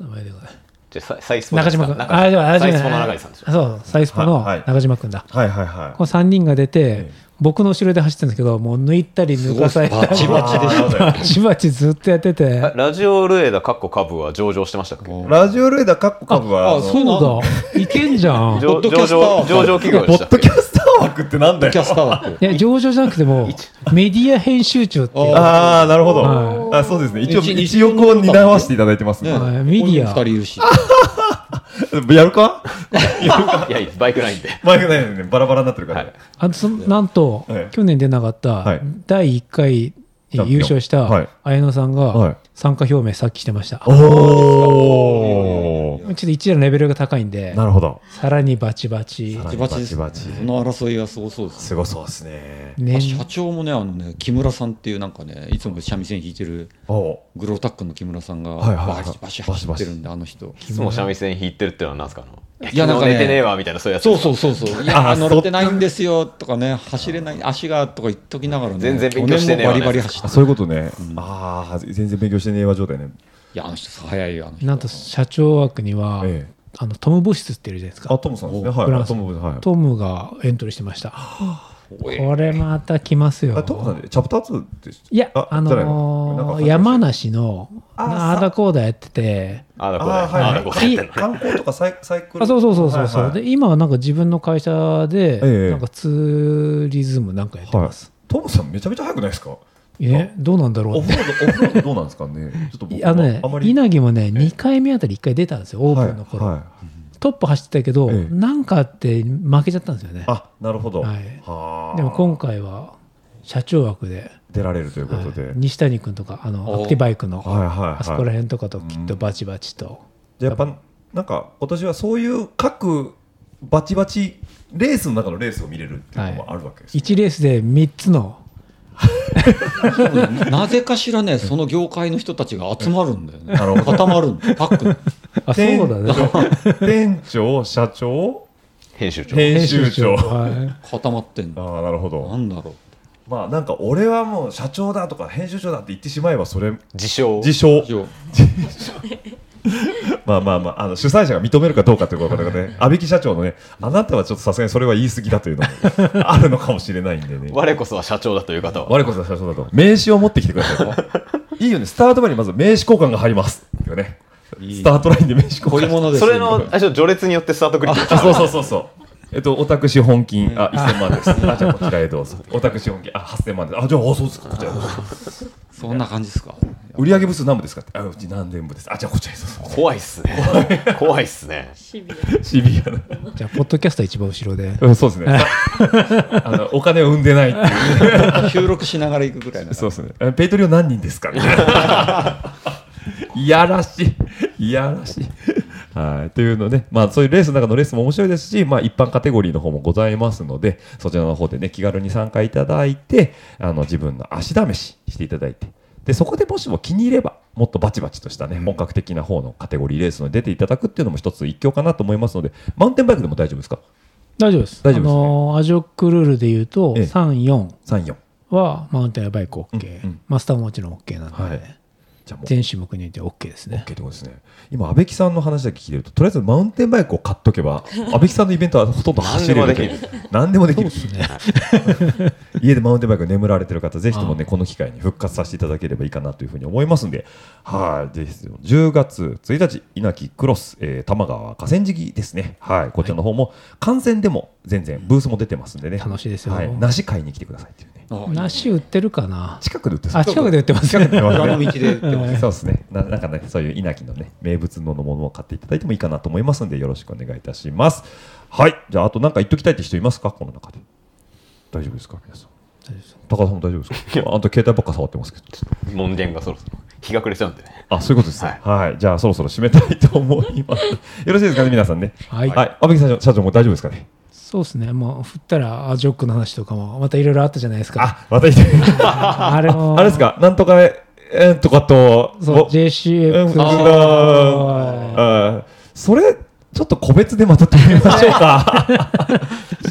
F: 名前出てこない
C: じゃあサイサイスポの
F: 中島君あじゃあ
C: サイス
F: あ
C: ポの中井さんですよ
F: そうサイスポの中島君だ
D: はいはいはい
F: この3人が出て僕の後ろで走ってるんですけどもう抜いたり抜かされたり
C: すごいバチバチでしたね
F: バチバチずっとやってて
C: あラジオルエダカッコ株は上場してましたっけ
D: ラジオルエダカッコ株はあの
F: そうだいけんじゃ ん
C: 上上場上場企業でしたっけ
D: キャスター枠ってなんだよ。
H: キャスター枠。
F: いや上場じゃなくてもメディア編集長っていう
D: ああ、なるほど。あそうですね。一応、一応こう担わせていただいてますね。
F: はいメディア
H: 二人いるし
D: やるか
C: いやいやバイクないんで
D: マイクないのでね、バラバラになってるからね。
F: あとそのなんと、去年出なかった第1回
D: チャンピオン
F: 優勝し
D: は
F: た
D: い
F: 綾野さん
D: はい
F: が参加表明さっきしてました、
D: おー。
F: ちょっと一段レベルが高いんで
D: なるほど
F: さらにバチバチ
H: バチバチですね。その争いがすごそうです。
D: すごそうですね
F: ね
H: 社長もね、あのね、木村さんっていうなんかね、いつも三味線弾いてる。グロータックの木村さんが、
D: はいはいはい
H: バシバシ走ってるんで、あの人。
C: いつも三味線弾いてるってのは何すかの
H: いやなんかね
C: 昨日寝てねえわみたいなそういうやつ
H: そうそうそうそう。いや
C: あ
H: 乗
C: そ
H: れてないんですよとかね、走れない足がとか言っときながらね、
C: 全然勉強してねえ
H: 去
C: わ
H: 年もバリバリ走って
D: あそういうことね。ああ、全然勉強してねえわ状態ね。
H: いや、あの人早いよ。
F: なんと社長枠には、あのトム・ボシスっているじゃないですか
D: あトムさんですねはい
F: フランス
D: トムはい
F: トムがエントリーしてましたこれまた来ますよ
D: トムさんでチャプター2でした
F: いやあ
D: じゃないなんか書
F: の
D: い
F: ー
D: て
F: 山梨のあーだこうだやってて
C: あ
D: あーはいはい観光とかサイサイクル
F: あそうそうそうそうそう、
D: はいはい
F: で今はなんか自分の会社で、
D: ええ
F: なんかツーリズムなんかやってます、
D: トムさんめちゃめちゃ早くないですか
F: えどうなんだろう
D: オフロード、オフロードどうなんですか ね。ちょっと僕
F: あのね
D: あまり
F: 稲城もね2回目あたり1回出たんですよオープンの頃、
D: はいは
F: トップ走ってたけど、なんかあって負けちゃったんですよね
D: あ、なるほど。
F: はい
D: はあ
F: でも今回は社長枠で
D: 出られるということで。
F: 西谷君とかあの
D: お
F: アクティバイクの、
D: はいはいはい
F: あそこら辺とかときっとバチバチと、
D: じゃあやっぱなんか今年はそういう各バチバチレースの中のレースを見れるっていうのもあるわけです。
F: 1レースで3つの
H: なぜかしらね、その業界の人たちが集まるんだよね。
D: なるほど
H: 固まるんだよパックに。
F: あそうだね
D: 店長、社長、
C: 編集長
D: 編集長
C: 編集長は
H: 固まってん
D: だ。ああ、なるほど。
H: なんだろう。
D: まあなんか俺はもう社長だとか編集長だって言ってしまえばそれ
C: 自称
D: 自称 まあまあまああの主催者が認めるかどうかということだ からね阿部木社長のねあなたはちょっとさすがにそれは言い過ぎだというのも あるのかもしれないんでね
C: 我こそは社長だという方は
D: 我こそは社長だと名刺を持ってきてくださいいいよねスタート前にまず名刺交換が入りますっていうねスタートラインで名刺交換
C: それのあ序列によってスタートクリック
D: あそうそうそうそうえっと、お宅資本金、あ、1000万 です。あ、じゃあこちらへどうぞ。お宅資本金、あ、8000万です。あ、じゃあ、あそうですか、こちらへ どうぞ。
H: そんな感じですか。
D: 売上部数何部ですかってあ、うち何千部です。あ、じゃあこちらへどうぞ。
C: 怖いっすね怖いっすね
D: シビア。シビアな。
F: じゃあポッドキャスト一番後ろで、
D: うんそうですねあのお金を生んでないっていう
H: 収録しながら行くぐらいな
D: そうですねえペイトリオ何人ですかみたいないやらしいいやらしいはい、というのね、まあ、そういうレースの中のレースも面白いですし、まあ、一般カテゴリーの方もございますのでそちらの方でね気軽に参加いただいてあの自分の足試ししていただいてでそこでもしも気に入ればもっとバチバチとしたね本格的な方のカテゴリーレースに出ていただくっていうのも一つ一興かなと思いますのでマウンテンバイクでも大丈夫ですか
F: 大丈夫です
D: 大丈夫ですね
F: あのーアジョックルールでいうと、
D: ええ
F: 34
D: 34
F: はマウンテンバイク OK、
D: うんうん
F: マスターももちろん OK なんで、全種目において OK ですね。
D: OK ってことですね。今、安倍木さんの話だけ聞いてると、とりあえずマウンテンバイクを買っとけ ば、安倍木さんのイベントはほとんど走れるけど何で
F: 何で
D: も
F: も
D: で
F: で
D: き
F: き
D: る
F: る
D: 家でマウンテンバイク眠られてる方、ぜひともね、
F: はい
D: この機会に復活させていただければいいかなというふうに思いますんで、はい、ぜひですよ10月1日、稲城クロス、えー多摩川河川敷ですね。はい、こちらの方も、観戦でも全然ブースも出てますんでね。楽しいです
F: よ
D: はい、梨買いに来てくださいっていうね。
F: 梨売ってるかな
D: 近くで売って
F: あ、近くで売ってます
D: 近くで売ってますね
F: ね。うん
D: そうですね。ななんかね、そういう稲城のね、名物のものを買っていただいてもいいかなと思いますんで、よろしくお願いいたします。はい。じゃあ、あとなんか言っときたいって人いますかこの中で。大丈夫ですか皆さん。高田さんも大丈夫ですかあんた携帯ばっか触ってますけど。
C: 門限がそろそろ日が暮れちゃうんでね
D: あ、そういうことですね。はい。じゃあ、そろそろ締めたいと思います。よ ろしいですかね、皆さんね。
F: はい
D: はい。阿部木さん社長も大丈夫ですかね。
F: そうですね。もう振ったらあジョックの話とかもまたいろいろあったじゃないですか。
D: また言 って
F: あれも
D: あれですかなんとか、えーんとかと、
F: そう
D: お
F: JCX
D: うんあーそれ、ちょっと個別でまた取りましょうか。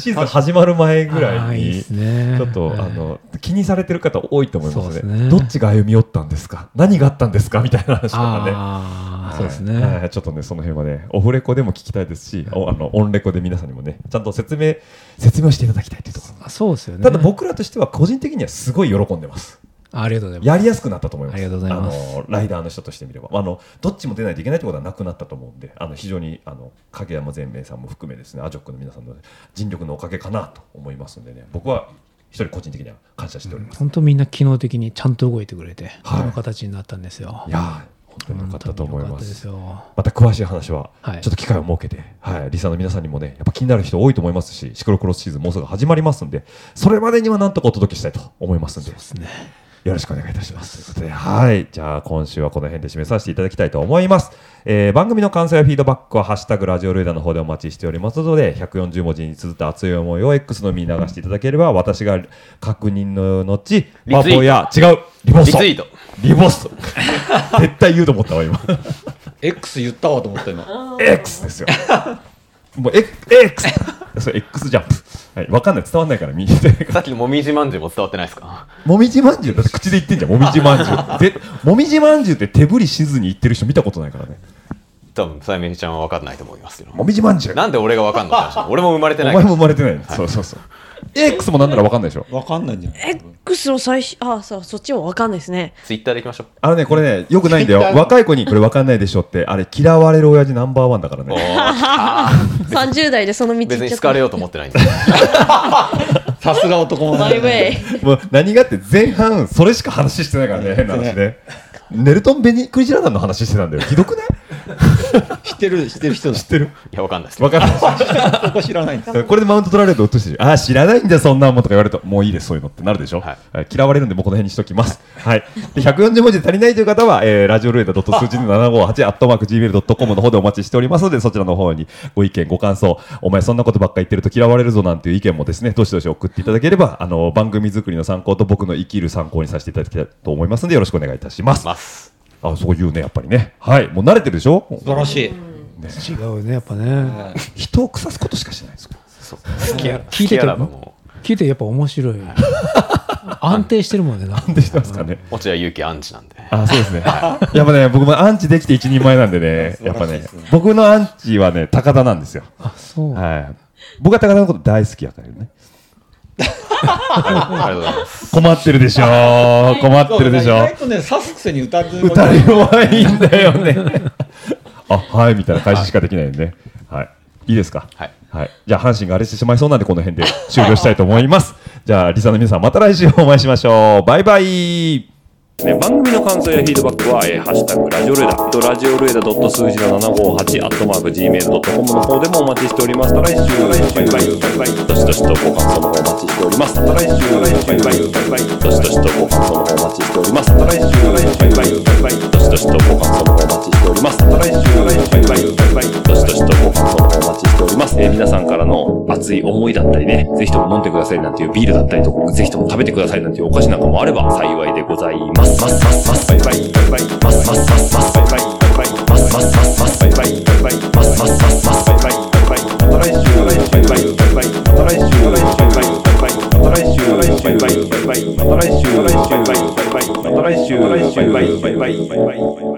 D: シーズン始まる前ぐら
F: あー
D: い
F: いい
D: に、ち
F: っすね
D: ょっと、あの、気にされてる方多いと思いますね。
F: そうですね
D: どっちが歩み寄ったんですか何があったんですかみたいな話とかね。
F: あー
D: はい
F: そうですね
D: はいちょっとね、その辺はね、オフレコでも聞きたいですし、おあの、オンレコで皆さんにもね、ちゃんと説明、説明していただきたいというところ。
F: そうですよね。
D: ただ僕らとしては個人的にはすごい喜んでます。
F: あありがとうございます。
D: やりやすくなったと思います。
F: ありがとうございます
D: あのライダーの人としてみれば、あのどっちも出ないといけないということはなくなったと思うんで、あの非常にあの影山全明さんも含めですね、アジョックの皆さんの尽力のおかげかなと思いますんでね、僕は一人個人的には感謝しております。
F: 本当みんな機能的にちゃんと動いてくれて、
D: はい
F: この形になったんですよ。
D: いやー本当に良かったと思い
F: 本
D: ま。
F: 当に良かったですすよ
D: また詳しい話は、
F: はい
D: ちょっと機会を設けて、はい、リサの皆さんにもね、やっぱ気になる人多いと思いますし、シクロクロスシーズンもうすぐ始まりますんで、それまでにはなんとかお届けしたいと思いますんで、よろしくお願いいたします。ということで、はい、じゃあ今週はこの辺で締めさせていただきたいと思います。えー番組の感想やフィードバックは、ハッシュタグラジオルエダの方でお待ちしておりますので、140文字に綴った熱い思いを X のみに流していただければ、私が確認の後、
C: リツイート
D: ポや違う、リボスト。
C: リツイート
D: リボスト。絶対言うと思ったわ、今。
H: X 言ったわと思った今
D: X ですよもう、え X! それ X ジャンプ。はい、わかんない、伝わんないから、見て。
C: さっきのもみじまんじゅうも伝わってないですか
D: もみじまんじゅうだって口で言ってんじゃん、もみじまんじゅう。ぜもみじまんじゅうって手振りしずに言ってる人見たことないからね。
C: 多分さやめちゃんは分かんないと思いますけど
D: もみじまんじゅう。
C: なんで俺が分かんのか な俺も生まれて
D: お
C: ない
D: 前
C: から
D: も生まれてない。そうそうそう。X もなんならわかんないでしょ。
H: わかんないんじゃん。
L: X の最新あそうそっちもわかんないです ね
C: ツイッターでいきましょう
D: あのね、これね、よくないんだ よ。若い子にこれわかんないでしょって、あれ、嫌われる親父ナンバーワンだからね。
L: 30代でその道行っ
C: 別に
L: ちゃ
C: 好
L: った
C: かれようと思ってないんで
D: さすが男
L: マイウェイ
D: もう何がって前半それしか話してないからね変な話ねネルトン・ベニクリジラダンの話してたんだよひどくない知ってる知ってる人知ってる
C: いやわかんないです
D: わかんない
H: そこ知らないんです
D: これでマウント取られるとうっとしいあー知らないんだよそんなんもんとか言われるともういいですそういうのってなるでしょ、はい嫌われるんでもうこの辺にしときます、はい、で140文字で足りないという方は、えー、ラジオルエダ数字の758アットマーク Gmail.com の方でお待ちしておりますのでそちらの方にご意見ご感想お前そんなことばっか言ってると嫌われるぞなんていう意見もですねどしどし送っていただければあの番組作りの参考と僕の生きる参考にさせていただきたいと思いますのでよろしくお願いいたしますあそういうねやっぱりねはいもう慣れてるでしょ素
H: 晴らしい
F: 違うね、やっぱね。
D: 人を腐すことしかし ないです
F: 聞いてて、
C: 好きあらば
F: 聞いてやっぱ面白い。安定してるもんね。安
D: 定してますかね。
C: 落合勇気アンチなんで
D: あそうですね。 やっぱね、僕もアンチできて一人前なんで ね、やっぱね、僕のアンチはね、高田なんですよ。あ、
F: そう。
D: はい。僕は高田のこと大好きやからね。
C: ありがとうございます
D: 困ってるでしょ困ってるでし
H: 意
D: ょ
H: 外とね、刺すくせに歌う。
D: 歌い弱いんだよね。 あ、はい、みたいな返ししかできないんでね。はい。いいですかはい。じゃあ、阪神が荒れてしまいそうなんで、この辺で終了したいと思います。じゃあ、リサの皆さん、また来週お会いしましょう。バイバイ。
B: ね、番組の感想やフィードバックは、えーハッシュタグラジオルエダ、えっとラジオルエダ数字の758、アットマーク Gmail.com の方でもお待ちしております。また来週、バイバイ、バイバイ、どしどしとご感想の方お待ちしております。また来週、バイバイ、バイバイ、どしどしとご感想の方お待ちしております。また来週、バイバイ、バイバイ、どしどしとご感想の方お待ちしております。また来週、バイバイ、バイバイ、どしどしとご感想の方お待ちしております。えー皆さんからの熱い思いだったりね、ぜひとも飲んでくださいなんていうビールだったりとか、ぜひとも食べてくださいなんていうお菓子なんかもあれば幸いでございます。ますますますバイバイバイバイますますますますバイバイバイバイますますますますバイバイバイバイますますますますバイバイバイバイまた来週バイバイバイバイまた来週バイバイバイバイまた来週バイバイバイバイバイバイまた来週また来週バイバイまた来週バイバイバイバイバイバイ